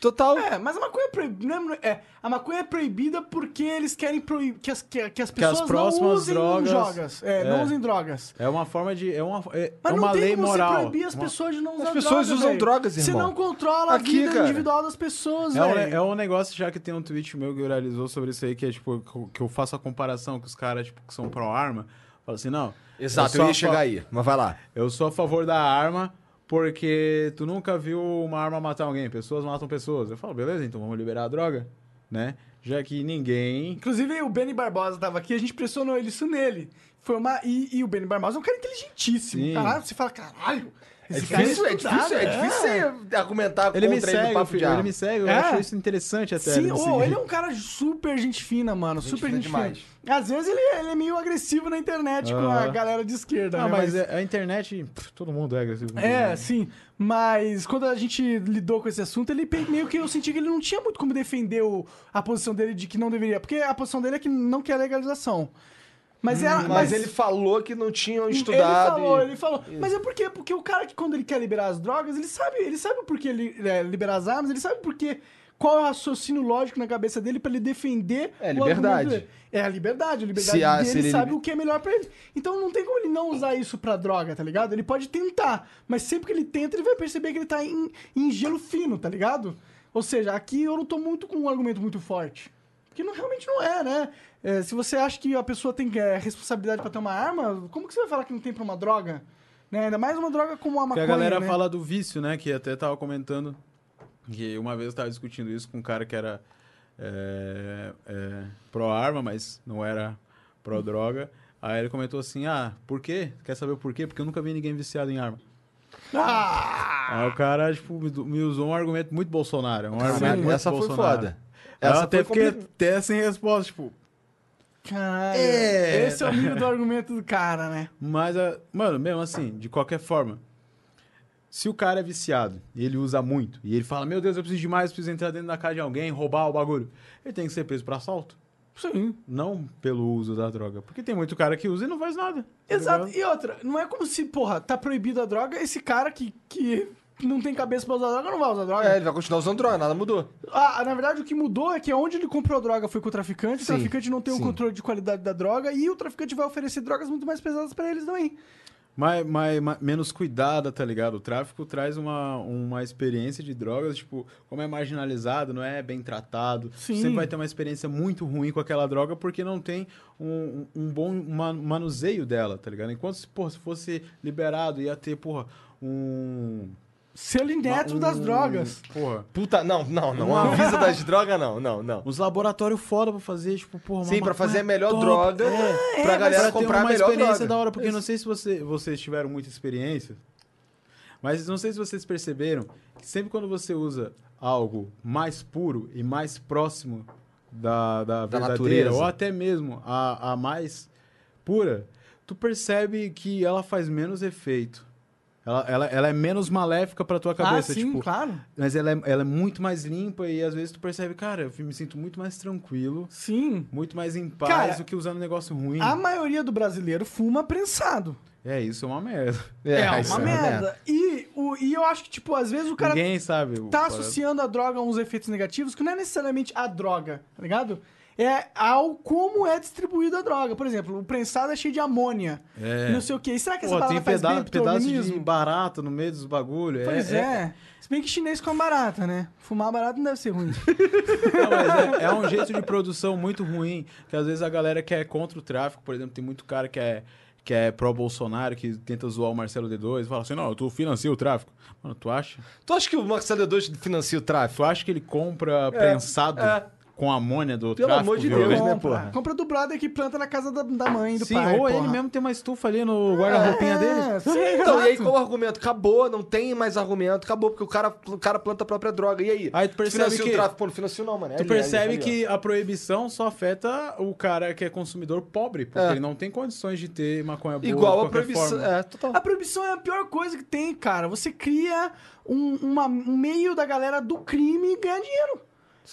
Speaker 1: Total.
Speaker 2: É, mas a maconha é proibida. É, a maconha é proibida porque eles querem proibir que as, que, que as
Speaker 3: as
Speaker 2: pessoas não
Speaker 3: próximas
Speaker 2: usem
Speaker 3: drogas-
Speaker 2: É, não
Speaker 3: É.
Speaker 2: usem drogas.
Speaker 3: É uma forma de... É uma, é,
Speaker 2: Mas
Speaker 3: é uma
Speaker 2: não tem
Speaker 3: lei
Speaker 2: como
Speaker 3: moral. É
Speaker 2: você proibir as
Speaker 3: Uma-
Speaker 2: pessoas de não usar drogas.
Speaker 1: pessoas usam
Speaker 2: velho.
Speaker 1: drogas,
Speaker 2: Você
Speaker 1: irmão.
Speaker 2: não controla a
Speaker 1: Aqui,
Speaker 2: vida
Speaker 1: cara.
Speaker 2: individual das pessoas,
Speaker 3: É um,
Speaker 2: velho.
Speaker 3: é um negócio já que tem um tweet meu que viralizou sobre isso aí, que é tipo, que eu- que eu faço a comparação com os caras tipo, que são pró-arma. Falo assim, não.
Speaker 1: Exato,
Speaker 3: sou
Speaker 1: eu
Speaker 3: a
Speaker 1: ia
Speaker 3: fa-
Speaker 1: chegar aí, mas vai lá.
Speaker 3: Eu sou a favor da arma porque tu nunca viu uma arma matar alguém. Pessoas matam pessoas. Eu falo, beleza, então vamos liberar a droga, né? Já que ninguém.
Speaker 2: Inclusive, o Benny Barbosa tava aqui, a gente pressionou ele, isso nele. Foi uma... e, e o Benny Barbosa é um cara inteligentíssimo.
Speaker 3: Sim.
Speaker 2: Caralho, você fala, caralho, esse
Speaker 1: É
Speaker 2: cara né?
Speaker 1: difícil, é
Speaker 2: estudado,
Speaker 1: difícil, é difícil você argumentar
Speaker 3: Ele me
Speaker 1: contra ele
Speaker 3: segue,
Speaker 1: no
Speaker 3: eu
Speaker 1: papo de
Speaker 3: fi- ele
Speaker 1: arma.
Speaker 3: me segue, eu
Speaker 2: É?
Speaker 3: acho isso interessante até. assim.
Speaker 2: Sim,
Speaker 3: ele me
Speaker 2: ô,
Speaker 3: seguir.
Speaker 2: ele é um cara super gente fina, mano. super
Speaker 1: fina
Speaker 2: gente fina.
Speaker 1: demais.
Speaker 2: Às vezes ele, ele é meio agressivo na internet com a
Speaker 3: Aham.
Speaker 2: galera de esquerda,
Speaker 3: Ah,
Speaker 2: né?
Speaker 3: mas é- a internet, pff, todo mundo é agressivo. com
Speaker 1: Uhum.
Speaker 3: todo
Speaker 2: É,
Speaker 3: mundo.
Speaker 2: sim. Mas quando a gente lidou com esse assunto, ele pe- meio que eu senti que ele não tinha muito como defender o- a posição dele de que não deveria. Porque a posição dele é que não quer legalização. Mas, era,
Speaker 1: Hum, Mas, ele falou que não tinham
Speaker 2: Ele
Speaker 1: estudado.
Speaker 2: falou,
Speaker 1: e-
Speaker 2: ele falou. Mas é porque, porque o cara que quando ele quer liberar as drogas, ele sabe, ele sabe por que ele é, liberar as armas, ele sabe por que qual é o raciocínio lógico na cabeça dele pra ele defender
Speaker 1: É,
Speaker 2: o
Speaker 1: liberdade.
Speaker 2: argumento dele. É a liberdade, a liberdade
Speaker 1: Se a-
Speaker 2: dele
Speaker 1: se ele-
Speaker 2: sabe o que é melhor pra ele. Então não tem como ele não usar isso pra droga, tá ligado? Ele pode tentar, mas sempre que ele tenta, ele vai perceber que ele tá em, em gelo fino, tá ligado? Ou seja, aqui eu não tô muito com um argumento muito forte. Porque não, realmente não é, né? É, se você acha que a pessoa tem é, responsabilidade pra ter uma arma, como que você vai falar que não tem pra uma droga? Né? Ainda mais uma droga como a
Speaker 3: Porque
Speaker 2: maconha,
Speaker 3: a galera
Speaker 2: né?
Speaker 3: fala do vício, né? Que até tava comentando. Que uma vez eu tava discutindo isso com um cara que era é, é, pró-arma, mas não era pró-droga. Aí ele comentou assim: Ah, por quê? Quer saber o porquê? Porque eu nunca vi ninguém viciado em arma.
Speaker 2: Ah!
Speaker 3: Aí o cara, tipo, me, do- me usou um argumento muito Bolsonaro. Um argumento
Speaker 1: Sim,
Speaker 3: muito
Speaker 1: essa foi
Speaker 3: Bolsonaro.
Speaker 1: foda.
Speaker 3: Aí eu
Speaker 1: Essa
Speaker 3: até
Speaker 1: foi
Speaker 3: fiquei
Speaker 1: compli-
Speaker 3: até sem resposta, tipo.
Speaker 2: Caralho.
Speaker 3: É.
Speaker 2: Esse é o nível do argumento do cara, né?
Speaker 3: Mas, ah, mano, mesmo assim, de qualquer forma, se o cara é viciado e ele usa muito, e ele fala, meu Deus, eu preciso de mais, preciso entrar dentro da casa de alguém, roubar o bagulho, ele tem que ser preso por assalto.
Speaker 2: Sim.
Speaker 3: Não pelo uso da droga. Porque tem muito cara que usa e não faz nada. tá
Speaker 2: Exato.
Speaker 3: ligado?
Speaker 2: E outra, não é como se, porra, tá proibido a droga, esse cara que, que não tem cabeça pra usar droga não vai usar droga.
Speaker 1: É, ele vai continuar usando droga, nada mudou.
Speaker 2: Ah, na verdade, o que mudou é que onde ele comprou a droga foi com o traficante, o
Speaker 1: Sim,
Speaker 2: traficante não tem o
Speaker 1: sim.
Speaker 2: controle de qualidade da droga e o traficante vai oferecer drogas muito mais pesadas pra eles também.
Speaker 3: Mas, mas, mas menos cuidada, tá ligado? O tráfico traz uma, uma experiência de drogas, tipo, como é marginalizado, não é bem tratado.
Speaker 2: Sim.
Speaker 3: Sempre vai ter uma experiência muito ruim com aquela droga porque não tem um, um bom ma- manuseio dela, tá ligado? Enquanto, se, porra, se fosse liberado, ia ter, porra, um.
Speaker 2: Selo neto
Speaker 3: um-
Speaker 2: das drogas.
Speaker 3: Porra.
Speaker 1: Puta, não, não, não. A Anvisa das drogas, não, não, não.
Speaker 3: Uns laboratórios foda pra fazer, tipo, porra, uma
Speaker 1: Sim, pra fazer a
Speaker 3: maconha
Speaker 1: melhor
Speaker 3: top. É,
Speaker 1: droga, pra galera
Speaker 3: Pra ter
Speaker 1: comprar a
Speaker 3: uma
Speaker 1: melhor
Speaker 3: experiência
Speaker 1: droga.
Speaker 3: da hora, porque eu não sei se você- vocês tiveram muita experiência, mas não sei se vocês perceberam que sempre quando você usa algo mais puro e mais próximo da, da verdadeira,
Speaker 1: natureza.
Speaker 3: ou até mesmo a, a mais pura, tu percebe que ela faz menos efeito. Ela, ela, ela é menos maléfica pra tua cabeça,
Speaker 2: ah, sim,
Speaker 3: tipo,
Speaker 2: claro.
Speaker 3: mas ela é, ela é muito mais limpa e às vezes tu percebe, cara, eu me sinto muito mais tranquilo,
Speaker 2: Sim.
Speaker 3: muito mais em paz
Speaker 2: Cara,
Speaker 3: do que usando um negócio ruim.
Speaker 2: A maioria do brasileiro fuma prensado. É
Speaker 3: É, isso é uma merda.
Speaker 1: isso
Speaker 2: uma merda. E, o, e eu acho que, tipo, às vezes o cara
Speaker 3: Ninguém sabe. o- é.
Speaker 2: tá associando a droga a uns efeitos negativos que não é necessariamente a droga, tá ligado? É ao como é distribuída a droga. Por exemplo, o prensado é cheio de amônia.
Speaker 3: É.
Speaker 2: E não sei o quê. E será que essa
Speaker 3: Pô, tem
Speaker 2: parada faz
Speaker 3: peda
Speaker 2: bem pro teu
Speaker 3: pedaço de
Speaker 2: organismo?
Speaker 3: barato no meio dos bagulho.
Speaker 2: Pois é, Se bem que chinês come barata, né? Fumar barata não deve ser ruim.
Speaker 3: Não, mas é, é um jeito de produção muito ruim, que às vezes a galera que é contra o tráfico, por exemplo, tem muito cara que é, que é pró-Bolsonaro, que tenta zoar o Marcelo D2, fala assim, não, tu financia o tráfico. Mano, tu acha?
Speaker 1: Tu acha que o Marcelo D2 financia o tráfico?
Speaker 3: É, Tu acha que ele compra prensado?
Speaker 1: é.
Speaker 3: com a amônia do
Speaker 1: Pelo
Speaker 3: tráfico
Speaker 1: amor de Deus,
Speaker 3: violento.
Speaker 1: né,
Speaker 2: Compra,
Speaker 1: porra?
Speaker 2: compra dublada que planta na casa da, da
Speaker 1: Tá
Speaker 2: mãe, do
Speaker 3: Sim,
Speaker 2: pai.
Speaker 3: ou ele
Speaker 2: porra.
Speaker 3: mesmo tem uma estufa ali no guarda-roupinha
Speaker 2: É,
Speaker 3: dele.
Speaker 2: sim,
Speaker 1: Então, e aí
Speaker 2: exato.
Speaker 1: qual o argumento? Acabou, não tem mais argumento, acabou, porque o cara, o cara planta a própria droga. E aí?
Speaker 3: Aí tu percebe
Speaker 1: financia
Speaker 3: que-
Speaker 1: o tráfico? Pô, não financia não, mano. É
Speaker 3: Tu
Speaker 1: ali,
Speaker 3: percebe
Speaker 1: é ali, é ali,
Speaker 3: que a proibição só afeta o cara que é consumidor pobre, porque
Speaker 1: É.
Speaker 3: ele não tem condições de ter maconha
Speaker 1: ó.
Speaker 3: boa
Speaker 1: Igual
Speaker 3: de
Speaker 1: a
Speaker 3: qualquer
Speaker 1: proibição.
Speaker 3: forma.
Speaker 1: É, total.
Speaker 2: A proibição é a pior coisa que tem, cara. Você cria um, uma- um meio da galera do crime ganhar dinheiro.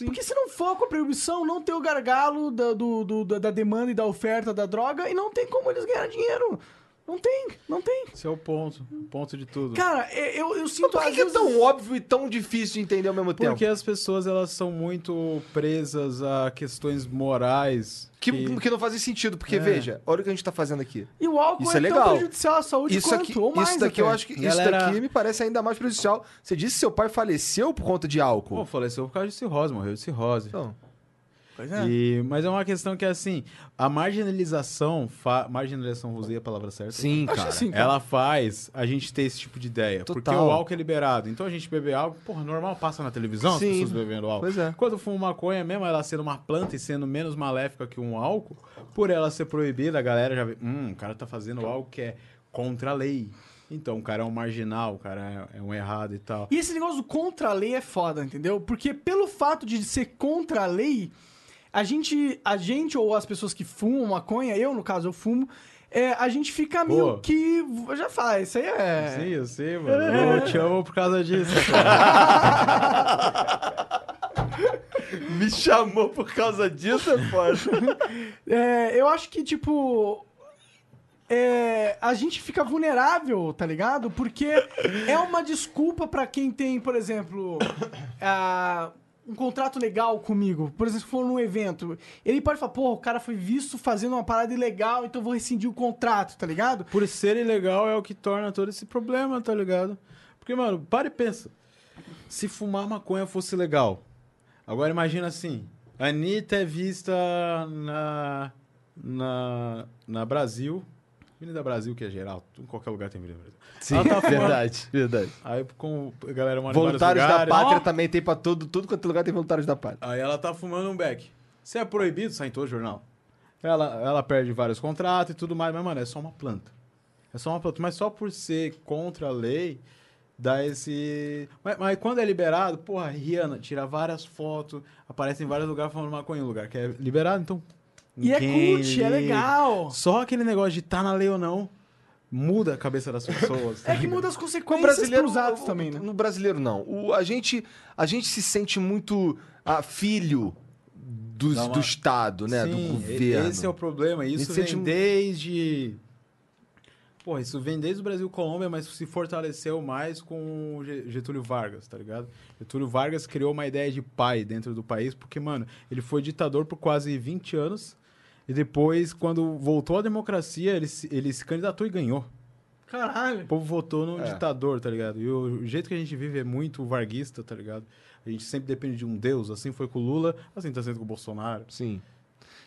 Speaker 2: Porque se não for com a proibição, não tem o gargalo da, do- do- da, da demanda e da oferta da droga e não tem como eles ganharem dinheiro. Não tem, não tem.
Speaker 3: Esse é o ponto, o ponto de tudo.
Speaker 2: Cara, é- eu, eu
Speaker 1: Mas
Speaker 2: sinto
Speaker 1: por que,
Speaker 2: às
Speaker 1: que é
Speaker 2: vezes-
Speaker 1: tão óbvio e tão difícil de entender ao mesmo tempo?
Speaker 3: Porque as pessoas elas são muito presas a questões morais.
Speaker 1: Que, que não fazem sentido, porque,
Speaker 3: É.
Speaker 1: veja, olha o que a gente tá fazendo aqui.
Speaker 2: E o álcool
Speaker 1: Isso é
Speaker 2: é,
Speaker 1: legal.
Speaker 2: tão prejudicial à saúde
Speaker 1: Isso,
Speaker 2: quanto,
Speaker 1: aqui,
Speaker 2: ou mais
Speaker 1: isso daqui é eu
Speaker 2: até.
Speaker 1: acho que
Speaker 3: Galera-
Speaker 1: isso daqui me parece ainda mais prejudicial. Você disse que seu pai faleceu por conta de
Speaker 3: Pô,
Speaker 1: álcool.
Speaker 3: faleceu por causa de cirrose, morreu de cirrose.
Speaker 1: Então,
Speaker 3: E- mas é uma questão que, assim, a marginalização. Fa... Marginalização, usei a palavra certa?
Speaker 1: sim,
Speaker 2: Acho
Speaker 1: cara.
Speaker 2: assim, cara.
Speaker 3: Ela faz a gente ter esse tipo de ideia. Porque
Speaker 1: Total.
Speaker 3: o álcool é liberado. Então a gente beber álcool, porra, normal passa na televisão
Speaker 1: Sim.
Speaker 3: as pessoas bebendo álcool.
Speaker 1: Pois é.
Speaker 3: Quando for maconha mesmo, ela sendo uma planta e sendo menos maléfica que um álcool, por ela ser proibida, a galera já vê. Hum, o cara tá fazendo
Speaker 1: Então
Speaker 3: algo que é contra a lei. Então o cara é um marginal, o cara é- é um errado e tal.
Speaker 2: E esse negócio do contra a lei é foda, entendeu? Porque pelo fato de ser contra a lei, a gente, a gente ou as pessoas que fumam maconha, eu no caso eu fumo, é, a gente fica meio
Speaker 3: Pô.
Speaker 2: que já fala, isso aí é
Speaker 3: Sim, eu sei, mano. Eu te amo por causa disso. cara.
Speaker 1: Me chamou por causa disso, é foda.
Speaker 2: É, eu acho que, tipo. é, a gente fica vulnerável, tá ligado? Porque é uma desculpa pra quem tem, por exemplo, ah, um contrato legal comigo. Por exemplo, se for num evento. Ele pode falar, porra, o cara foi visto fazendo uma parada ilegal, então eu vou rescindir o contrato, tá ligado?
Speaker 3: Por ser ilegal é o que torna todo esse problema, tá ligado? Porque, mano, para e pensa. Se fumar maconha fosse legal. Agora imagina assim. A Anitta é vista na. Na. Na Brasil. Avenida Brasil, que é geral. Em qualquer lugar tem Avenida Brasil.
Speaker 1: Sim,
Speaker 3: Ela tá fumando.
Speaker 1: verdade, verdade.
Speaker 3: Aí com a galera mora em vários
Speaker 1: Voluntários da
Speaker 3: lugares.
Speaker 1: Pátria também tem pra tudo, tudo quanto é lugar tem voluntários da Pátria.
Speaker 3: Aí ela tá fumando um beck. Se é proibido, sai em todo jornal. Ela, ela perde vários contratos e tudo mais, mas, mano, é só uma planta. É só uma planta. Mas só por ser contra a lei, dá esse. Mas, mas quando é liberado, porra, Rihanna tira várias fotos, aparece em vários lugares falando maconha, em lugar que é liberado, então.
Speaker 2: E é
Speaker 3: ninguém
Speaker 2: cult, é
Speaker 3: liga.
Speaker 2: legal.
Speaker 3: Só aquele negócio de tá na lei ou não, muda a cabeça das pessoas. tá
Speaker 2: É que
Speaker 3: ligado?
Speaker 2: muda as
Speaker 1: O
Speaker 2: consequências
Speaker 1: brasileiro.
Speaker 2: pros atos
Speaker 1: o-
Speaker 2: também, né?
Speaker 1: No brasileiro, não. O- a, gente, a gente se sente muito ah, filho dos-
Speaker 3: Dá uma-
Speaker 1: do Estado, né? do
Speaker 3: Sim, e-
Speaker 1: governo.
Speaker 3: Esse é o problema. Isso
Speaker 1: Isso
Speaker 3: vem
Speaker 1: sente um-
Speaker 3: desde. Porra, isso vem desde o Brasil e Colômbia, mas se fortaleceu mais com o Ge- Getúlio Vargas, tá ligado? Getúlio Vargas criou uma ideia de pai dentro do país, porque, mano, ele foi ditador por quase 20 anos. E depois, quando voltou à democracia, ele se, ele se candidatou e ganhou.
Speaker 2: Caralho.
Speaker 3: O povo votou num
Speaker 1: É.
Speaker 3: ditador, tá ligado? E o, o jeito que a gente vive é muito varguista, tá ligado? A gente sempre depende de um deus. Assim foi com o Lula, assim tá sendo com o Bolsonaro.
Speaker 1: Sim.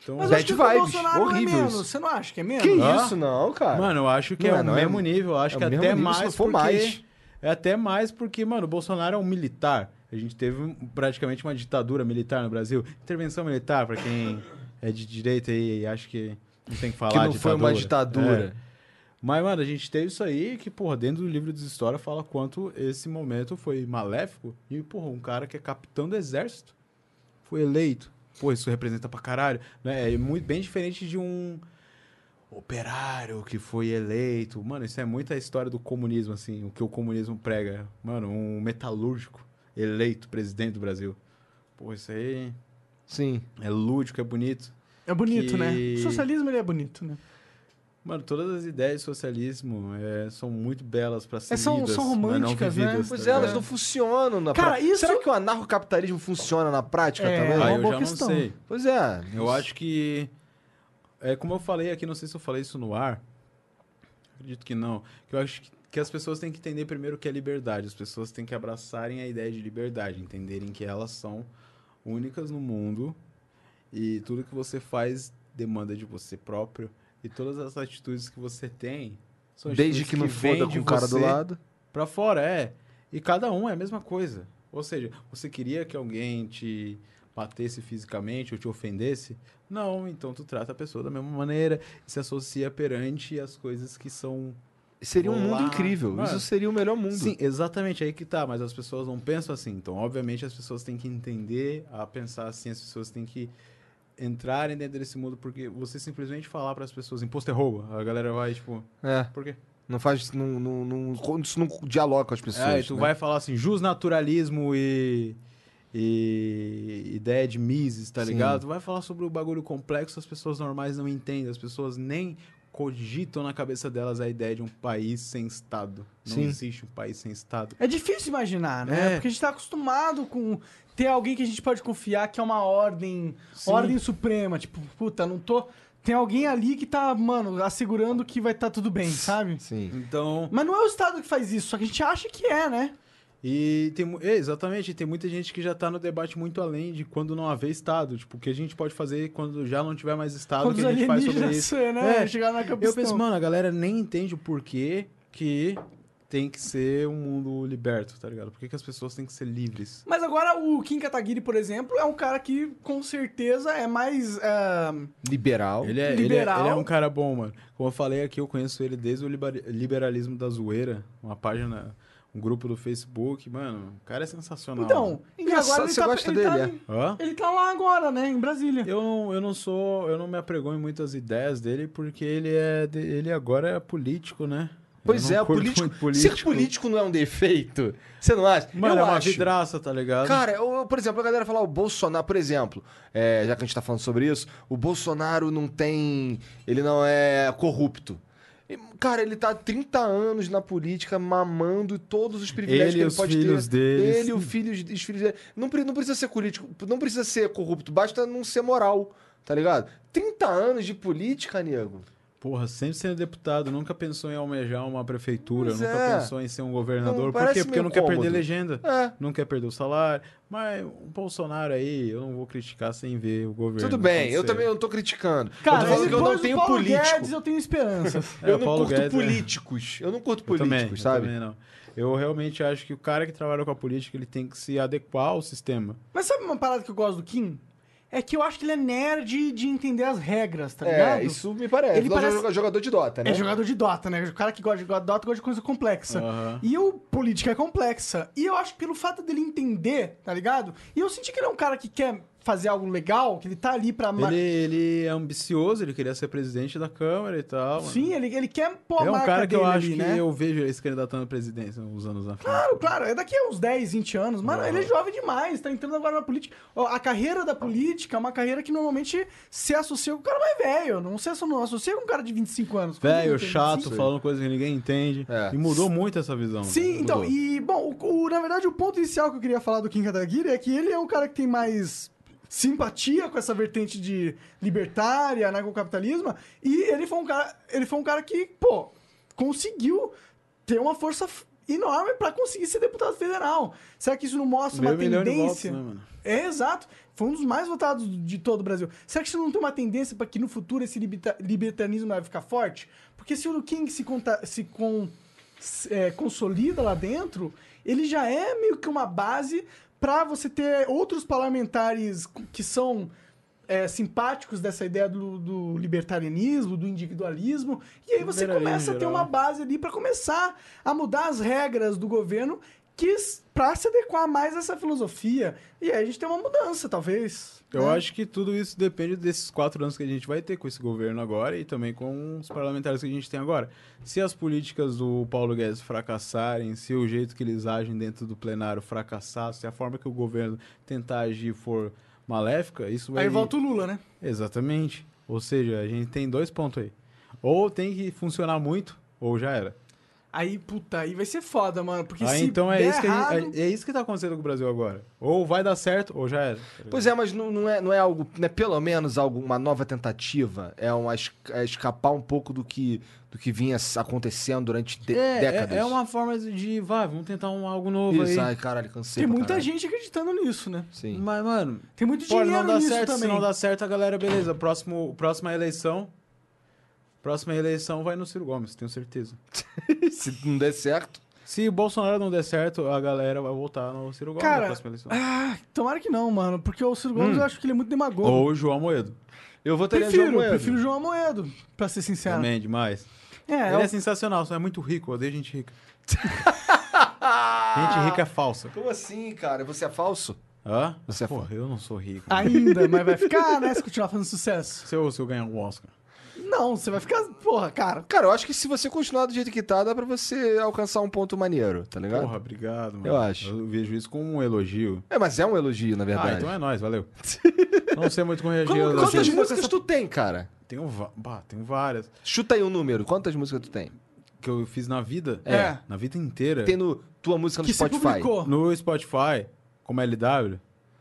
Speaker 3: Então,
Speaker 2: Mas eu
Speaker 1: Bad
Speaker 2: acho que o do
Speaker 1: vibes,
Speaker 2: Bolsonaro é
Speaker 1: horrível
Speaker 2: menos.
Speaker 1: isso.
Speaker 2: Você não acha que é menos?
Speaker 1: Que
Speaker 3: Hã?
Speaker 1: isso, não, cara?
Speaker 3: Mano, eu acho que
Speaker 1: Não
Speaker 3: é,
Speaker 1: é,
Speaker 3: o
Speaker 1: não,
Speaker 3: mesmo
Speaker 1: é-
Speaker 3: nível. eu Acho
Speaker 1: é o
Speaker 3: que
Speaker 1: mesmo
Speaker 3: até
Speaker 1: nível, se
Speaker 3: mais.
Speaker 1: não for
Speaker 3: porque-
Speaker 1: mais.
Speaker 3: É até mais porque, mano, o Bolsonaro é um militar. A gente teve um- praticamente uma ditadura militar no Brasil. Intervenção militar, pra quem é de direita aí, acho que não tem que falar
Speaker 1: que não
Speaker 3: ditadura.
Speaker 1: foi uma ditadura.
Speaker 3: É. Mas, mano, a gente teve isso aí que, porra, dentro do livro de história fala quanto esse momento foi maléfico. E, porra, um cara que é capitão do exército foi eleito. Pô, isso representa pra caralho. Né? É muito bem diferente de um operário que foi eleito. Mano, isso é muita história do comunismo, assim, o que o comunismo prega. Mano, um metalúrgico eleito presidente do Brasil. Pô, isso aí
Speaker 1: Sim.
Speaker 3: é lúdico, é bonito.
Speaker 2: É bonito,
Speaker 3: Que-
Speaker 2: né? O socialismo ele é bonito, né?
Speaker 3: Mano, todas as ideias de socialismo é, são muito belas pra ser
Speaker 2: É, são-
Speaker 3: lidas,
Speaker 2: são
Speaker 3: mas não
Speaker 2: românticas, né?
Speaker 3: vividas,
Speaker 1: Pois
Speaker 3: tá
Speaker 1: é, elas
Speaker 3: ligado?
Speaker 1: não funcionam na
Speaker 2: Cara,
Speaker 1: prática.
Speaker 2: isso-
Speaker 1: Será que o anarcocapitalismo funciona na prática
Speaker 2: É.
Speaker 1: também?
Speaker 2: uma
Speaker 3: Aí eu
Speaker 2: boa
Speaker 3: já
Speaker 2: questão.
Speaker 3: não sei.
Speaker 1: Pois é.
Speaker 3: Eu acho que. É como eu falei aqui, não sei se eu falei isso no ar. Acredito que não. Que eu acho que, que as pessoas têm que entender primeiro o que é liberdade. As pessoas têm que abraçarem a ideia de liberdade, entenderem que elas são únicas no mundo e tudo que você faz demanda de você próprio e todas as atitudes que você tem são
Speaker 1: Desde
Speaker 3: atitudes
Speaker 1: que não
Speaker 3: vêm
Speaker 1: foda com
Speaker 3: de
Speaker 1: o cara do
Speaker 3: você
Speaker 1: lado.
Speaker 3: Pra fora, é. E cada um é a mesma coisa. Ou seja, você queria que alguém te batesse fisicamente ou te ofendesse. Não, então tu trata a pessoa da mesma maneira e se associa perante as coisas que são.
Speaker 1: Seria um
Speaker 3: Olá.
Speaker 1: mundo incrível.
Speaker 3: Mano.
Speaker 1: Isso seria o melhor mundo.
Speaker 3: É. Sim, exatamente, aí que tá, mas as pessoas não pensam assim. Então, obviamente, as pessoas têm que entender a pensar assim, as pessoas têm que entrarem dentro desse mundo, porque você simplesmente falar para as pessoas, imposto é roubo, a galera vai, tipo,
Speaker 1: É.
Speaker 3: por quê?
Speaker 1: Não faz. Não, não, não- isso não dialoga com as pessoas.
Speaker 3: É, e tu
Speaker 1: né?
Speaker 3: vai falar assim, jusnaturalismo e, e ideia de Mises, tá
Speaker 1: Sim.
Speaker 3: ligado? Tu vai falar sobre o bagulho complexo, as pessoas normais não entendem, as pessoas nem cogitam na cabeça delas a ideia de um país sem Estado. Não
Speaker 1: Sim.
Speaker 3: existe um país sem Estado.
Speaker 2: É difícil imaginar, né?
Speaker 3: É.
Speaker 2: Porque a gente tá acostumado com ter alguém que a gente pode confiar que é uma ordem,
Speaker 3: Sim.
Speaker 2: ordem suprema. Tipo, puta, não tô. Tem alguém ali que tá, mano, assegurando que vai tá tudo bem, sabe?
Speaker 1: Sim.
Speaker 3: Então,
Speaker 2: Mas não é o Estado que faz isso, só que a gente acha que é, né?
Speaker 3: E tem, mu- é, exatamente, tem muita gente que já tá no debate muito além de quando não haver Estado. Tipo, o que a gente pode fazer quando já não tiver mais Estado, o
Speaker 2: Quando
Speaker 3: que
Speaker 2: os
Speaker 3: a gente faz sobre
Speaker 2: alienígenas,
Speaker 3: isso.
Speaker 2: né?
Speaker 3: É,
Speaker 2: Chegar na
Speaker 3: Eu
Speaker 2: cabeça.
Speaker 3: penso, mano, a galera nem entende o porquê que tem que ser um mundo liberto, tá ligado? Por que, que as pessoas têm que ser livres?
Speaker 2: Mas agora o Kim Kataguiri, por exemplo, é um cara que com certeza é mais. ah,
Speaker 1: Liberal.
Speaker 3: Ele é, ele, é,
Speaker 2: Liberal.
Speaker 3: ele é um cara bom, mano. Como eu falei aqui, eu conheço ele desde o liber- liberalismo da zoeira, uma página, um grupo do Facebook. Mano, o cara é sensacional.
Speaker 2: Então, e
Speaker 1: Engraçado,
Speaker 2: agora ele
Speaker 1: você
Speaker 2: tá,
Speaker 1: gosta
Speaker 2: ele
Speaker 1: dele,
Speaker 2: tá-
Speaker 1: é?
Speaker 3: Hã?
Speaker 2: ele tá lá agora, né? Em Brasília.
Speaker 3: Eu não, eu não sou, eu não me apregoio em muitas ideias dele porque ele é, de- ele agora é político, né?
Speaker 1: Pois
Speaker 3: Eu
Speaker 1: é,
Speaker 3: não curto
Speaker 1: político,
Speaker 3: muito
Speaker 1: Ser político não é um defeito. Você não acha?
Speaker 3: Mano,
Speaker 1: eu
Speaker 3: é uma
Speaker 1: acho.
Speaker 3: vidraça, tá ligado?
Speaker 1: Cara, eu- eu, por exemplo, a galera fala "Ah, o Bolsonaro, por exemplo, é, já que a gente tá falando sobre isso, o Bolsonaro não tem. Ele não é corrupto. E, Cara, ele tá há 30 anos na política, mamando todos os privilégios
Speaker 3: Ele e
Speaker 1: que ele
Speaker 3: os
Speaker 1: pode
Speaker 3: filhos
Speaker 1: ter.
Speaker 3: deles.
Speaker 1: Ele, os filhos, os filhos dele. Não, pre- não precisa ser político, não precisa ser corrupto, basta não ser moral, tá ligado? 30 anos de política, nego.
Speaker 3: Porra, sempre sendo deputado, nunca pensou em almejar uma prefeitura,
Speaker 1: Pois
Speaker 3: nunca
Speaker 1: é.
Speaker 3: pensou em ser um governador.
Speaker 1: Não,
Speaker 3: Por
Speaker 1: parece
Speaker 3: quê? Porque
Speaker 1: meio
Speaker 3: não quer perder
Speaker 1: cômodo.
Speaker 3: legenda.
Speaker 1: É.
Speaker 3: Não quer perder o salário. Mas o Bolsonaro aí, eu não vou criticar sem ver o governo.
Speaker 1: Tudo bem, eu
Speaker 3: acontecer.
Speaker 1: também não tô criticando. eu
Speaker 2: Cara,
Speaker 1: tô falando que eu
Speaker 2: depois
Speaker 1: não
Speaker 2: do
Speaker 1: tenho
Speaker 2: Paulo
Speaker 1: político.
Speaker 2: Guedes, eu tenho esperanças.
Speaker 3: É,
Speaker 1: eu
Speaker 3: o
Speaker 1: não
Speaker 3: Paulo
Speaker 1: curto
Speaker 3: Guedes, é.
Speaker 1: políticos. Eu não curto
Speaker 3: Eu
Speaker 1: políticos,
Speaker 3: também,
Speaker 1: sabe?
Speaker 3: Eu também não. Eu realmente acho que o cara que trabalha com a política, ele tem que se adequar ao sistema.
Speaker 2: Mas sabe uma parada que eu gosto do Kim? É que eu acho que ele é nerd de entender as regras, tá ligado?
Speaker 1: É, isso me parece.
Speaker 2: Ele
Speaker 1: Ele
Speaker 2: parece-
Speaker 1: é jogador de Dota, né?
Speaker 2: É jogador de Dota, né? O cara que gosta de Dota gosta de coisa complexa.
Speaker 3: Aham.
Speaker 2: E o política é complexa. E eu acho que pelo fato dele entender, tá ligado? E eu senti que ele é um cara que quer fazer algo legal, que ele tá ali pra... mar-
Speaker 3: Ele, ele é ambicioso, ele queria ser presidente da Câmara e tal. mano.
Speaker 2: Sim, ele, ele quer pôr a
Speaker 3: é um
Speaker 2: marca
Speaker 3: cara que eu
Speaker 2: dele
Speaker 3: acho
Speaker 2: ali,
Speaker 3: que
Speaker 2: né?
Speaker 3: eu vejo ele se candidatando à presidência uns anos na frente.
Speaker 2: Claro, claro. É daqui a uns 10, 20 anos. Mano, ele é jovem demais, tá entrando agora na política. Ó, A carreira da política é uma carreira que normalmente se associa com um cara mais velho. Não se associa, não associa com um cara de 25 anos. Quando
Speaker 3: Velho,
Speaker 2: ele tem
Speaker 3: chato,
Speaker 2: 25?
Speaker 3: falando coisa que ninguém entende.
Speaker 1: É.
Speaker 3: E mudou muito essa visão.
Speaker 2: Sim,
Speaker 3: velho,
Speaker 2: então,
Speaker 3: mudou.
Speaker 2: e bom, o- o- na verdade o ponto inicial que eu queria falar do Kim Kataguiri é que ele é um cara que tem mais simpatia com essa vertente de libertária, anarcocapitalismo, e ele foi um cara, ele foi um cara que, pô, conseguiu ter uma força f- enorme pra conseguir ser deputado federal. Será que isso não mostra
Speaker 3: Meio
Speaker 2: uma
Speaker 3: milhão de
Speaker 2: tendência?
Speaker 3: votos, né, mano?
Speaker 2: É, exato. Foi um dos mais votados de todo o Brasil. Será que isso não tem uma tendência para que no futuro esse liberta- libertarianismo vai ficar forte? Porque se o Lu King se, conta- se con- se, é, consolida lá dentro, ele já é meio que uma base para você ter outros parlamentares co- que são é, simpáticos dessa ideia do, do libertarianismo, do individualismo. E aí você
Speaker 3: Liberalismo
Speaker 2: começa a ter
Speaker 3: geral.
Speaker 2: uma base ali para começar a mudar as regras do governo quis para se adequar mais a essa filosofia. E aí a gente tem uma mudança, talvez.
Speaker 3: Eu
Speaker 2: né?
Speaker 3: acho que tudo isso depende desses quatro anos que a gente vai ter com esse governo agora e também com os parlamentares que a gente tem agora. Se as políticas do Paulo Guedes fracassarem, se o jeito que eles agem dentro do plenário fracassar, se a forma que o governo tentar agir for maléfica, isso vai.
Speaker 2: Aí volta o Lula, né?
Speaker 3: Exatamente. Ou seja, a gente tem dois pontos aí. Ou tem que funcionar muito, ou já era.
Speaker 2: Aí, puta, aí vai ser foda, mano. Porque
Speaker 3: Ah,
Speaker 2: se
Speaker 3: então é
Speaker 2: der
Speaker 3: isso, que a
Speaker 2: errado,
Speaker 3: gente- é, é isso que tá acontecendo com o Brasil agora. Ou vai dar certo, ou já era.
Speaker 1: Pois é, mas não, não é, não é algo, não é pelo menos algo, uma nova tentativa. É, uma, es- é escapar um pouco do que, do que vinha s- acontecendo durante de- décadas.
Speaker 3: É, é uma forma de, vai, vamos tentar um, algo novo
Speaker 1: Isso,
Speaker 3: aí.
Speaker 1: ai, caralho, cansei.
Speaker 2: tem
Speaker 1: pra
Speaker 2: muita
Speaker 1: caralho.
Speaker 2: gente acreditando nisso, né?
Speaker 1: Sim.
Speaker 3: Mas, mano,
Speaker 2: Tem muito
Speaker 3: pode
Speaker 2: dinheiro
Speaker 3: não dar
Speaker 2: nisso
Speaker 3: certo,
Speaker 2: também.
Speaker 3: se não dá certo, a galera, beleza, próximo, próxima eleição, próxima eleição vai no Ciro Gomes, tenho certeza.
Speaker 1: Se não der certo.
Speaker 3: Se o Bolsonaro não der certo, a galera vai voltar no Ciro Gomes na
Speaker 2: Cara,
Speaker 3: próxima eleição.
Speaker 2: ah, tomara que não, mano. Porque o Ciro Gomes eu acho que ele é muito demagogo.
Speaker 3: Hum. Ou o João Moedo.
Speaker 1: Eu votaria
Speaker 2: Prefiro,
Speaker 1: João Moedo.
Speaker 2: prefiro o João Amoedo, pra ser sincero.
Speaker 3: Também, demais.
Speaker 2: É,
Speaker 3: Ele é
Speaker 2: eu-
Speaker 3: sensacional, só é muito rico, eu odeio gente rica. gente rica é falsa.
Speaker 1: Como assim, cara? Você é falso?
Speaker 3: Hã?
Speaker 1: Você é
Speaker 3: Pô,
Speaker 1: foda.
Speaker 3: eu não sou rico.
Speaker 2: ainda, mas vai ficar, né? Se continuar fazendo sucesso.
Speaker 3: Se eu, se eu ganhar um Oscar.
Speaker 2: Não, você vai ficar. Porra, cara.
Speaker 1: Cara, eu acho que se você continuar do jeito que tá, dá pra você alcançar um ponto maneiro, tá ligado?
Speaker 3: Porra, obrigado, mano.
Speaker 1: Eu acho.
Speaker 3: Eu vejo isso como um elogio.
Speaker 1: É, mas é um elogio, na verdade.
Speaker 3: Ah, então é nóis, valeu. não sei muito
Speaker 2: um
Speaker 3: como reagir.
Speaker 1: Como-
Speaker 3: às
Speaker 1: quantas
Speaker 3: elogios.
Speaker 1: músicas tu tem, cara?
Speaker 3: Tenho, va- bah, tenho várias.
Speaker 1: Chuta aí um número. Quantas músicas tu tem?
Speaker 3: Que eu fiz na vida.
Speaker 2: É.
Speaker 3: Na vida inteira.
Speaker 1: Tem no tua música no
Speaker 2: que se
Speaker 1: Spotify.
Speaker 2: publicou.
Speaker 3: No Spotify, como LW,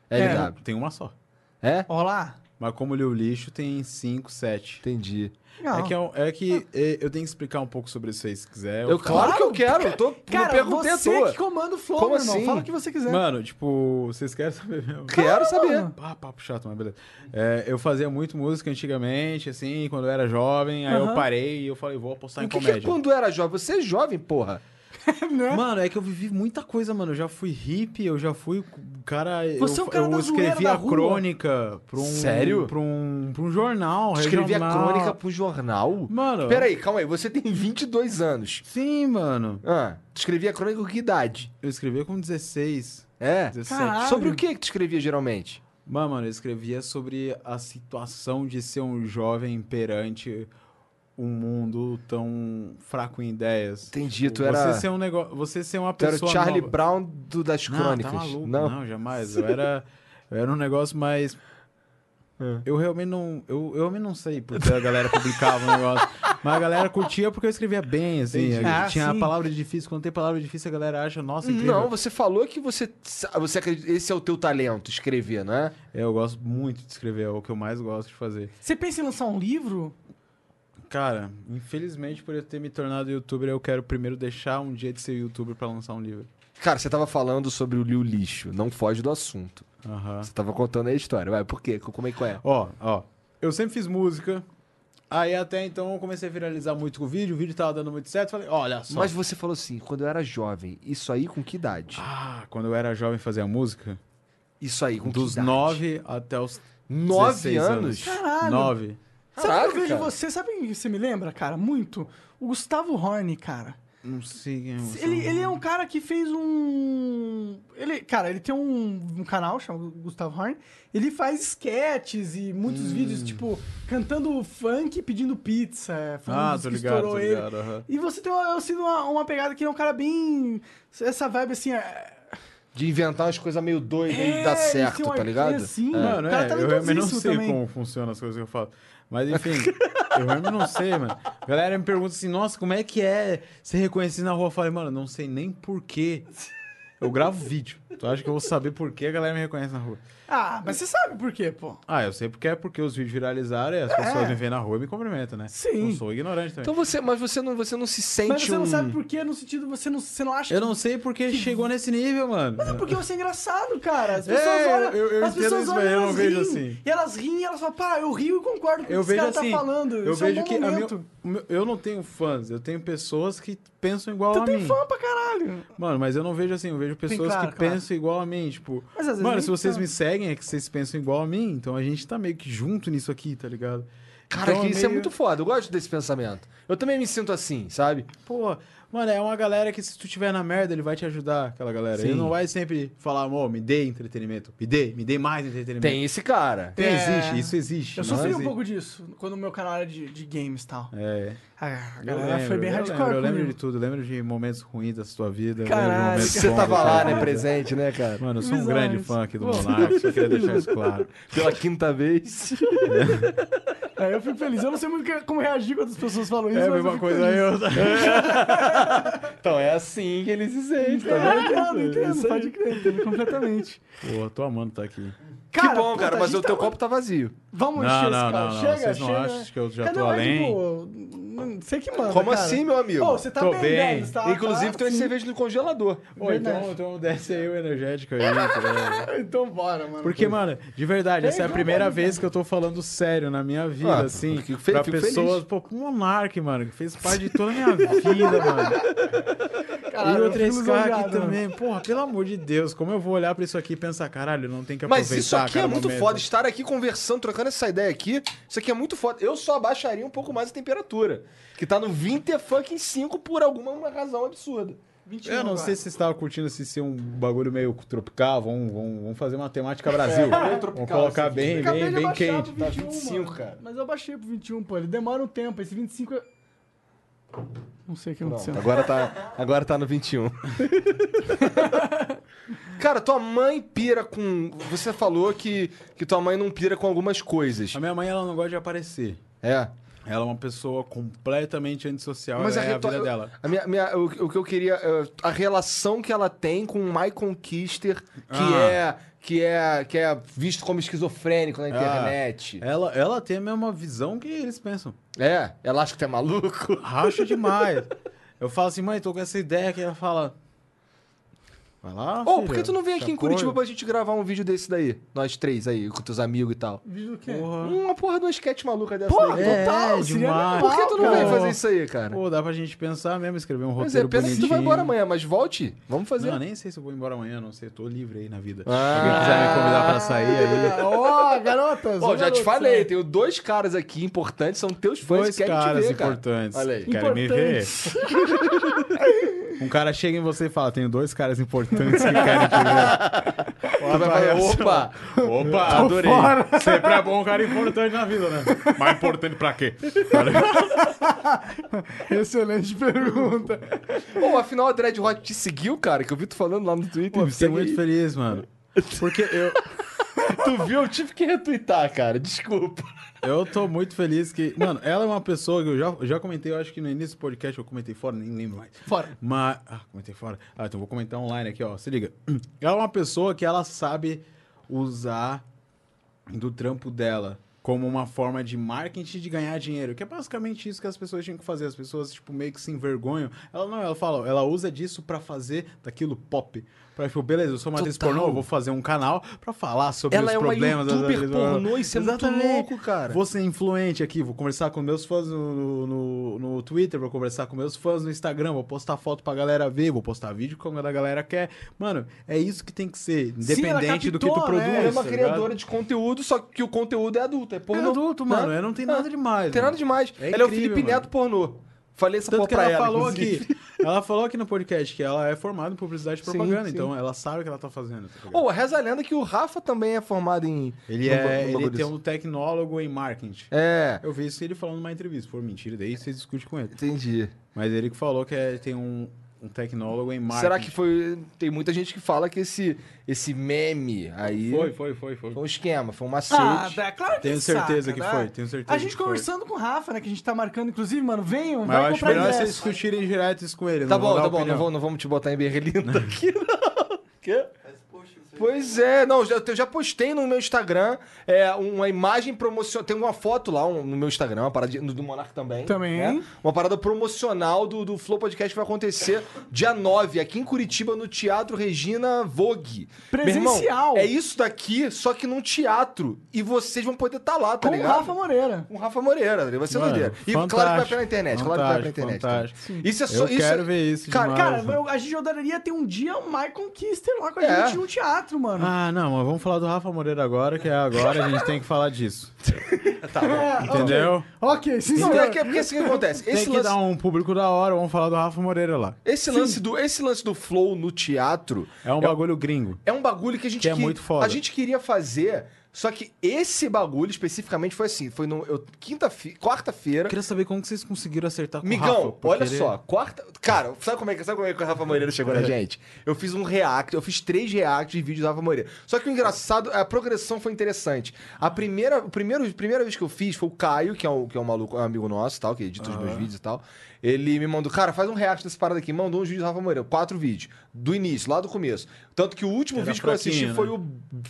Speaker 3: É
Speaker 1: LW.
Speaker 3: tem uma só.
Speaker 1: É.
Speaker 2: Ó lá.
Speaker 3: Mas como li o lixo, tem 5, 7.
Speaker 1: Entendi.
Speaker 2: Não.
Speaker 3: É que, é, um- é que é, eu tenho que explicar um pouco sobre isso aí, se quiser.
Speaker 1: Eu,
Speaker 3: falo.
Speaker 1: claro, que eu quero. Eu tô, não
Speaker 2: Cara,
Speaker 3: é
Speaker 1: perguntei à
Speaker 2: você
Speaker 1: toa.
Speaker 2: que comanda o flow,
Speaker 1: Como
Speaker 2: meu irmão.
Speaker 1: assim?
Speaker 2: Fala o que você quiser.
Speaker 3: Mano, tipo, vocês querem saber mesmo?
Speaker 1: Quero saber.
Speaker 2: mano.
Speaker 3: Ah, papo chato, mas beleza. É, eu fazia muito música antigamente, assim, quando eu era jovem. Aí
Speaker 2: Aham.
Speaker 3: eu parei e eu falei, vou apostar
Speaker 1: O
Speaker 3: em
Speaker 2: é
Speaker 1: que, que
Speaker 3: comédia.
Speaker 1: quando era jovem? Você é jovem, porra.
Speaker 2: Né?
Speaker 3: Mano, é que eu vivi muita coisa, mano. Eu já fui hippie, eu já fui. Cara,
Speaker 2: Você é
Speaker 3: eu,
Speaker 2: um cara
Speaker 3: eu
Speaker 2: da zoeira
Speaker 3: escrevi
Speaker 2: da
Speaker 3: a
Speaker 2: rua.
Speaker 3: crônica pra um.
Speaker 1: Sério?
Speaker 3: Pra um, pra um jornal.
Speaker 1: Escrevi a
Speaker 3: regional.
Speaker 1: crônica pro jornal.
Speaker 3: Mano.
Speaker 1: Peraí, calma aí. Você tem 22 anos.
Speaker 3: Sim, mano.
Speaker 1: Ah, tu escrevia crônica com que idade?
Speaker 3: Eu escrevia com 16,
Speaker 1: É.
Speaker 3: 17.
Speaker 2: Caralho.
Speaker 1: Sobre o que que tu escrevia geralmente?
Speaker 3: Mas, mano, eu escrevia sobre a situação de ser um jovem perante um mundo tão fraco em ideias.
Speaker 1: Entendi, tu
Speaker 3: Você
Speaker 1: era-
Speaker 3: ser um negócio, você ser uma
Speaker 1: Tu era o
Speaker 3: pessoa
Speaker 1: Charlie
Speaker 3: nova.
Speaker 1: Brown do, das
Speaker 3: não,
Speaker 1: crônicas.
Speaker 3: Tá maluco,
Speaker 1: não?
Speaker 3: não, jamais. Eu era, eu era um negócio mais.
Speaker 1: É.
Speaker 3: Eu realmente não. Eu, eu realmente não sei porque a galera publicava o negócio. Mas a galera curtia porque eu escrevia bem, assim.
Speaker 2: Entendi.
Speaker 3: eu-
Speaker 2: Ah,
Speaker 3: tinha
Speaker 2: sim.
Speaker 3: palavra difícil. Quando tem palavra difícil, a galera acha, nossa, é incrível.
Speaker 1: Não, você falou que você, você acredita, esse é o teu talento, escrever, não é?
Speaker 3: Eu gosto muito de escrever, é o que eu mais gosto de fazer.
Speaker 2: Você pensa em lançar um livro?
Speaker 3: Cara, infelizmente por eu ter me tornado youtuber, eu quero primeiro deixar um dia de ser youtuber pra lançar um livro.
Speaker 1: Cara, você tava falando sobre o Liu Lixo, não foge do assunto.
Speaker 3: Aham.
Speaker 1: Você tava contando aí a história, vai, por quê? Como é que é?
Speaker 3: Ó, ó. Eu sempre fiz música. Aí até então eu comecei a viralizar muito com o vídeo, o vídeo tava dando muito certo, falei, olha só.
Speaker 1: Mas você falou assim, quando eu era jovem, isso aí com que idade?
Speaker 3: Ah, quando eu era jovem fazia música,
Speaker 1: Isso aí com que
Speaker 3: dos
Speaker 1: idade?
Speaker 3: 9 até os
Speaker 1: 9
Speaker 3: 16
Speaker 1: anos?
Speaker 2: Caralho.
Speaker 3: 9.
Speaker 2: sabe
Speaker 1: Caraca,
Speaker 2: o que eu vejo
Speaker 1: cara.
Speaker 2: você? Sabe o que você me lembra, cara? Muito? O Gustavo Horn, cara.
Speaker 3: Não sei quem é você.
Speaker 2: Ele, ele é um cara que fez um. Ele, cara, ele tem um, um canal chamado Gustavo Horn. Ele faz sketches e muitos
Speaker 3: Hum.
Speaker 2: vídeos, tipo, cantando funk e pedindo pizza. é, Foi um
Speaker 3: Ah,
Speaker 2: dos
Speaker 3: tô
Speaker 2: que
Speaker 3: ligado, tô
Speaker 2: estourou ele.
Speaker 3: ligado. aham.
Speaker 2: E você tem uma, assim, uma, uma pegada que ele é um cara bem. Essa vibe assim. É,
Speaker 1: De inventar umas coisas meio doidas e
Speaker 2: É,
Speaker 1: dar
Speaker 2: ele
Speaker 1: certo,
Speaker 2: tem uma
Speaker 1: tá ligado?
Speaker 2: ideia assim,
Speaker 1: É.
Speaker 3: um Mano,
Speaker 2: O cara
Speaker 3: é,
Speaker 2: tá
Speaker 3: eu realmente não
Speaker 2: talentosíssimo
Speaker 3: sei
Speaker 2: também.
Speaker 3: como funcionam as coisas que eu falo. Mas enfim, eu realmente não sei, mano. A galera me pergunta assim, nossa, como é que é ser reconhecido na rua? Eu falei, mano, não sei nem porquê. Eu gravo vídeo. Tu acha que eu vou saber por que a galera me reconhece na rua?
Speaker 2: Ah, mas você sabe por quê, pô?
Speaker 3: Ah, eu sei porque é porque os vídeos viralizaram e as pessoas me veem na rua e me cumprimentam, né?
Speaker 2: É. Sim.
Speaker 3: Não sou ignorante também.
Speaker 1: Então você, mas você não, você não se sente
Speaker 2: Mas você
Speaker 1: um...
Speaker 2: não sabe por quê, no sentido, você não, você não acha
Speaker 3: Eu
Speaker 2: que-
Speaker 3: não sei porque chegou nesse nível, mano.
Speaker 2: Mas é porque você é engraçado, cara. As
Speaker 3: É,
Speaker 2: pessoas olham.
Speaker 3: eu- eu
Speaker 2: as
Speaker 3: entendo
Speaker 2: pessoas
Speaker 3: isso,
Speaker 2: olham
Speaker 3: mas eu
Speaker 2: e
Speaker 3: não
Speaker 2: elas
Speaker 3: vejo
Speaker 2: riem.
Speaker 3: assim.
Speaker 2: E elas riem e elas falam, pá, eu rio e concordo com o
Speaker 3: Eu
Speaker 2: que esse
Speaker 3: vejo
Speaker 2: cara
Speaker 3: assim.
Speaker 2: tá falando.
Speaker 3: eu
Speaker 2: Isso é um
Speaker 3: vejo
Speaker 2: bom
Speaker 3: que a minha-
Speaker 2: momento.
Speaker 3: o meu- eu não tenho fãs, eu tenho pessoas que pensam igual
Speaker 2: Tu
Speaker 3: a
Speaker 2: tem
Speaker 3: mim.
Speaker 2: fã pra caralho.
Speaker 3: Mano, mas eu não vejo assim, eu vejo pessoas
Speaker 2: claro,
Speaker 3: que
Speaker 2: claro.
Speaker 3: pensam igual a mim, tipo.
Speaker 2: Mas às vezes
Speaker 3: mano,
Speaker 2: nem
Speaker 3: se vocês
Speaker 2: sabe.
Speaker 3: me seguem, é que vocês pensam igual a mim, então a gente tá meio que junto nisso aqui, tá ligado?
Speaker 1: Cara,
Speaker 3: Então
Speaker 1: que isso é
Speaker 3: meio-
Speaker 1: muito foda, eu gosto desse pensamento. Eu também me sinto assim, sabe?
Speaker 3: Pô, mano, é uma galera que se tu tiver na merda, ele vai te ajudar, aquela galera.
Speaker 1: Sim.
Speaker 3: Ele não vai sempre falar, amor, me dê entretenimento, me dê, me dê mais entretenimento.
Speaker 1: Tem esse cara.
Speaker 3: Tem,
Speaker 2: É.
Speaker 3: existe, isso existe.
Speaker 2: Eu
Speaker 3: não
Speaker 2: sofri um
Speaker 3: existe.
Speaker 2: pouco disso quando o meu canal era de, de games e tal.
Speaker 3: É.
Speaker 2: Ah, a
Speaker 3: Eu
Speaker 2: galera
Speaker 3: lembro,
Speaker 2: foi bem
Speaker 3: eu
Speaker 2: hardcore.
Speaker 3: lembro, Eu lembro de
Speaker 2: comigo.
Speaker 3: tudo, eu lembro de momentos ruins da sua vida. eu lembro de
Speaker 2: Caralho.
Speaker 3: momentos
Speaker 1: Você
Speaker 3: bons
Speaker 1: tava
Speaker 3: da
Speaker 1: lá,
Speaker 3: sua
Speaker 1: né,
Speaker 3: vida.
Speaker 1: presente, né, cara?
Speaker 3: Mano, eu sou um
Speaker 2: Bizarro
Speaker 3: grande
Speaker 2: isso.
Speaker 3: fã aqui do Monark, só queria deixar isso claro.
Speaker 1: Pela quinta vez.
Speaker 2: Aí É, eu fico feliz. Eu não sei muito que- como reagir quando as pessoas falam isso.
Speaker 3: É a
Speaker 2: mas
Speaker 3: mesma
Speaker 2: fico
Speaker 3: coisa
Speaker 2: feliz.
Speaker 3: eu.
Speaker 1: Então é assim que ele se sente, tá
Speaker 2: É, entendo, entendo, pode crer, entendo completamente.
Speaker 3: Pô, tô amando tá aqui.
Speaker 1: que bom, cara,
Speaker 2: puta, a
Speaker 1: mas
Speaker 2: gente
Speaker 1: o teu
Speaker 2: tá-
Speaker 1: copo tá vazio.
Speaker 2: Vamos
Speaker 3: Não,
Speaker 2: encher esse cara.
Speaker 3: não, não, não.
Speaker 2: chega,
Speaker 3: Vocês não
Speaker 2: chega.
Speaker 3: acham que eu já
Speaker 2: Cadê
Speaker 3: tô
Speaker 2: mais de
Speaker 3: além?
Speaker 2: boa? Não sei que manda,
Speaker 1: Como
Speaker 2: cara.
Speaker 1: assim, meu amigo?
Speaker 2: Ô, você tá
Speaker 3: Tô
Speaker 2: bem,
Speaker 3: bem.
Speaker 2: velho, tá-
Speaker 1: Inclusive,
Speaker 2: tá-
Speaker 1: tem umas cervejas no congelador.
Speaker 3: Pô, então, então desce aí o energético aí. né? cara.
Speaker 2: Então bora, mano.
Speaker 3: Porque, mano, de verdade, essa é a
Speaker 2: Pegou,
Speaker 3: primeira
Speaker 2: mano.
Speaker 3: vez que eu tô falando sério na minha vida,
Speaker 1: Ah,
Speaker 3: assim.
Speaker 1: eu fico fe-
Speaker 3: pra
Speaker 1: fico
Speaker 3: pessoas. Pô, pro Monark, mano, que fez parte de toda a minha vida, mano. Cara,
Speaker 2: eu
Speaker 3: Ah, eu
Speaker 2: fico
Speaker 3: três k
Speaker 2: lisonjeado,
Speaker 3: aqui também. Porra, pelo amor de Deus, como eu vou olhar pra isso aqui e pensar, caralho, não tem que aproveitar.
Speaker 1: Mas isso aqui é
Speaker 3: cara, o
Speaker 1: muito
Speaker 3: momento.
Speaker 1: foda, estar aqui conversando, trocando essa ideia aqui. Isso aqui é muito foda. Eu só abaixaria um pouco mais a temperatura. Que tá no 20 fucking 5 por alguma uma razão absurda.
Speaker 2: 21
Speaker 3: Eu não
Speaker 2: agora.
Speaker 3: sei se vocês estavam curtindo se ser um bagulho meio tropical. Vamos, vamos, vamos fazer uma temática Brasil.
Speaker 1: É, tropical,
Speaker 3: vamos colocar
Speaker 1: assim.
Speaker 3: bem,
Speaker 2: Acabei
Speaker 3: bem,
Speaker 2: de
Speaker 3: bem
Speaker 2: abaixar
Speaker 3: quente.
Speaker 2: pro
Speaker 1: Tá
Speaker 2: 21,
Speaker 1: 25,
Speaker 2: mano.
Speaker 1: cara.
Speaker 2: Mas eu baixei pro 21, pô. Ele demora um tempo. Esse 25 é... Não sei o que aconteceu.
Speaker 1: Agora tá, agora tá no 21. Cara, tua mãe pira com. Você falou que, que tua mãe não pira com algumas coisas.
Speaker 3: A minha mãe, ela não gosta de aparecer.
Speaker 1: É.
Speaker 3: Ela é uma pessoa completamente antissocial,
Speaker 1: Mas
Speaker 3: ela é a
Speaker 1: re- tua-
Speaker 3: vida dela.
Speaker 1: a minha- minha- o, o que eu queria. é, A relação que ela tem com o Michael Kister, que,
Speaker 3: Ah.
Speaker 1: é, que, é, que é visto como esquizofrênico na internet.
Speaker 3: Ela, ela tem a mesma visão que eles pensam.
Speaker 1: É, ela acha que tu é maluco.
Speaker 3: Racha demais. Eu falo assim, mãe, tô com essa ideia que ela fala. Vai lá.
Speaker 1: Ô,
Speaker 3: filha, tá
Speaker 1: por que tu não vem
Speaker 3: te
Speaker 1: aqui em
Speaker 3: apoio."
Speaker 1: Curitiba pra gente gravar um vídeo desse daí? Nós três aí, com teus amigos e tal.
Speaker 2: Vídeo do quê?
Speaker 3: Porra.
Speaker 1: Uma porra de uma sketch maluca dessa
Speaker 2: Porra,
Speaker 1: daí.
Speaker 3: É,
Speaker 2: total. seria
Speaker 3: demais.
Speaker 2: animal,
Speaker 1: Por que tu não
Speaker 2: cara.
Speaker 1: vem fazer isso aí, cara?
Speaker 3: Pô, dá pra gente pensar mesmo, escrever um
Speaker 1: Mas
Speaker 3: roteiro
Speaker 1: é, pena que tu vai
Speaker 3: bonitinho.
Speaker 1: embora amanhã, mas volte. Vamos fazer.
Speaker 3: Não, nem sei se eu vou embora amanhã, não sei. Tô livre aí na vida.
Speaker 1: Ah.
Speaker 3: Alguém quiser me convidar pra sair aí.
Speaker 2: Ó, garotas.
Speaker 1: Ó,
Speaker 2: ó,
Speaker 1: já te
Speaker 2: garotas.
Speaker 1: falei, tenho dois caras aqui importantes, são teus fãs
Speaker 3: Dois
Speaker 1: que querem
Speaker 3: caras
Speaker 1: te ver, cara.
Speaker 3: importantes.
Speaker 1: Olha aí.
Speaker 3: Querem me ver?
Speaker 2: Importantes.
Speaker 3: Um cara chega em você e fala: Tenho dois caras importantes que querem te ver.
Speaker 1: Tu vai falar, opa,
Speaker 3: Opa, adorei. Sempre é bom um cara importante na vida, né? Mas importante pra quê?
Speaker 2: Excelente pergunta.
Speaker 1: Pô, afinal a Dread Hot te seguiu, cara, que eu vi tu falando lá no Twitter.
Speaker 3: Pô, fiquei
Speaker 1: Segue
Speaker 3: muito
Speaker 1: aí.
Speaker 3: feliz, mano. Porque eu,
Speaker 1: Tu viu? Eu tive que retweetar, cara, desculpa.
Speaker 3: eu tô muito feliz que. Mano, ela é uma pessoa que eu já, já comentei, eu acho que no início do podcast eu comentei fora, nem lembro mais.
Speaker 2: Fora.
Speaker 3: Mas. Ah, comentei fora. Ah, então vou comentar online aqui, ó. Se liga. Ela é uma pessoa que ela sabe usar do trampo dela como uma forma de marketing de ganhar dinheiro, que é basicamente isso que as pessoas tinham que fazer. As pessoas, tipo, meio que se envergonham. Ela não, ela fala, ela usa disso pra fazer daquilo pop. Pra, tipo, beleza, eu sou uma atriz
Speaker 1: Total.
Speaker 3: pornô, eu vou fazer um canal pra falar sobre
Speaker 1: Ela
Speaker 3: os
Speaker 1: é uma
Speaker 3: problemas. das
Speaker 1: youtuber
Speaker 3: atrizes.
Speaker 1: pornô, isso é muito louco, cara.
Speaker 3: Vou ser influente aqui, vou conversar com meus fãs no, no, no Twitter, vou conversar com meus fãs no Instagram, vou postar foto pra galera ver, vou postar vídeo como a galera quer. Mano, é isso que tem que ser,
Speaker 2: ela
Speaker 3: independente do que tu
Speaker 2: captou,
Speaker 3: produz.
Speaker 2: né?
Speaker 1: Ela é uma
Speaker 3: tá
Speaker 1: criadora de conteúdo, só que o conteúdo é adulto, é pornô.
Speaker 3: é adulto,
Speaker 1: né?
Speaker 3: mano. é, Não tem nada demais.
Speaker 1: Não tem nada
Speaker 3: mano.
Speaker 1: demais.
Speaker 3: É
Speaker 1: ela é o
Speaker 3: incrível,
Speaker 1: Felipe
Speaker 3: mano.
Speaker 1: Neto pornô. Falei essa
Speaker 3: Tanto
Speaker 1: porra
Speaker 3: que
Speaker 1: pra
Speaker 3: ela,
Speaker 1: ela,
Speaker 3: falou
Speaker 1: inclusive.
Speaker 3: aqui. Ela falou aqui no podcast que ela é formada em publicidade e
Speaker 1: Sim,
Speaker 3: propaganda,
Speaker 1: sim. Oh,
Speaker 3: então ela sabe o que ela tá fazendo. tá ligado?
Speaker 1: Ô, reza a lenda que o Rafa também é formado em.
Speaker 3: ele
Speaker 1: no-
Speaker 3: é,
Speaker 1: no
Speaker 3: ele
Speaker 1: bagulho
Speaker 3: tem
Speaker 1: disso.
Speaker 3: um tecnólogo em marketing.
Speaker 1: É,
Speaker 3: Eu vi isso ele falando numa entrevista. Por mentira, daí você discute com ele.
Speaker 1: entendi.
Speaker 3: Mas ele que falou que é- tem um, um tecnólogo em marketing.
Speaker 1: Será que foi. Tem muita gente que fala que esse, esse meme aí.
Speaker 3: Foi, foi, foi, foi.
Speaker 1: Foi um esquema, foi um macete.
Speaker 2: Ah, dá- claro que
Speaker 3: Tenho certeza
Speaker 2: saca,
Speaker 3: que
Speaker 2: dá.
Speaker 3: foi, tenho certeza
Speaker 2: A gente
Speaker 3: que foi.
Speaker 2: conversando com o Rafa, né? Que a gente tá marcando, inclusive, mano, venham,
Speaker 3: Mas eu
Speaker 2: vai
Speaker 3: acho
Speaker 2: comprar
Speaker 3: melhor vocês
Speaker 2: ingresso.
Speaker 3: discutirem direto isso com ele.
Speaker 1: tá
Speaker 3: não vou
Speaker 1: bom,
Speaker 3: dar
Speaker 1: tá bom, não,
Speaker 3: opinião.
Speaker 1: vamos, não vamos te botar em berlinda aqui, não. Quê?
Speaker 4: Mas, poxa, isso aí-
Speaker 1: Pois é, não, eu já- eu já postei no meu Instagram é, uma imagem promocional. Tem uma foto lá um- no meu Instagram, uma parada de- no- do Monark também.
Speaker 2: Também.
Speaker 1: né? Uma parada promocional do, do Flow Podcast que vai acontecer dia 9, aqui em Curitiba, no Teatro Regina Vogue. Meu irmão,
Speaker 2: Presencial.
Speaker 1: é isso daqui, só que num teatro. E vocês vão poder estar lá, tá
Speaker 2: Com o
Speaker 1: ligado?
Speaker 2: Rafa Moreira.
Speaker 1: Com o Rafa Moreira, vai ser
Speaker 3: Mano,
Speaker 1: doideira. E claro que vai
Speaker 3: fantástico,
Speaker 1: pela internet, claro que vai pela
Speaker 3: fantástico,
Speaker 1: internet.
Speaker 3: fantástico.
Speaker 1: também. Isso é só
Speaker 3: Eu
Speaker 1: isso
Speaker 3: quero
Speaker 1: é-
Speaker 3: ver isso
Speaker 1: Cara,
Speaker 3: demais,
Speaker 2: Cara,
Speaker 3: mano.
Speaker 2: eu- a gente adoraria ter um dia o Michael Kister lá com a
Speaker 1: É.
Speaker 2: gente no teatro, mano.
Speaker 3: Ah, não, mas vamos falar do Rafa Moreira agora, que é agora a gente tem que falar disso.
Speaker 2: É,
Speaker 3: Entendeu?
Speaker 2: Ok, sim,
Speaker 1: tá. Não,
Speaker 2: senhor.
Speaker 1: é que é porque assim que acontece.
Speaker 3: Tem
Speaker 1: Esse
Speaker 3: que
Speaker 1: lance,
Speaker 3: dar um público da hora, vamos falar do Rafa Moreira lá.
Speaker 1: esse lance do, esse lance do flow no teatro
Speaker 3: É um bagulho gringo.
Speaker 1: é um bagulho que a gente
Speaker 3: Que é muito foda.
Speaker 1: a gente queria fazer, só que esse bagulho especificamente foi assim, foi no eu- quinta-feira, quarta-feira.
Speaker 3: Eu queria saber como que vocês conseguiram acertar tá com o Rafa.
Speaker 1: Migão,
Speaker 3: por
Speaker 1: olha
Speaker 3: querer.
Speaker 1: só, quarta. Cara, sabe como é que, sabe como é que o Rafa Moreira chegou na gente? Eu fiz um react, eu fiz três reacts de vídeos do Rafa Moreira. Só que o engraçado, a progressão foi interessante. A primeira, o primeiro, a primeira vez que eu fiz foi o Caio, que é um, que é um maluco, é um amigo nosso e tal, que edita os meus vídeos e tal. Ele me mandou, cara, faz um react dessa parada aqui. Mandou uns vídeos do Rafa Moreira, quatro vídeos, do início, lá do começo. Tanto que o último
Speaker 3: Era
Speaker 1: vídeo que eu
Speaker 3: fraquinho,
Speaker 1: assisti
Speaker 3: né?
Speaker 1: foi o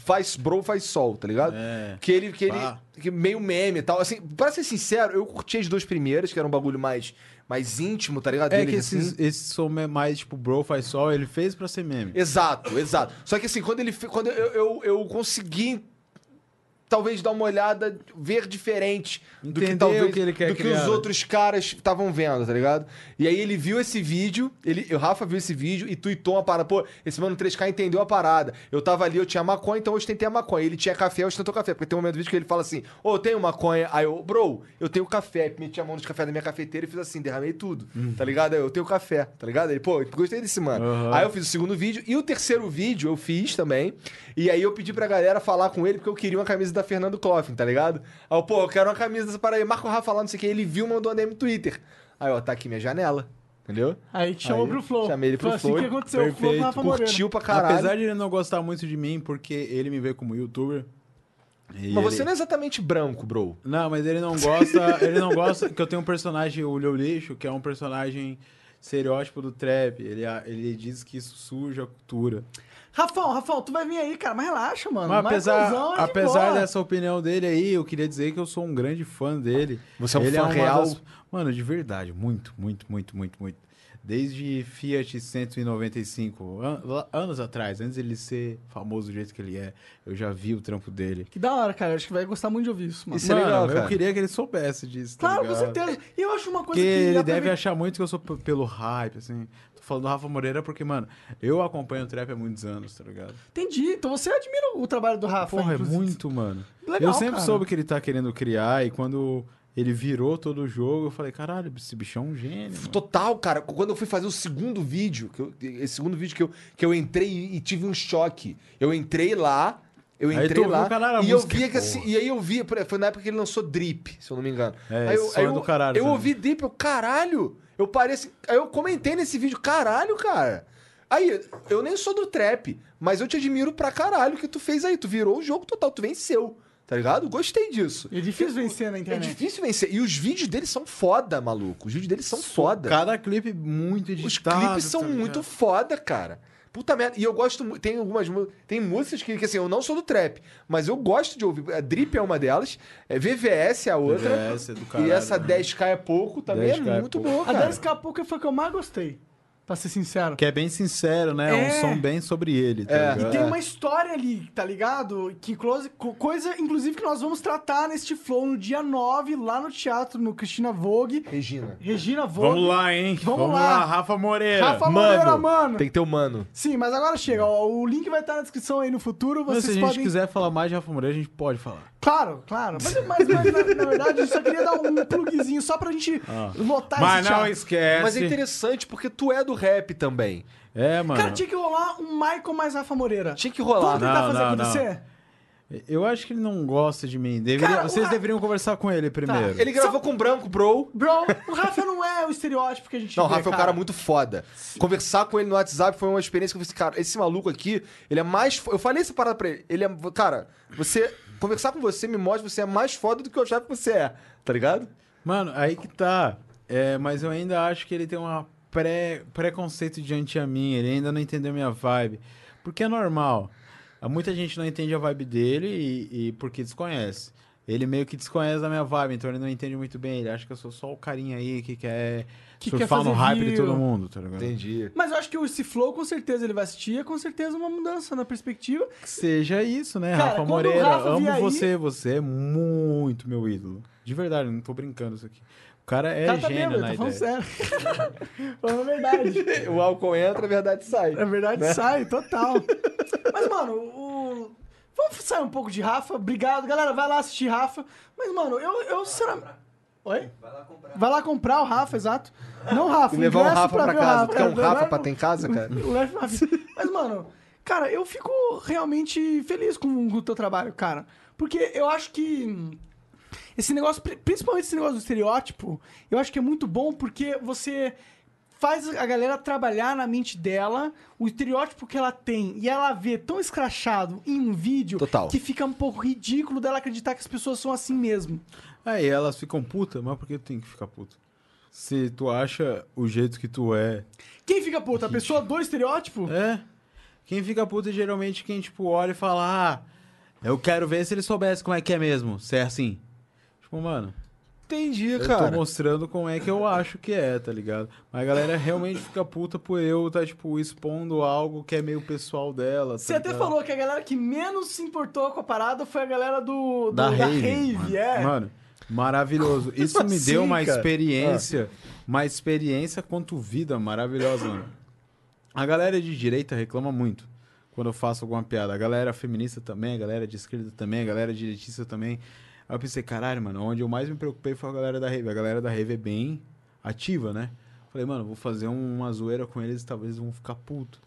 Speaker 1: Faz Bro, Faz Sol, tá ligado?
Speaker 3: É.
Speaker 1: Que ele, que ele
Speaker 3: Pá.
Speaker 1: que meio meme e tal. Assim, pra ser sincero, eu curti as duas primeiras, que era um bagulho mais, mais íntimo, tá ligado?
Speaker 3: É
Speaker 1: Deles,
Speaker 3: que esses,
Speaker 1: assim.
Speaker 3: esses são me- mais, tipo, bro faz sol, ele fez pra ser meme.
Speaker 1: Exato, exato. Só que assim, quando ele. fe- Quando eu, eu, eu consegui talvez dar uma olhada, ver diferente do que,
Speaker 5: Entender
Speaker 1: talvez,
Speaker 5: o que ele quer
Speaker 1: do que
Speaker 5: criar,
Speaker 1: os
Speaker 5: né?
Speaker 1: outros caras estavam vendo, tá ligado? E aí ele viu esse vídeo, ele, o Rafa viu esse vídeo e tuitou uma parada. Pô, esse mano 3K entendeu a parada. Eu tava ali, eu tinha maconha, então eu ostentei a maconha. Ele tinha café, eu ostentou café. Porque tem um momento do vídeo que ele fala assim, ô, eu tenho maconha. Aí eu, bro, eu tenho café. Meti a mão no café da minha cafeteira e fiz assim, derramei tudo,
Speaker 5: Hum.
Speaker 1: tá ligado? Aí Eu tenho café, tá ligado? Ele, pô, eu gostei desse mano. Aí eu fiz o segundo vídeo e o terceiro vídeo eu fiz também. E aí eu pedi pra galera falar com ele porque eu queria uma camisa da Fernando Kloffen, tá ligado? Aí eu, pô, eu quero uma camisa dessa parada aí. Marco Rafa lá, não sei o que. Ele viu, mandou um DM no Twitter. Aí, ó, tá aqui minha janela, entendeu?
Speaker 2: Aí te chamou
Speaker 1: Aí,
Speaker 2: pro Flow.
Speaker 1: chamei ele pro
Speaker 2: Foi
Speaker 1: Flow,
Speaker 2: assim que aconteceu. O Flow com o
Speaker 3: perfeito,
Speaker 2: Rafa Moreno.
Speaker 1: Curtiu pra caralho.
Speaker 3: Apesar de ele não gostar muito de mim, porque ele me vê como youtuber. e
Speaker 1: Mas você
Speaker 3: ele-
Speaker 1: não é exatamente branco, bro.
Speaker 3: Não, mas ele não gosta. ele não gosta que eu tenho um personagem, o Leo Lixo, que é um personagem estereótipo do trap. Ele, ele diz que isso suja a cultura.
Speaker 2: Rafão, Rafão, tu vai vir aí, cara, mas relaxa, mano.
Speaker 3: Mas apesar,
Speaker 2: Marcosão é de
Speaker 3: apesar
Speaker 2: boa.
Speaker 3: dessa opinião dele aí, eu queria dizer que eu sou um grande fã dele.
Speaker 1: Você é um
Speaker 3: Ele
Speaker 1: fã
Speaker 3: uma
Speaker 1: real?
Speaker 3: das- Mano, de verdade, muito, muito, muito, muito, muito. Desde Fiat 195, an- lá- anos atrás, antes dele ser famoso do jeito que ele é, eu já vi o trampo dele.
Speaker 2: Que da hora, cara. Acho que vai gostar muito de ouvir isso, mano.
Speaker 1: Isso é legal,
Speaker 3: eu
Speaker 1: cara.
Speaker 3: queria que ele soubesse disso. tá
Speaker 2: Claro, com
Speaker 3: ligado?
Speaker 2: certeza. E eu acho uma coisa
Speaker 3: Porque
Speaker 2: que.
Speaker 3: ele
Speaker 2: aproveita-
Speaker 3: deve achar muito que eu sou p- pelo hype, assim. Tô falando do Rafa Moreira porque, mano, eu acompanho o trap há muitos anos, tá ligado?
Speaker 2: Entendi. Então você admira o trabalho do Rafa.
Speaker 3: Porra, é
Speaker 2: inclusive.
Speaker 3: muito, mano.
Speaker 2: Legal,
Speaker 3: eu sempre
Speaker 2: cara.
Speaker 3: soube que ele tá querendo criar e quando ele virou todo o jogo, eu falei, caralho, esse bichão é um gênio. mano."
Speaker 1: Total, cara. Quando eu fui fazer o segundo vídeo, que eu- esse segundo vídeo que eu, que eu entrei e, e tive um choque. Eu entrei lá, eu
Speaker 3: Aí tu
Speaker 1: entrei
Speaker 3: ouviu
Speaker 1: lá
Speaker 3: o canal, a
Speaker 1: e eu
Speaker 3: música, é
Speaker 1: via que assim,
Speaker 3: porra.
Speaker 1: e aí eu via, por exemplo, foi na época que ele lançou Drip, se eu não me engano.
Speaker 3: É,
Speaker 1: aí eu,
Speaker 3: sonho
Speaker 1: eu,
Speaker 3: do caralho
Speaker 1: eu
Speaker 3: também.
Speaker 1: ouvi Drip, eu, caralho, eu pareço, aí eu comentei nesse vídeo, caralho, cara. Aí, eu nem sou do trap, mas eu te admiro pra caralho o que tu fez aí, tu virou o jogo total, tu venceu. Tá ligado? Gostei disso.
Speaker 2: É difícil vencer na
Speaker 1: É
Speaker 2: internet.
Speaker 1: difícil vencer. E os vídeos deles são foda, maluco. Os vídeos deles são foda.
Speaker 3: Cada clipe muito
Speaker 1: Os
Speaker 3: editado.
Speaker 1: clipes são
Speaker 3: tá ligado?
Speaker 1: muito foda, cara. Puta merda. E eu gosto muito. Tem algumas. mu- Tem músicas que, que, assim, eu não sou do trap, mas eu gosto de ouvir. A Drip é uma delas. É VVS é a outra.
Speaker 3: VVS é do caralho,
Speaker 1: e essa
Speaker 3: né?
Speaker 1: 10K é pouco também
Speaker 3: 10K
Speaker 1: é
Speaker 3: é
Speaker 1: muito
Speaker 3: pouco.
Speaker 1: boa,
Speaker 2: A
Speaker 1: cara.
Speaker 2: 10 Capuca foi a que eu mais gostei. Pra ser sincero.
Speaker 3: Que é bem sincero, né? É
Speaker 2: É.
Speaker 3: um som bem sobre ele, tá
Speaker 1: É.
Speaker 3: ligado?
Speaker 2: Tem uma história ali, tá ligado? Que close, co- coisa, inclusive, que nós vamos tratar neste flow no dia 9, lá no teatro, no Cristina Vogue.
Speaker 1: Regina.
Speaker 2: Regina Vogue.
Speaker 3: É. Vamos lá, hein?
Speaker 2: Vamos
Speaker 3: Vamos,
Speaker 2: lá.
Speaker 3: lá. Rafa Moreira.
Speaker 2: Rafa Moreira, mano.
Speaker 1: Tem que ter o mano.
Speaker 2: Sim, mas agora chega. ó, o link vai estar na descrição aí no futuro.
Speaker 3: Mas
Speaker 2: Vocês
Speaker 3: se a gente
Speaker 2: podem.
Speaker 3: quiser falar mais de Rafa Moreira, a gente pode falar.
Speaker 2: Claro, claro. Mas, mas- mas, na, na verdade, eu só queria dar um plugzinho só pra gente
Speaker 3: Ah.
Speaker 2: lotar esse teatro.
Speaker 3: esquece.
Speaker 1: Mas é interessante porque tu é do rap também.
Speaker 3: É, mano.
Speaker 2: Cara, tinha que rolar um Michael mais Rafa Moreira.
Speaker 1: Tinha que rolar.
Speaker 2: Vamos tentar
Speaker 3: Não,
Speaker 2: fazer
Speaker 3: não,
Speaker 2: acontecer?
Speaker 3: Eu acho que ele não gosta de mim. Deveria-
Speaker 2: Cara, o
Speaker 3: Vocês
Speaker 2: Ra- Tá,
Speaker 3: deveriam conversar com ele primeiro.
Speaker 1: Ele gravou com o branco, bro.
Speaker 2: Bro, o Rafa não é o estereótipo que a gente
Speaker 1: Não, o
Speaker 2: vê,
Speaker 1: Rafa é um cara muito foda. Conversar com ele no WhatsApp foi uma experiência que eu falei assim, cara, esse maluco aqui, ele é mais. fo- Eu falei essa parada pra ele. Ele é. Cara, você. Conversar com você me mostra que você é mais foda do que eu achava que você é, tá ligado?
Speaker 3: Mano, aí que tá. É, mas eu ainda acho que ele tem uma pré, preconceito diante a mim. Ele ainda não entendeu minha vibe. Porque é normal. Há Muita gente não entende a vibe dele e, e porque desconhece. Ele meio que desconhece a minha vibe, então ele não entende muito bem. Ele acha que eu sou só o carinha aí que quer
Speaker 2: Que quer
Speaker 3: surfar no
Speaker 2: fazer
Speaker 3: hype de
Speaker 2: view.
Speaker 3: todo mundo, tá ligado?
Speaker 1: Entendi.
Speaker 2: Mas eu acho que esse flow, com certeza, ele vai assistir. É com certeza uma mudança na perspectiva.
Speaker 3: Que seja isso, né,
Speaker 2: Cara,
Speaker 3: Rafa
Speaker 2: quando o
Speaker 3: Moreira?
Speaker 2: Rafa
Speaker 3: amo
Speaker 2: vier aí-
Speaker 3: você, você é muito meu ídolo. De verdade, não tô brincando isso aqui. O cara é
Speaker 2: o cara tá
Speaker 3: gênio
Speaker 2: bêbado,
Speaker 1: né,
Speaker 3: na
Speaker 2: eu tô falando
Speaker 3: ideia.
Speaker 2: sério. falando a verdade.
Speaker 1: O álcool entra, a É verdade sai.
Speaker 2: A verdade
Speaker 1: Né?
Speaker 2: sai, total. Mas, mano, o... Vamos sair um pouco de Rafa. Obrigado, galera. Vai lá assistir Rafa. Mas, mano, eu, eu sinceramente... Oi?
Speaker 4: Vai lá comprar.
Speaker 2: Vai lá comprar o Rafa, exato. Não o Rafa,
Speaker 1: E levar o
Speaker 2: ingresso
Speaker 1: Rafa pra
Speaker 2: ver o
Speaker 1: casa. Tu quer um
Speaker 2: Leva-
Speaker 1: Rafa pra ter em casa, cara?
Speaker 2: Leva o Rafa. Mas, mano, cara, eu fico realmente feliz com o teu trabalho, cara. Porque eu acho que hum, esse negócio, pri- principalmente esse negócio do estereótipo, eu acho que é muito bom porque você faz a galera trabalhar na mente dela o estereótipo que ela tem e ela vê tão escrachado em um vídeo
Speaker 1: Total.
Speaker 2: que fica um pouco ridículo dela acreditar que as pessoas são assim mesmo.
Speaker 3: Aí elas ficam puta, mas por que tu tem que ficar puta? Se tu acha o jeito que tu é.
Speaker 2: Quem fica puta? A pessoa do estereótipo?
Speaker 3: É. Quem fica puta é geralmente quem, tipo, olha e fala, ah, eu quero ver se ele soubesse como é que é mesmo, se é assim. Tipo, mano,
Speaker 1: entendi,
Speaker 3: Eu
Speaker 1: cara.
Speaker 3: tô mostrando como é que eu acho que é, tá ligado? Mas a galera realmente fica puta por eu tá, tipo, expondo algo que é meio pessoal dela. tá
Speaker 2: Você até
Speaker 3: ligado?
Speaker 2: falou que a galera que menos se importou com a parada foi a galera do, do-
Speaker 3: da, rave.
Speaker 2: rave,
Speaker 3: mano.
Speaker 2: é.
Speaker 3: Mano, maravilhoso. Isso me
Speaker 1: assim,
Speaker 3: deu uma
Speaker 1: cara?
Speaker 3: experiência, uma experiência quanto vida maravilhosa, mano. A galera de direita reclama muito quando eu faço alguma piada. A galera feminista também, a galera de esquerda também, a galera direitista também. Aí eu pensei, caralho, mano, onde eu mais me preocupei foi a galera da rave. A galera da rave é bem ativa, né? Falei, mano, vou fazer um, uma zoeira com eles, talvez eles vão ficar puto.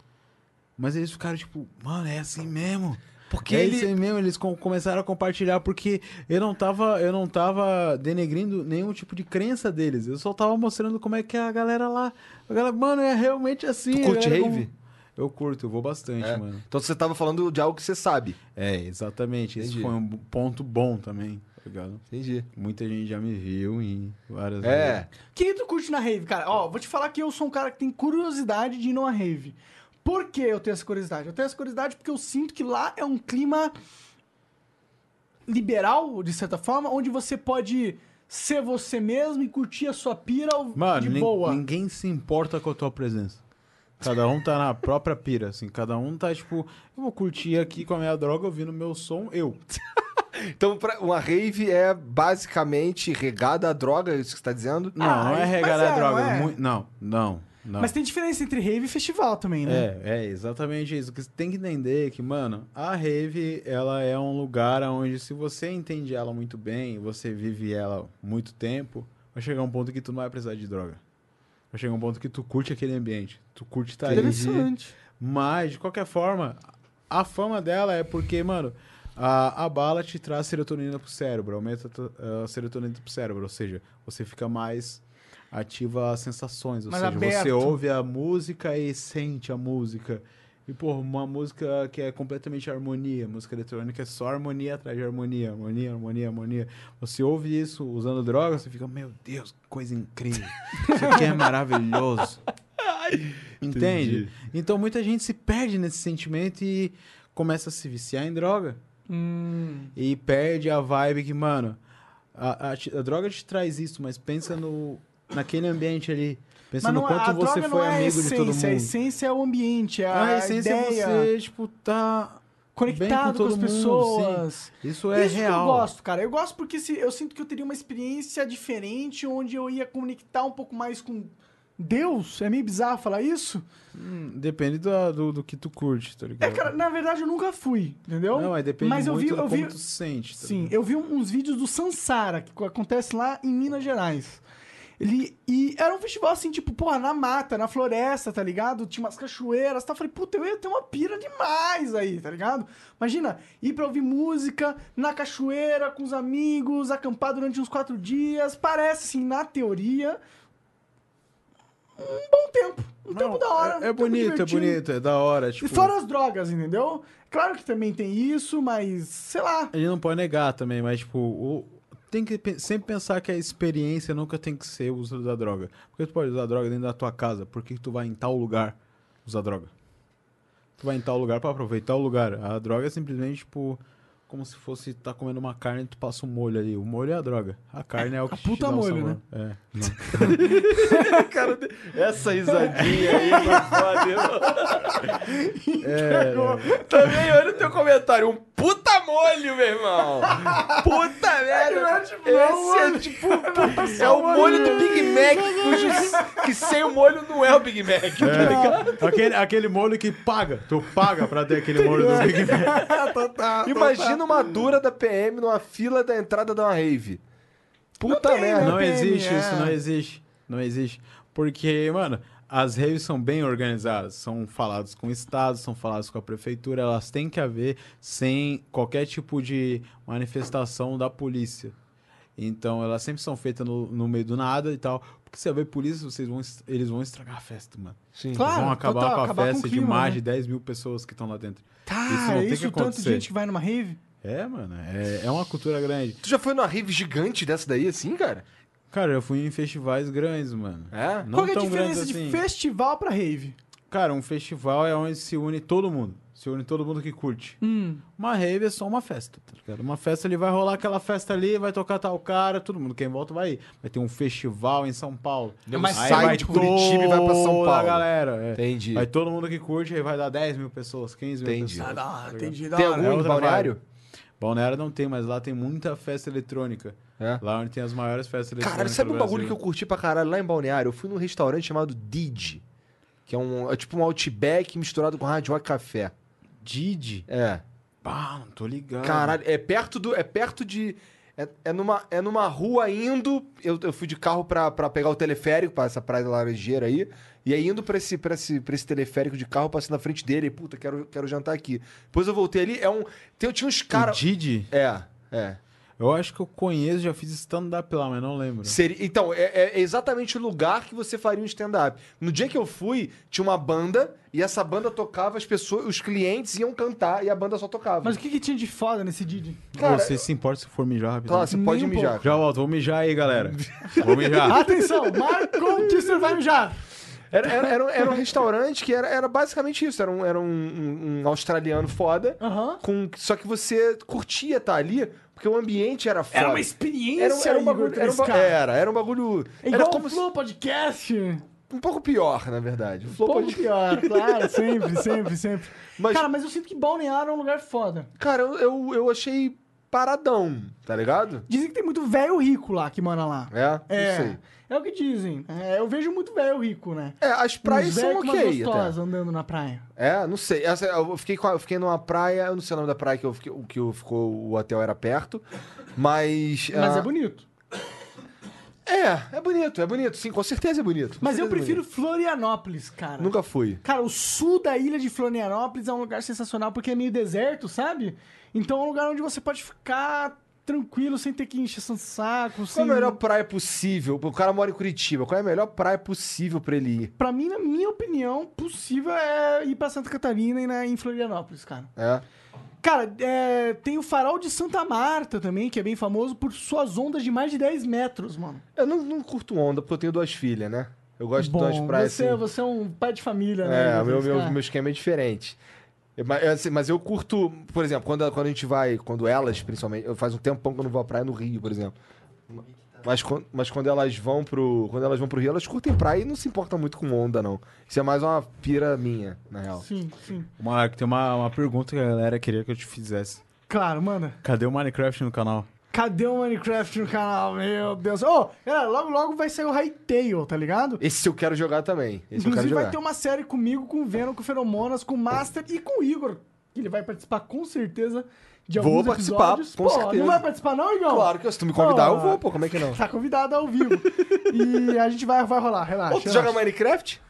Speaker 3: Mas eles ficaram tipo, mano, é assim mesmo.
Speaker 1: Porque
Speaker 3: é
Speaker 1: ele-
Speaker 3: isso aí mesmo, eles com- começaram a compartilhar porque eu não tava, eu não tava denegrindo nenhum tipo de crença deles. Eu só tava mostrando como é que é a galera lá. A galera, mano, é realmente assim.
Speaker 1: Tu
Speaker 3: a
Speaker 1: curte
Speaker 3: galera
Speaker 1: rave?
Speaker 3: como- Eu curto, eu vou bastante,
Speaker 1: É.
Speaker 3: mano.
Speaker 1: Então você tava falando de algo que você sabe.
Speaker 3: É, exatamente. Esse
Speaker 1: Entendi.
Speaker 3: foi um ponto bom também, tá ligado?
Speaker 1: Entendi.
Speaker 3: Muita gente já me viu em várias
Speaker 1: É.
Speaker 2: Quem tu curte na rave, cara? Ó, vou te falar que eu sou um cara que tem curiosidade de ir numa rave. Por que eu tenho essa curiosidade? Eu tenho essa curiosidade porque eu sinto que lá é um clima liberal, de certa forma, onde você pode ser você mesmo e curtir a sua pira
Speaker 3: Mano,
Speaker 2: de
Speaker 3: nin-
Speaker 2: boa.
Speaker 3: ninguém se importa com a tua presença. Cada um tá na própria pira, assim. Cada um tá, tipo, eu vou curtir aqui com a minha droga, ouvindo meu som, eu.
Speaker 1: Então, pra- uma rave é basicamente regada a droga, é isso que você tá dizendo?
Speaker 3: Não,
Speaker 2: Ah,
Speaker 3: não é
Speaker 2: mas
Speaker 3: regar a
Speaker 2: é,
Speaker 3: droga.
Speaker 2: não é?
Speaker 3: mui- Não, não, não.
Speaker 2: Mas tem diferença entre rave e festival também, né?
Speaker 3: É, é exatamente isso. Que você tem que entender que, mano, a rave, ela é um lugar onde se você entende ela muito bem, você vive ela muito tempo, vai chegar um ponto que tu não vai precisar de droga. Vai chegar um ponto que tu curte aquele ambiente. Tu curte estar ali.
Speaker 2: É Interessante.
Speaker 3: é Mas, de qualquer forma, a fama dela é porque, mano, a, a bala te traz serotonina pro cérebro, aumenta a tu- a serotonina pro cérebro, ou seja, você fica mais ativa às sensações, ou
Speaker 2: Mais
Speaker 3: seja, você
Speaker 2: aberto.
Speaker 3: ouve a música e sente a música. E, pô, uma música que é completamente harmonia, música eletrônica é só harmonia atrás de harmonia, harmonia, harmonia, harmonia. Você ouve isso usando droga, você fica, meu Deus, que coisa incrível. Isso aqui é maravilhoso. Entende?
Speaker 1: Entendi.
Speaker 3: Então muita gente se perde nesse sentimento e começa a se viciar em droga.
Speaker 2: Hum.
Speaker 3: E perde a vibe que, mano, a, a ti- a droga te traz isso, mas pensa no naquele ambiente ali. Pensa
Speaker 2: Mas
Speaker 3: no
Speaker 2: não,
Speaker 3: quanto
Speaker 2: a
Speaker 3: você
Speaker 2: droga não
Speaker 3: foi
Speaker 2: é a
Speaker 3: amigo
Speaker 2: essência,
Speaker 3: de todo mundo.
Speaker 2: a essência é o ambiente, é a,
Speaker 3: a essência é
Speaker 2: ideia,
Speaker 3: você, tipo, tá.
Speaker 2: conectado
Speaker 3: todo
Speaker 2: com as
Speaker 3: mundo, sim.
Speaker 2: pessoas.
Speaker 3: Isso é
Speaker 2: Isso
Speaker 3: real.
Speaker 2: que eu gosto, cara. Eu gosto porque se- eu sinto que eu teria uma experiência diferente onde eu ia conectar um pouco mais com Deus. É meio bizarro falar isso.
Speaker 3: Hum, Depende do, do, do que tu curte, tá
Speaker 2: É,
Speaker 3: ligado?
Speaker 2: cara, na verdade eu nunca fui, entendeu?
Speaker 3: não, mas depende
Speaker 2: Mas eu
Speaker 3: muito
Speaker 2: vi,
Speaker 3: do
Speaker 2: eu
Speaker 3: como
Speaker 2: vi,
Speaker 3: tu se sente. tá
Speaker 2: sim,
Speaker 3: ligado?
Speaker 2: eu vi um- uns vídeos do Sansara que co- acontece lá em Minas Gerais. Ele, e era um festival assim, tipo, porra, na mata, na floresta, tá ligado? Tinha umas cachoeiras, tá? Eu Falei, puta, eu ia ter uma pira demais aí, tá ligado? Imagina, ir pra ouvir música na cachoeira com os amigos, acampar durante uns quatro dias. Parece, assim, na teoria, um bom tempo. Um tempo
Speaker 3: Não,
Speaker 2: da hora. um
Speaker 3: É, é
Speaker 2: tempo
Speaker 3: bonito, é
Speaker 2: divertido.
Speaker 3: bonito, é da hora.
Speaker 2: E
Speaker 3: Tipo,
Speaker 2: fora as drogas, entendeu? Claro que também tem isso, mas sei lá.
Speaker 3: Ele não pode negar também, mas tipo, o- tem que pe- sempre pensar que a experiência nunca tem que ser o uso da droga. Porque tu pode usar droga dentro da tua casa, por que que tu vai em tal lugar usar droga? Tu vai em tal lugar pra aproveitar o lugar. A droga é simplesmente tipo como se fosse tá comendo uma carne e tu passa um molho ali. O molho é a droga. A carne é o que te
Speaker 2: puta
Speaker 3: dá o
Speaker 2: molho,
Speaker 3: sabor.
Speaker 2: né?
Speaker 3: É. não.
Speaker 1: Essa risadinha aí foi foda. É... Também olha o teu comentário. Um puta molho, meu irmão. Puta merda. Esse é tipo. É o molho do Big Mac. cujo- Que sem o molho não é o Big Mac.
Speaker 2: Tá
Speaker 3: É. Aquele, aquele molho que paga. Tu paga pra ter aquele molho
Speaker 2: Tá
Speaker 3: do Big Mac.
Speaker 1: Imagina uma dura da PM numa fila da entrada da uma rave. Puta merda.
Speaker 3: Não
Speaker 2: PM,
Speaker 3: existe
Speaker 2: é.
Speaker 3: isso, não existe. Não existe. Porque, mano, as redes são bem organizadas. São falados com o Estado, são falados com a prefeitura. Elas têm que haver sem qualquer tipo de manifestação da polícia. Então, elas sempre são feitas no, no meio do nada e tal. Porque se haver polícia, vocês vão, est- eles vão estragar a festa, mano.
Speaker 1: Sim.
Speaker 2: Claro.
Speaker 3: Eles vão acabar
Speaker 2: total,
Speaker 3: com a
Speaker 2: acabar com o
Speaker 3: festa
Speaker 2: clima,
Speaker 3: de mais
Speaker 2: né?
Speaker 3: de 10 mil pessoas que estão lá dentro. Isso
Speaker 2: Tá,
Speaker 3: não
Speaker 2: isso,
Speaker 3: tem que
Speaker 2: o tanto de
Speaker 3: acontecer.
Speaker 2: gente que vai numa rave?
Speaker 3: É, mano. É, é uma cultura grande.
Speaker 1: Tu já foi numa rave gigante dessa daí, assim, cara?
Speaker 3: Cara, eu fui em festivais grandes, mano.
Speaker 1: É?
Speaker 3: Não
Speaker 2: Qual que é a
Speaker 3: tão
Speaker 2: diferença
Speaker 3: grandes
Speaker 2: de
Speaker 3: assim.
Speaker 2: festival pra rave?
Speaker 3: Cara, um festival é onde se une todo mundo. Se une todo mundo que curte. Uma rave é só uma festa, tá ligado? Uma festa ali vai rolar aquela festa ali, vai tocar tal cara, todo mundo quem volta vai ir. Vai ter um festival em São Paulo.
Speaker 1: Não,
Speaker 3: Aí
Speaker 1: sai
Speaker 3: vai
Speaker 1: de Curitiba e vai pra São
Speaker 3: toda a
Speaker 1: Paulo.
Speaker 3: galera. é.
Speaker 1: Entendi.
Speaker 3: Vai todo mundo que curte, aí vai dar 10 mil pessoas, 15 mil
Speaker 1: Entendi.
Speaker 3: pessoas.
Speaker 2: Ah, entendi. Da
Speaker 1: Tem
Speaker 2: hora.
Speaker 3: é
Speaker 1: algum em
Speaker 3: outra
Speaker 1: balneário?
Speaker 3: Balneário não tem, mas lá tem muita festa eletrônica.
Speaker 1: É?
Speaker 3: Lá onde tem as maiores festas eletrônicas.
Speaker 1: Caralho, sabe
Speaker 3: do
Speaker 1: um bagulho que eu
Speaker 3: Brasil?
Speaker 1: curti pra caralho lá em Balneário? Eu fui num restaurante chamado Didi. Que é, um, é tipo um outback misturado com hard rock café.
Speaker 3: Didi?
Speaker 1: É.
Speaker 3: Pá, não tô ligado.
Speaker 1: Caralho, é perto do. É perto de. É, é numa, é numa rua indo. Eu, eu fui de carro pra, pra pegar o teleférico, pra essa praia da laranjeira aí. E aí indo pra esse, pra esse, pra esse teleférico de carro, eu passei na frente dele. E, puta, quero, quero jantar aqui. Depois eu voltei ali, é um. Tem, tinha uns
Speaker 3: Cara...
Speaker 1: caras.
Speaker 3: Didi?
Speaker 1: É, é.
Speaker 3: Eu acho que eu conheço, já fiz stand-up lá, mas não lembro.
Speaker 1: Seria- então, é, é exatamente o lugar que você faria um stand-up. No dia que eu fui, tinha uma banda e essa banda tocava, as pessoas, os clientes iam cantar e a banda só tocava.
Speaker 2: Mas o que, que tinha de foda nesse Didi?
Speaker 1: cara,
Speaker 3: Você se importa se for mijar rapidinho?
Speaker 1: claro, você
Speaker 2: nem
Speaker 1: pode
Speaker 2: um
Speaker 1: mijar.
Speaker 3: Já volto, vou mijar aí, galera. Vou mijar.
Speaker 2: Atenção, Marco Tisser vai mijar.
Speaker 1: Era, era, era um- era um restaurante que era, era basicamente isso. Era um, era um, um- um australiano foda.
Speaker 2: Aham.
Speaker 1: Com, só que você curtia estar ali, porque o ambiente era foda.
Speaker 2: Era uma experiência,
Speaker 1: Era, um- era um
Speaker 2: Igor,
Speaker 1: bagulho.
Speaker 2: com
Speaker 1: Era um,
Speaker 2: esse
Speaker 1: ba-
Speaker 2: cara.
Speaker 1: era, era um bagulho.
Speaker 2: É
Speaker 1: era
Speaker 2: igual
Speaker 1: como
Speaker 2: o
Speaker 1: se-
Speaker 2: Flow Podcast.
Speaker 1: um pouco pior, na verdade. O Flow
Speaker 2: Pouco
Speaker 1: pode-
Speaker 2: pior, claro. Sempre, sempre, sempre.
Speaker 1: Mas-
Speaker 2: Cara, mas eu sinto que Balneário é um lugar foda.
Speaker 1: Cara, eu, eu, eu achei paradão, tá ligado?
Speaker 2: Dizem que tem muito velho rico lá que mora lá.
Speaker 1: É?
Speaker 2: É,
Speaker 1: Não sei.
Speaker 2: é o que dizem. É, eu vejo muito velho rico, né?
Speaker 1: É, as praias
Speaker 2: Uns
Speaker 1: são
Speaker 2: velho com umas
Speaker 1: ok.
Speaker 2: gostosas
Speaker 1: Até.
Speaker 2: andando na praia.
Speaker 1: É, não sei. Essa- eu, fiquei com a- eu fiquei numa praia, eu não sei o nome da praia que, eu, fiquei- o que eu, ficou, o hotel era perto, mas.
Speaker 2: Mas
Speaker 1: ah,
Speaker 2: é bonito.
Speaker 1: É, é bonito, é bonito, sim, com certeza é bonito. com
Speaker 2: Mas eu
Speaker 1: certeza é
Speaker 2: prefiro
Speaker 1: bonito.
Speaker 2: Florianópolis, cara.
Speaker 1: Nunca fui.
Speaker 2: Cara, o sul da ilha de Florianópolis é um lugar sensacional porque é meio deserto, sabe? Então é um lugar onde você pode ficar tranquilo sem ter que encher seu saco. Sem...
Speaker 1: Qual é a melhor praia possível? O cara mora em Curitiba. Qual é a melhor praia possível pra ele ir?
Speaker 2: Pra mim, na minha opinião, possível é ir pra Santa Catarina e na, em Florianópolis, cara.
Speaker 1: É.
Speaker 2: Cara, é, tem o farol de Santa Marta também, que é bem famoso por suas ondas de mais de 10 metros, mano.
Speaker 1: Eu não, não curto onda, porque eu tenho duas filhas, né? Eu gosto de umas
Speaker 2: Bom,
Speaker 1: praias
Speaker 2: você,
Speaker 1: assim.
Speaker 2: você é um pai de família, né?
Speaker 1: É, meu,
Speaker 2: Matheus,
Speaker 1: meu,
Speaker 2: cara?
Speaker 1: meu esquema é diferente. Eu- Mas, eu, assim, mas eu curto, por exemplo, quando, a- quando a gente vai, quando elas, principalmente, eu faz um tempão que eu não vou à praia no Rio, por exemplo. Mas, quan- mas quando elas vão pro. Quando elas vão pro Rio, elas curtem praia e não se importam muito com onda, não. Isso é mais uma pira minha, na real.
Speaker 2: Sim, sim.
Speaker 3: Marco, tem uma, uma pergunta que a galera queria que eu te fizesse.
Speaker 2: Claro, manda.
Speaker 3: Cadê o Minecraft no canal?
Speaker 2: Cadê o Minecraft no canal? Meu Deus. Ô, galera, logo logo vai sair o Hytale, tá ligado?
Speaker 1: Esse eu quero jogar também. Esse eu quero
Speaker 2: Inclusive
Speaker 1: jogar.
Speaker 2: vai ter um uma série comigo, com o Venom, com o Feromonas, com o Master e com o Igor. que Ele vai participar com certeza de
Speaker 1: Vou
Speaker 2: alguns
Speaker 1: participar,
Speaker 2: episódios.
Speaker 1: com
Speaker 2: Pô,
Speaker 1: certeza.
Speaker 2: Não vai participar não, Igor?
Speaker 1: Claro que se tu me convidar, eu
Speaker 2: Ah.
Speaker 1: vou, pô, como é que não?
Speaker 2: Tá convidado ao vivo. e a gente vai, vai rolar, relaxa.
Speaker 1: Ou tu
Speaker 2: relaxa.
Speaker 1: joga Minecraft?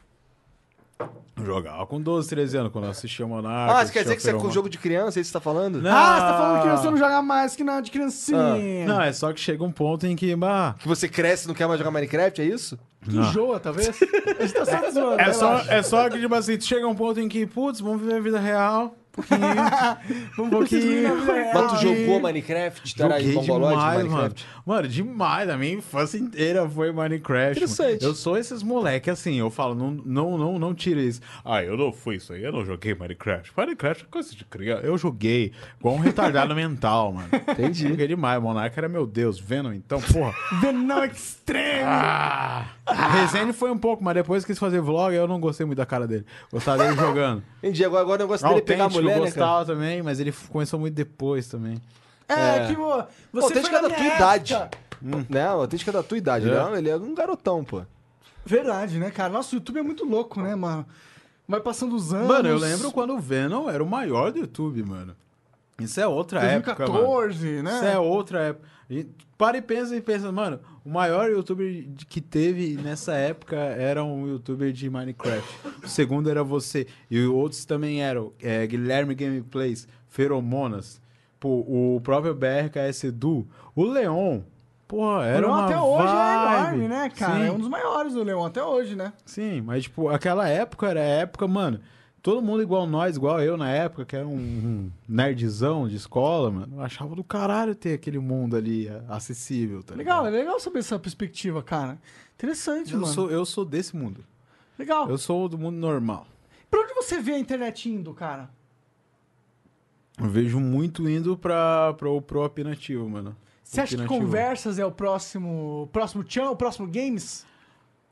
Speaker 3: Eu Jogava com 12, 13 anos, quando eu assistia Monarca.
Speaker 1: Ah, você quer dizer que
Speaker 3: assistia
Speaker 1: você é com
Speaker 3: Feromônio.
Speaker 1: jogo de criança, é isso que você tá falando?
Speaker 3: Não.
Speaker 2: Ah, você tá falando que
Speaker 1: um
Speaker 2: você não joga mais que na de criancinha.
Speaker 1: Ah.
Speaker 3: Não, é só que chega um ponto em que... Bah,
Speaker 1: Que você cresce e não quer mais jogar Minecraft, é isso?
Speaker 2: Que enjoa, talvez. A gente tá só zoando.
Speaker 3: é, só,
Speaker 2: relaxa.
Speaker 3: é só que, tipo assim, chega um ponto em que, putz, vamos viver a vida real. Um pouquinho. um pouquinho.
Speaker 2: É,
Speaker 1: Mas tu
Speaker 3: E-
Speaker 1: jogou Minecraft? Era aí,
Speaker 3: Joguei
Speaker 1: Mongoloid,
Speaker 3: demais, mano.
Speaker 1: Minecraft?
Speaker 3: Mano, demais. A minha infância inteira foi Minecraft.
Speaker 1: Interessante.
Speaker 3: mano. Eu sou esses moleque assim, eu falo, não, não, não, não tira isso. Ah, eu não fui isso aí, eu não joguei Minecraft. Minecraft é coisa de criança. Eu joguei igual um retardado mental, mano.
Speaker 1: Entendi.
Speaker 3: Joguei demais, Monarca era meu Deus. Venom, então, porra.
Speaker 2: Venom Extreme.
Speaker 3: Ah! A resenha foi um pouco, mas depois quis fazer vlog, eu não gostei muito da cara dele. Gostava dele jogando.
Speaker 1: Entendi, agora, agora o negócio dele é
Speaker 3: Autêntico,
Speaker 1: pegar a mulher, né, cara?
Speaker 3: gostava também, mas ele começou muito depois também.
Speaker 2: É, que pô, você
Speaker 1: Autêntico
Speaker 2: foi
Speaker 1: é da
Speaker 2: da minha
Speaker 1: tua idade.
Speaker 2: época.
Speaker 1: Né, o autêntico é da tua idade,
Speaker 3: É.
Speaker 1: né? Ele é um garotão, pô.
Speaker 2: Verdade, né, cara? Nossa, o YouTube é muito louco, né, mano? Vai passando os anos.
Speaker 3: Mano, eu lembro quando o Venom era o maior do YouTube, mano. Isso é outra época, mano.
Speaker 2: 2014, né?
Speaker 3: Isso é outra época. E para e pensa e pensa, mano, o maior youtuber de- que teve nessa época era um youtuber de Minecraft. O segundo era você. E outros também eram é, Guilherme Gameplays, Feromonas, pô, o próprio BRKS Edu, o Leon. Porra,
Speaker 2: O
Speaker 3: era
Speaker 2: Leon
Speaker 3: uma
Speaker 2: até hoje é
Speaker 3: vibe.
Speaker 2: enorme, né, cara?
Speaker 3: Sim.
Speaker 2: É um dos maiores do Leon até hoje, né?
Speaker 3: Sim, mas tipo, aquela época era a época, mano. Todo mundo igual nós, igual eu na época, que era um, um nerdzão de escola, mano. Eu achava do caralho ter aquele mundo ali é, acessível, tá ligado?
Speaker 2: Legal, é legal saber essa perspectiva, cara. Interessante,
Speaker 3: Eu
Speaker 2: mano.
Speaker 3: sou, eu sou desse mundo.
Speaker 2: Legal.
Speaker 3: Eu sou do mundo normal.
Speaker 2: Pra onde você vê a internet indo, cara?
Speaker 3: Eu vejo muito indo pra, pra, o- pro apinativo, mano.
Speaker 2: Você acha que
Speaker 3: Opinativo.
Speaker 2: conversas é o próximo. o próximo tchan, o próximo games?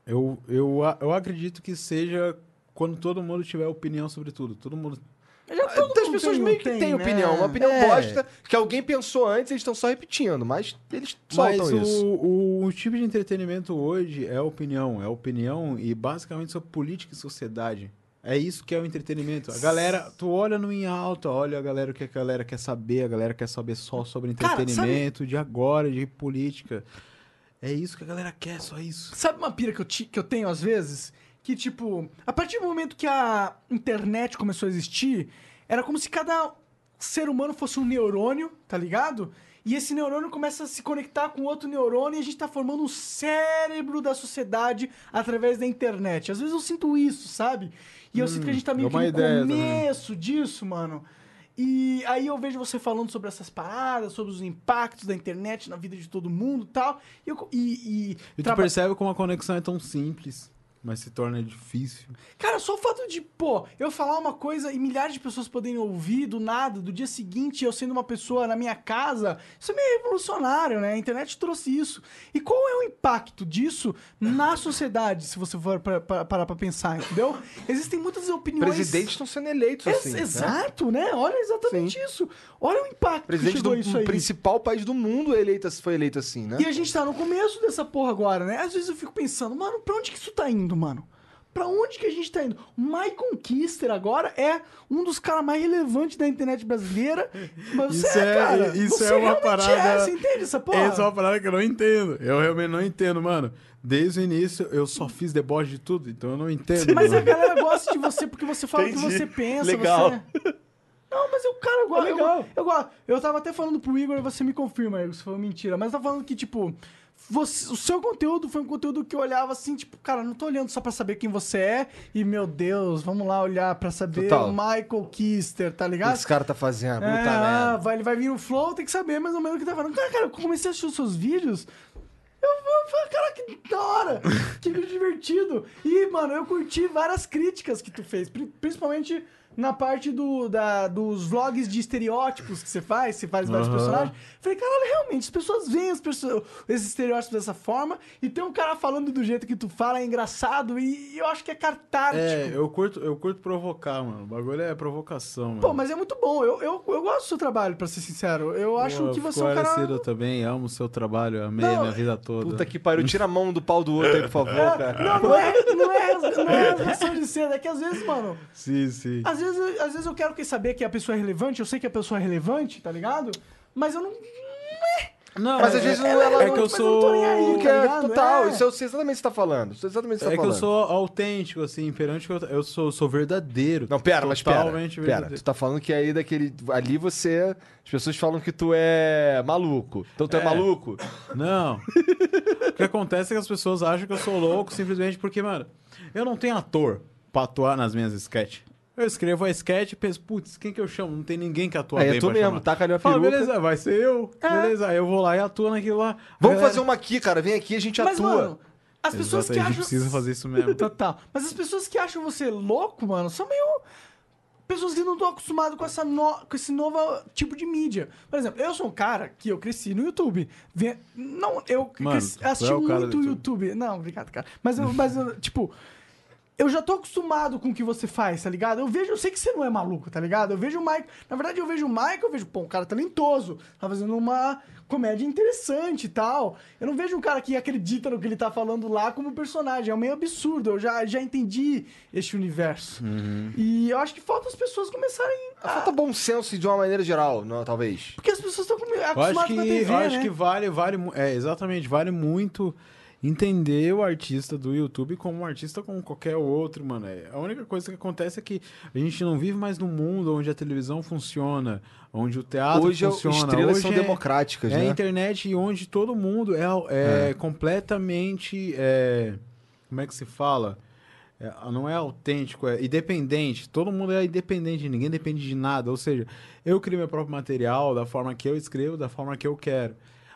Speaker 3: Eu, eu, a- eu acredito que seja quando todo mundo tiver opinião sobre tudo. Todo mundo.
Speaker 2: Já todo
Speaker 1: Então, as
Speaker 2: mundo
Speaker 1: pessoas
Speaker 2: tem,
Speaker 1: meio que
Speaker 2: tem,
Speaker 1: têm
Speaker 2: né?
Speaker 1: opinião. Uma opinião
Speaker 3: É.
Speaker 1: bosta que alguém pensou antes, eles estão só repetindo. Mas eles
Speaker 3: Mas
Speaker 1: soltam isso.
Speaker 3: o, o tipo de entretenimento hoje é opinião. É opinião e basicamente sobre política e sociedade. É isso que é o entretenimento. A galera, tu olha no em alta, olha a galera o que a galera quer saber, a galera quer saber só sobre
Speaker 2: Cara, sabe-
Speaker 3: entretenimento de agora, de política. É isso que a galera quer, só isso.
Speaker 2: Sabe uma pira que eu, ti- que eu tenho às vezes? Que, tipo, a partir do momento que a internet começou a existir, era como se cada ser humano fosse um neurônio, tá ligado? E esse neurônio começa a se conectar com outro neurônio e a gente tá formando um cérebro da sociedade através da internet. Às vezes eu sinto isso, sabe? E eu sinto que a gente tá meio
Speaker 3: dá
Speaker 2: que
Speaker 3: Hum, é uma
Speaker 2: no
Speaker 3: ideia né?
Speaker 2: começo
Speaker 3: também.
Speaker 2: começo disso, mano. E aí eu vejo você falando sobre essas paradas, sobre os impactos da internet na vida de todo mundo e tal. E, eu, co- e, e
Speaker 3: E tu
Speaker 2: traba-
Speaker 3: percebe como a conexão é tão simples, mas se torna difícil.
Speaker 2: Cara, só o fato de, pô, eu falar uma coisa e milhares de pessoas poderem ouvir do nada, do dia seguinte eu sendo uma pessoa na minha casa, isso é meio revolucionário, né? A internet trouxe isso. E qual é o impacto disso na sociedade, se você for pra- pra- parar pra pensar, entendeu? Existem muitas opiniões...
Speaker 1: Presidentes estão sendo eleitos,
Speaker 2: Ex-
Speaker 1: assim. né?
Speaker 2: exato, né? Olha exatamente isso. Olha o impacto que
Speaker 1: Presidente
Speaker 2: chegou
Speaker 1: do
Speaker 2: isso aí.
Speaker 1: principal país do mundo é eleito, foi eleito assim, né?
Speaker 2: E a gente tá no começo dessa porra agora, né? Às vezes eu fico pensando, mano, pra onde que isso tá indo, mano? Pra onde que a gente tá indo? O Michael Kister agora é um dos caras mais relevantes da internet brasileira. Mas
Speaker 3: Isso
Speaker 2: você é,
Speaker 3: é-
Speaker 2: cara.
Speaker 3: isso
Speaker 2: você
Speaker 3: é uma
Speaker 2: realmente É,
Speaker 3: parada-
Speaker 2: você entende essa porra?
Speaker 3: Essa é uma parada que eu não entendo. Eu realmente não entendo, mano. Desde o início eu só fiz deboche de tudo, então eu não entendo.
Speaker 2: Mas é a
Speaker 3: mano.
Speaker 2: galera gosta de você porque você fala o que
Speaker 1: Entendi.
Speaker 2: você pensa.
Speaker 1: Legal.
Speaker 2: Você... é- Não, mas o cara gosta.
Speaker 1: É
Speaker 2: eu,
Speaker 1: legal.
Speaker 2: eu, gosto. Eu tava até falando pro Igor, você me confirma, Igor, se foi mentira. Mas eu tava falando que, tipo, você- o seu conteúdo foi um conteúdo que eu olhava assim, tipo, cara, não tô olhando só pra saber quem você é. E, meu Deus, vamos lá olhar pra saber
Speaker 1: Total.
Speaker 2: o Michael Kister, tá
Speaker 1: O que
Speaker 2: ligado?
Speaker 1: esse cara tá fazendo? Puta
Speaker 2: É, ah,
Speaker 1: merda.
Speaker 2: vai, ele vai vir no flow, tem que saber mais ou menos o que tá falando. Cara, cara, eu comecei a assistir os seus vídeos. Eu, eu falei, cara, que da hora! Que vídeo divertido! E, mano, eu curti várias críticas que tu fez, pri- principalmente na parte do, da- dos vlogs de estereótipos que você faz, você faz vários
Speaker 3: Aham.
Speaker 2: personagens. Falei, caralho, realmente, as pessoas veem as pessoas, esses estereótipos dessa forma, e tem um cara falando do jeito que tu fala, é engraçado, e eu acho que é catártico.
Speaker 3: É, eu curto, eu curto provocar, mano. O bagulho é provocação, mano.
Speaker 2: Pô, mas é muito bom. Eu, eu, eu gosto do seu trabalho, pra ser sincero. Eu acho
Speaker 3: Pô, eu
Speaker 2: que você é
Speaker 3: fico
Speaker 2: um cara.
Speaker 3: agradecido, Eu também amo o seu trabalho, amei
Speaker 2: Não,
Speaker 3: a minha vida toda.
Speaker 1: Puta que pariu, tira a mão do pau do outro aí, por favor, cara.
Speaker 2: Não, não é, não é, ras- não é razão de ser. É que às vezes, mano.
Speaker 3: Sim, sim.
Speaker 2: Às vezes, eu- às vezes eu quero que- saber que a pessoa é relevante. Eu sei que a pessoa é relevante, tá ligado? Mas eu não.
Speaker 3: Não,
Speaker 1: Mas
Speaker 3: é-
Speaker 1: às vezes
Speaker 3: é,
Speaker 1: não ela
Speaker 3: é que eu
Speaker 2: mas eu não tô nem aí,
Speaker 3: sou.
Speaker 1: que é
Speaker 2: tá ligado?
Speaker 1: total.
Speaker 2: É.
Speaker 1: Isso eu sei exatamente o que você tá falando. Isso é exatamente o que você
Speaker 3: É
Speaker 1: tá
Speaker 3: que
Speaker 1: falando.
Speaker 3: eu sou autêntico, assim, perante o que eu, eu sou, sou verdadeiro.
Speaker 1: Não, pera, mas pera.
Speaker 3: Totalmente
Speaker 1: Pera, tu
Speaker 3: verdadeiro.
Speaker 1: tá falando que aí daquele. Ali você. As pessoas falam que tu é maluco. Então tu é,
Speaker 3: É.
Speaker 1: maluco?
Speaker 3: Não. o que acontece é que as pessoas acham que eu sou louco simplesmente porque, mano, eu não tenho ator pra atuar nas minhas sketches. Eu escrevo a sketch e penso, putz, quem que eu chamo? Não tem ninguém que atua
Speaker 1: Aí é
Speaker 3: bem
Speaker 1: tu
Speaker 3: pra
Speaker 1: mesmo,
Speaker 3: chamar.
Speaker 1: taca ali uma
Speaker 3: Fala,
Speaker 1: peruca. É.
Speaker 3: beleza, vai ser eu. Beleza, aí eu vou lá e atuo naquilo lá.
Speaker 1: Vamos
Speaker 3: Galera,
Speaker 1: fazer uma aqui, cara. Vem aqui, a gente
Speaker 2: Mas,
Speaker 1: atua.
Speaker 2: mano, as pessoas
Speaker 3: Exato,
Speaker 2: que
Speaker 3: a gente
Speaker 2: acham.
Speaker 3: precisa fazer isso mesmo.
Speaker 2: Total. Mas as pessoas que acham você louco, mano, são meio. Pessoas que não estão acostumadas com, essa no- com esse novo tipo de mídia. Por exemplo, eu sou um cara que eu cresci no YouTube. Ve- Não, eu
Speaker 3: Mano,
Speaker 2: cresci-
Speaker 3: tu é o
Speaker 2: assisti
Speaker 3: cara do
Speaker 2: muito YouTube.
Speaker 3: YouTube.
Speaker 2: Não, obrigado, cara. Mas, eu, mas eu, tipo, eu já tô acostumado com o que você faz, tá ligado? Eu vejo, eu sei que você não é maluco, tá ligado? Eu vejo o Michael. Na verdade, eu vejo o Michael, eu vejo, pô, um cara talentoso, tá fazendo uma comédia interessante e tal. Eu não vejo um cara que acredita no que ele tá falando lá como personagem. É meio absurdo. Eu já, já entendi este universo.
Speaker 3: Uhum.
Speaker 2: E eu acho que falta as pessoas começarem a.
Speaker 1: Falta bom senso de uma maneira geral, não, talvez.
Speaker 2: Porque as pessoas estão
Speaker 1: um
Speaker 3: Eu
Speaker 2: acostumadas
Speaker 3: acho que,
Speaker 2: com a TV.
Speaker 3: eu acho
Speaker 2: né?
Speaker 3: que vale, vale. mu- É, exatamente, vale muito entender o artista do YouTube como um artista como qualquer outro, mano. É, A única coisa que acontece é que a gente não vive mais num mundo onde a televisão funciona, onde o teatro
Speaker 1: Hoje as
Speaker 3: funciona.
Speaker 1: estrelas
Speaker 3: hoje
Speaker 1: são
Speaker 3: é,
Speaker 1: democráticas,
Speaker 3: é a
Speaker 1: né?
Speaker 3: internet e onde todo mundo é, é completamente. é, como é que se fala? É, não é autêntico, é independente. Todo mundo é independente, ninguém depende de nada. Ou seja, eu crio meu próprio material da forma que eu escrevo, da forma que eu quero.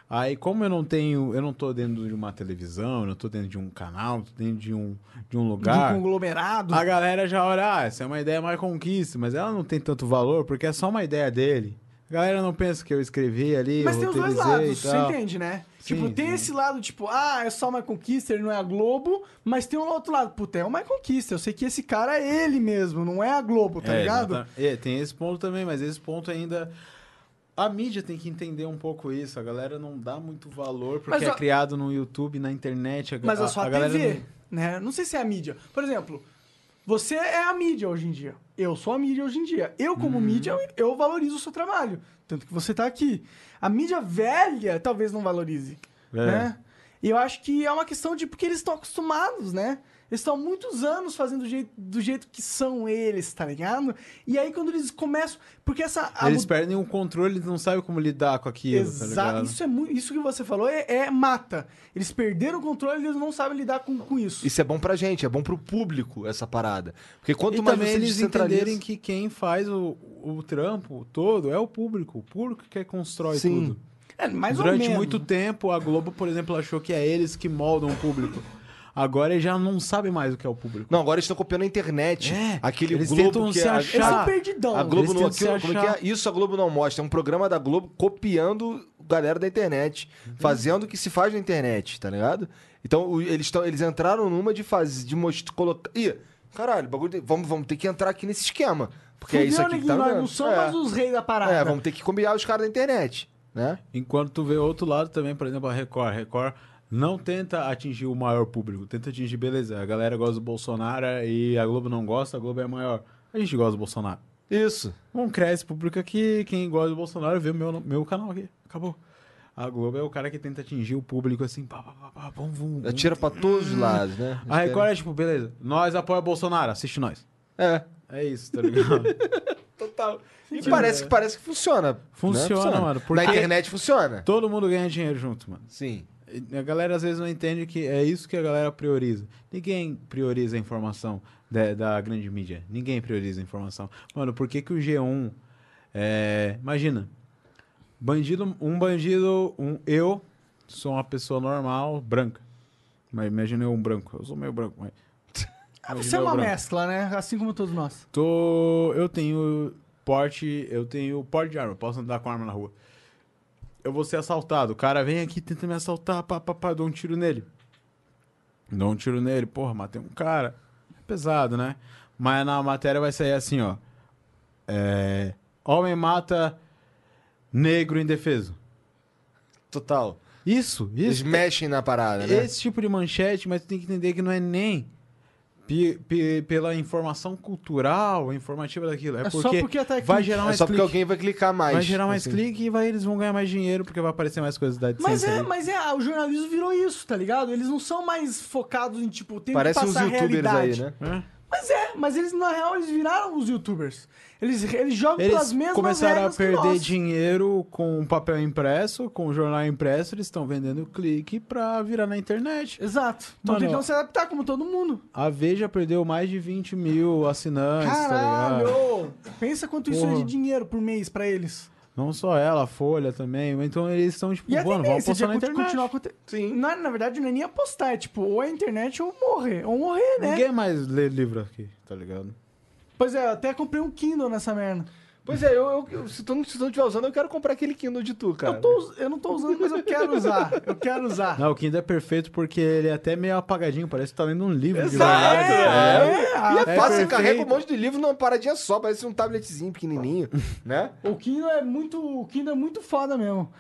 Speaker 3: Aí, como eu não tenho, eu não tô dentro de uma televisão, eu não tô dentro de um canal, eu tô dentro de um, de um
Speaker 2: De
Speaker 3: lugar.
Speaker 2: conglomerado.
Speaker 3: A galera já olha, ah, essa é uma ideia mais conquista, mas ela não tem tanto valor porque é só uma ideia dele. A galera não pensa que eu escrevi ali,
Speaker 2: Mas tem os dois
Speaker 3: roteirizei
Speaker 2: lados,
Speaker 3: e
Speaker 2: você
Speaker 3: tal.
Speaker 2: entende, né?
Speaker 3: Sim,
Speaker 2: tipo, tem
Speaker 3: sim.
Speaker 2: esse lado, tipo, ah, é só uma conquista, ele não é a Globo, mas tem um outro lado, puta, é uma conquista. Eu sei que esse cara é ele mesmo, não é a Globo, tá
Speaker 3: É,
Speaker 2: ligado?
Speaker 3: exata- é, tem esse ponto também, mas esse ponto ainda. A mídia tem que entender um pouco isso. A galera não dá muito valor porque
Speaker 2: Mas
Speaker 3: é
Speaker 2: a-
Speaker 3: criado no YouTube, na internet. A,
Speaker 2: Mas
Speaker 3: a,
Speaker 2: é só a,
Speaker 3: galera
Speaker 2: TV,
Speaker 3: não-
Speaker 2: né? Não sei se é a mídia. Por exemplo, você é a mídia hoje em dia. Eu sou a mídia hoje em dia. Eu, como
Speaker 3: Uhum.
Speaker 2: mídia, eu valorizo o seu trabalho. Tanto que você tá aqui. A mídia velha talvez não valorize,
Speaker 3: É.
Speaker 2: né? E eu acho que é uma questão de porque eles estão acostumados, né? Eles estão há muitos anos fazendo do jeito, do jeito que são eles, tá ligado? E aí quando eles começam... Porque essa... a
Speaker 3: Eles
Speaker 2: mu-
Speaker 3: perdem o controle, eles não sabem como lidar com aquilo. tá
Speaker 2: Exato.
Speaker 3: ligado?
Speaker 2: isso, é mu- isso que você falou é, é mata. Eles perderam o controle, eles não sabem lidar com, com isso.
Speaker 1: Isso é bom pra gente, é bom pro público essa parada. Porque quanto
Speaker 3: e
Speaker 1: mais
Speaker 3: também
Speaker 1: você
Speaker 3: eles
Speaker 1: descentraliza-
Speaker 3: Então, entenderem que quem faz o, o trampo todo é o público. O público que constrói
Speaker 1: Sim.
Speaker 3: tudo.
Speaker 2: É, mais ou
Speaker 3: Durante
Speaker 2: menos.
Speaker 3: muito tempo, a Globo, por exemplo, achou que é eles que moldam o público. Agora eles já não sabem mais o que é o público.
Speaker 1: Não, agora eles estão copiando a internet.
Speaker 3: É,
Speaker 1: aquele
Speaker 3: eles
Speaker 1: Globo
Speaker 3: tentam
Speaker 1: que
Speaker 3: se
Speaker 1: é a-
Speaker 2: Eles
Speaker 3: achar.
Speaker 2: são perdidão.
Speaker 1: A Globo
Speaker 3: Eles
Speaker 1: não,
Speaker 3: tentam se
Speaker 1: aquilo- como é que
Speaker 3: achar.
Speaker 1: é? Isso a Globo não mostra. É um programa da Globo copiando galera da internet,
Speaker 3: Uhum.
Speaker 1: fazendo o que se faz na internet, tá ligado? Então o- eles, tão, eles entraram numa de fazer, de mostrar, colocar. Ih, caralho, bagulho. de- Vamos, vamos ter que entrar aqui nesse esquema. Porque é
Speaker 2: Fudeu,
Speaker 1: isso
Speaker 3: né,
Speaker 1: aqui que
Speaker 2: neguinho,
Speaker 1: tá
Speaker 2: nós
Speaker 1: andando.
Speaker 2: não somos
Speaker 1: é.
Speaker 2: mais os reis da parada.
Speaker 1: É, vamos ter que combinar os caras da internet, né?
Speaker 3: Enquanto tu vê outro lado também, por exemplo, a Record. A Record não tenta atingir o maior público, tenta atingir, beleza. A galera gosta do Bolsonaro e a Globo não gosta, a Globo é a maior. A gente gosta do Bolsonaro.
Speaker 1: Isso.
Speaker 3: Vamos criar esse público aqui. Quem gosta do Bolsonaro vê o meu, meu canal aqui. Acabou. A Globo é o cara que tenta atingir o público assim. Pá, pá, pá, pá, vamos, vamos, vamos.
Speaker 1: Atira pra todos os lados, né?
Speaker 3: A Record é tipo, beleza, nós apoia Bolsonaro, assiste nós.
Speaker 1: É.
Speaker 3: É isso, tá ligado?
Speaker 1: Total. E parece, que, parece que funciona. né?
Speaker 3: Funciona, mano, porque-
Speaker 1: Na internet funciona.
Speaker 3: Todo mundo ganha dinheiro junto, mano.
Speaker 1: Sim.
Speaker 3: E A galera às vezes não entende que é isso que a galera prioriza. Ninguém prioriza a informação da, da grande mídia. Ninguém prioriza a informação. Mano, por que, que o G1. é, imagina. Bandido, um bandido, um eu sou uma pessoa normal, branca. Mas imagina eu um branco. Eu sou meio branco, mas.
Speaker 2: Ah, Você é
Speaker 3: Imagina eu
Speaker 2: uma
Speaker 3: branco.
Speaker 2: mescla, né? Assim como todos nós.
Speaker 3: Tô. Eu tenho porte. Eu tenho porte de arma. Posso andar com arma na rua. Eu vou ser assaltado. O cara vem aqui, tenta me assaltar. Pá, pá, pá, dou um tiro nele. Dou um tiro nele. Porra, matei um cara. É pesado, né? Mas na matéria vai sair assim, ó. É, Homem mata negro indefeso.
Speaker 1: Total.
Speaker 3: Isso,
Speaker 1: Eles
Speaker 3: isso. é-
Speaker 1: mexem na parada, né?
Speaker 3: Esse tipo de manchete, mas tu tem que entender que não é nem pe- pe- pela informação cultural, informativa daquilo. É,
Speaker 2: É só
Speaker 3: porque,
Speaker 2: porque a técnica-
Speaker 3: vai gerar
Speaker 1: É
Speaker 3: mais
Speaker 1: só porque
Speaker 3: clique.
Speaker 1: alguém vai clicar mais.
Speaker 3: vai gerar mais
Speaker 1: assim.
Speaker 3: clique e vai, eles vão ganhar mais dinheiro porque vai aparecer mais coisas da
Speaker 2: Mas
Speaker 3: AdSense
Speaker 2: é,
Speaker 3: ali.
Speaker 2: mas é, ah, o jornalismo virou isso, tá ligado? Eles não são mais focados em, tipo, tem que
Speaker 1: Parece uns
Speaker 2: passar a
Speaker 1: youtubers
Speaker 2: realidade.
Speaker 1: aí, né?
Speaker 3: É.
Speaker 2: Mas é, mas eles, na real, eles viraram os youtubers. Eles, eles jogam pelas
Speaker 3: Eles
Speaker 2: mesmas
Speaker 3: começaram a
Speaker 2: regras que
Speaker 3: perder
Speaker 2: nós.
Speaker 3: dinheiro com um papel impresso, com um jornal impresso, eles estão vendendo clique pra virar na internet.
Speaker 2: Exato. Então
Speaker 3: Mano,
Speaker 2: tentando se adaptar, como todo mundo.
Speaker 3: A Veja perdeu mais de 20 mil assinantes, tá ligado?
Speaker 2: Caralho! Pensa quanto isso é de
Speaker 3: Porra.
Speaker 2: dinheiro por mês pra eles.
Speaker 3: Não só ela, a Folha também. Então eles estão tipo,
Speaker 2: E a
Speaker 3: mano, vamos
Speaker 2: tendência de
Speaker 3: postar na
Speaker 2: acon-
Speaker 3: internet.
Speaker 2: continuar acontecendo. Sim. Na, na verdade, não é nem apostar, é tipo, ou é internet ou morrer. Ou morrer, né?
Speaker 3: Ninguém mais lê livro aqui, tá ligado?
Speaker 2: Pois é, eu até comprei um Kindle nessa merda.
Speaker 1: Pois é, eu, eu- eu- se, tu não, se tu não estiver usando, eu quero comprar aquele Kindle de tu,
Speaker 3: Tá,
Speaker 1: cara.
Speaker 2: Eu,
Speaker 3: né?
Speaker 2: tô us- eu não tô usando, mas eu quero usar. Eu quero usar.
Speaker 3: Não, o Kindle é perfeito porque ele é até meio apagadinho, parece que tá lendo um livro de
Speaker 1: Exato,
Speaker 3: verdade.
Speaker 1: né?
Speaker 3: É.
Speaker 1: E é fácil, você
Speaker 2: é,
Speaker 3: perfeito.
Speaker 1: carrega um monte de livro numa paradinha só, parece um tabletzinho pequenininho, né?
Speaker 2: O Kindle é muito. O Kindle é muito foda mesmo.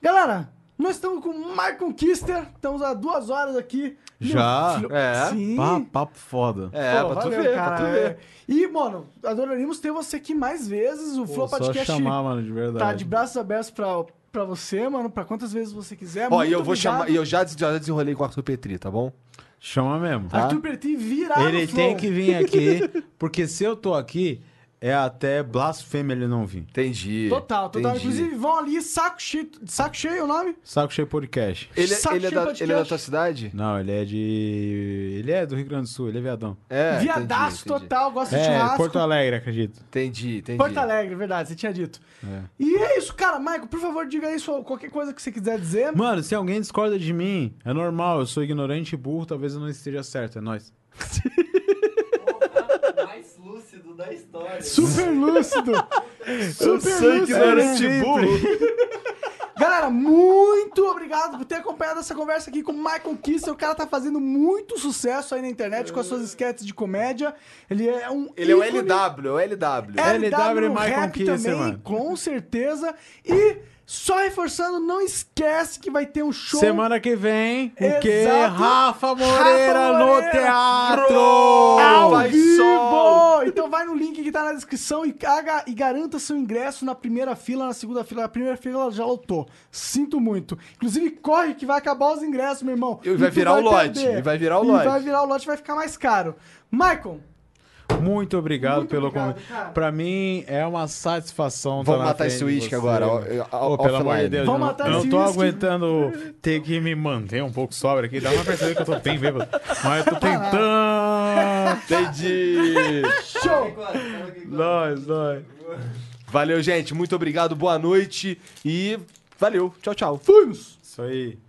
Speaker 2: Galera, nós estamos com o Mark Conquister. Estamos há duas horas aqui. Meu
Speaker 3: Já?
Speaker 2: filho-
Speaker 1: É.
Speaker 2: Sim.
Speaker 3: Pá, papo foda.
Speaker 1: É,
Speaker 2: Pô,
Speaker 1: pra tu
Speaker 2: valeu,
Speaker 1: ver, pra
Speaker 2: cara.
Speaker 1: tu ver.
Speaker 2: E, mano, adoraríamos ter você aqui mais vezes. O Flow
Speaker 3: Pô, só
Speaker 2: Podcast
Speaker 3: chamar, mano, de verdade.
Speaker 2: tá de braços abertos pra, pra você, mano. Pra quantas vezes você
Speaker 3: É
Speaker 2: quiser.
Speaker 1: Ó,
Speaker 2: Muito
Speaker 1: e eu vou
Speaker 2: obrigado.
Speaker 1: chamar. E eu já, des- já desenrolei com o Arthur Petri, tá bom?
Speaker 3: Chama mesmo.
Speaker 2: Arthur Petit virado,
Speaker 3: Tá? Ele
Speaker 2: Tá Flow.
Speaker 3: tem que vir aqui, porque se eu tô aqui, é até blasfêmia ele não vir.
Speaker 1: Entendi.
Speaker 2: Total, total.
Speaker 1: entendi.
Speaker 2: Inclusive, vão ali, saco cheio. Saco cheio é o nome?
Speaker 3: Saco cheio podcast.
Speaker 1: Ele,
Speaker 2: Saco
Speaker 1: ele, é
Speaker 2: cheio
Speaker 1: da,
Speaker 2: podcast.
Speaker 1: ele é da tua cidade?
Speaker 3: Não, ele é de. Ele é do Rio Grande do Sul, ele é viadão.
Speaker 1: É.
Speaker 2: Viadaço
Speaker 1: entendi, entendi.
Speaker 2: total, gosta de
Speaker 3: É,
Speaker 2: churrasco.
Speaker 3: Porto Alegre, acredito.
Speaker 1: Entendi, entendi.
Speaker 2: Porto Alegre, verdade, você tinha dito. E é isso, cara. Michael, por favor, diga isso, qualquer coisa que você quiser dizer.
Speaker 3: Mano, se alguém discorda de mim, é normal, eu sou ignorante e burro, talvez eu não esteja certo, é nóis.
Speaker 4: Opa, mais lúcido da história.
Speaker 2: Super lúcido.
Speaker 1: Eu sei que não era
Speaker 3: lúcido,
Speaker 1: de
Speaker 3: né?
Speaker 1: burro.
Speaker 2: Galera, muito obrigado por ter acompanhado essa conversa aqui com o Michael Kissel. O cara tá fazendo muito sucesso aí na internet com as suas esquetes de comédia. Ele é um.
Speaker 1: Ele é o
Speaker 2: ícone.
Speaker 1: LW, é o LW.
Speaker 3: LW
Speaker 2: LW
Speaker 3: Michael
Speaker 2: Rap
Speaker 3: Kiss,
Speaker 2: também,
Speaker 3: mano.
Speaker 2: com certeza. E só reforçando, não esquece que vai ter um show.
Speaker 3: Semana que vem, o quê?
Speaker 2: Exato.
Speaker 3: Rafa Moreira
Speaker 2: Rafa
Speaker 3: no
Speaker 2: Moreira.
Speaker 3: teatro!
Speaker 1: Ao
Speaker 3: Vai-
Speaker 1: vivo!
Speaker 2: Vivo! Então vai no link que tá na descrição e, caga, e garanta seu ingresso na primeira fila, na segunda fila. A primeira fila já lotou. Sinto muito. Inclusive, corre que vai acabar os ingressos, meu irmão.
Speaker 1: E vai
Speaker 2: tu
Speaker 1: virar o lote,
Speaker 2: perder.
Speaker 1: e vai virar o
Speaker 2: E
Speaker 1: lote.
Speaker 2: vai virar o lote, vai ficar mais caro. Maicon,
Speaker 3: Muito obrigado
Speaker 2: Muito
Speaker 3: pelo
Speaker 2: obrigado,
Speaker 3: convite.
Speaker 2: cara.
Speaker 3: Pra mim é uma satisfação.
Speaker 1: Vamos
Speaker 3: tá na
Speaker 1: matar
Speaker 3: frente
Speaker 1: esse
Speaker 3: de
Speaker 1: uísque
Speaker 3: você,
Speaker 1: agora, ó,
Speaker 3: velho.
Speaker 1: ó,
Speaker 3: Ô, pelo
Speaker 1: offline.
Speaker 3: amor de Deus.
Speaker 2: Vamos
Speaker 3: eu não-
Speaker 2: matar
Speaker 3: eu não
Speaker 2: esse
Speaker 3: tô
Speaker 2: uísque.
Speaker 3: aguentando ter que me manter um pouco sóbrio aqui. Dá pra perceber que eu tô bem bêbado. Mas eu tô tentando.
Speaker 1: Entendi.
Speaker 2: show!
Speaker 3: Nós, nós.
Speaker 1: Valeu, gente. Muito obrigado. Boa noite. E valeu. Tchau, tchau.
Speaker 2: Fomos!
Speaker 3: Isso aí.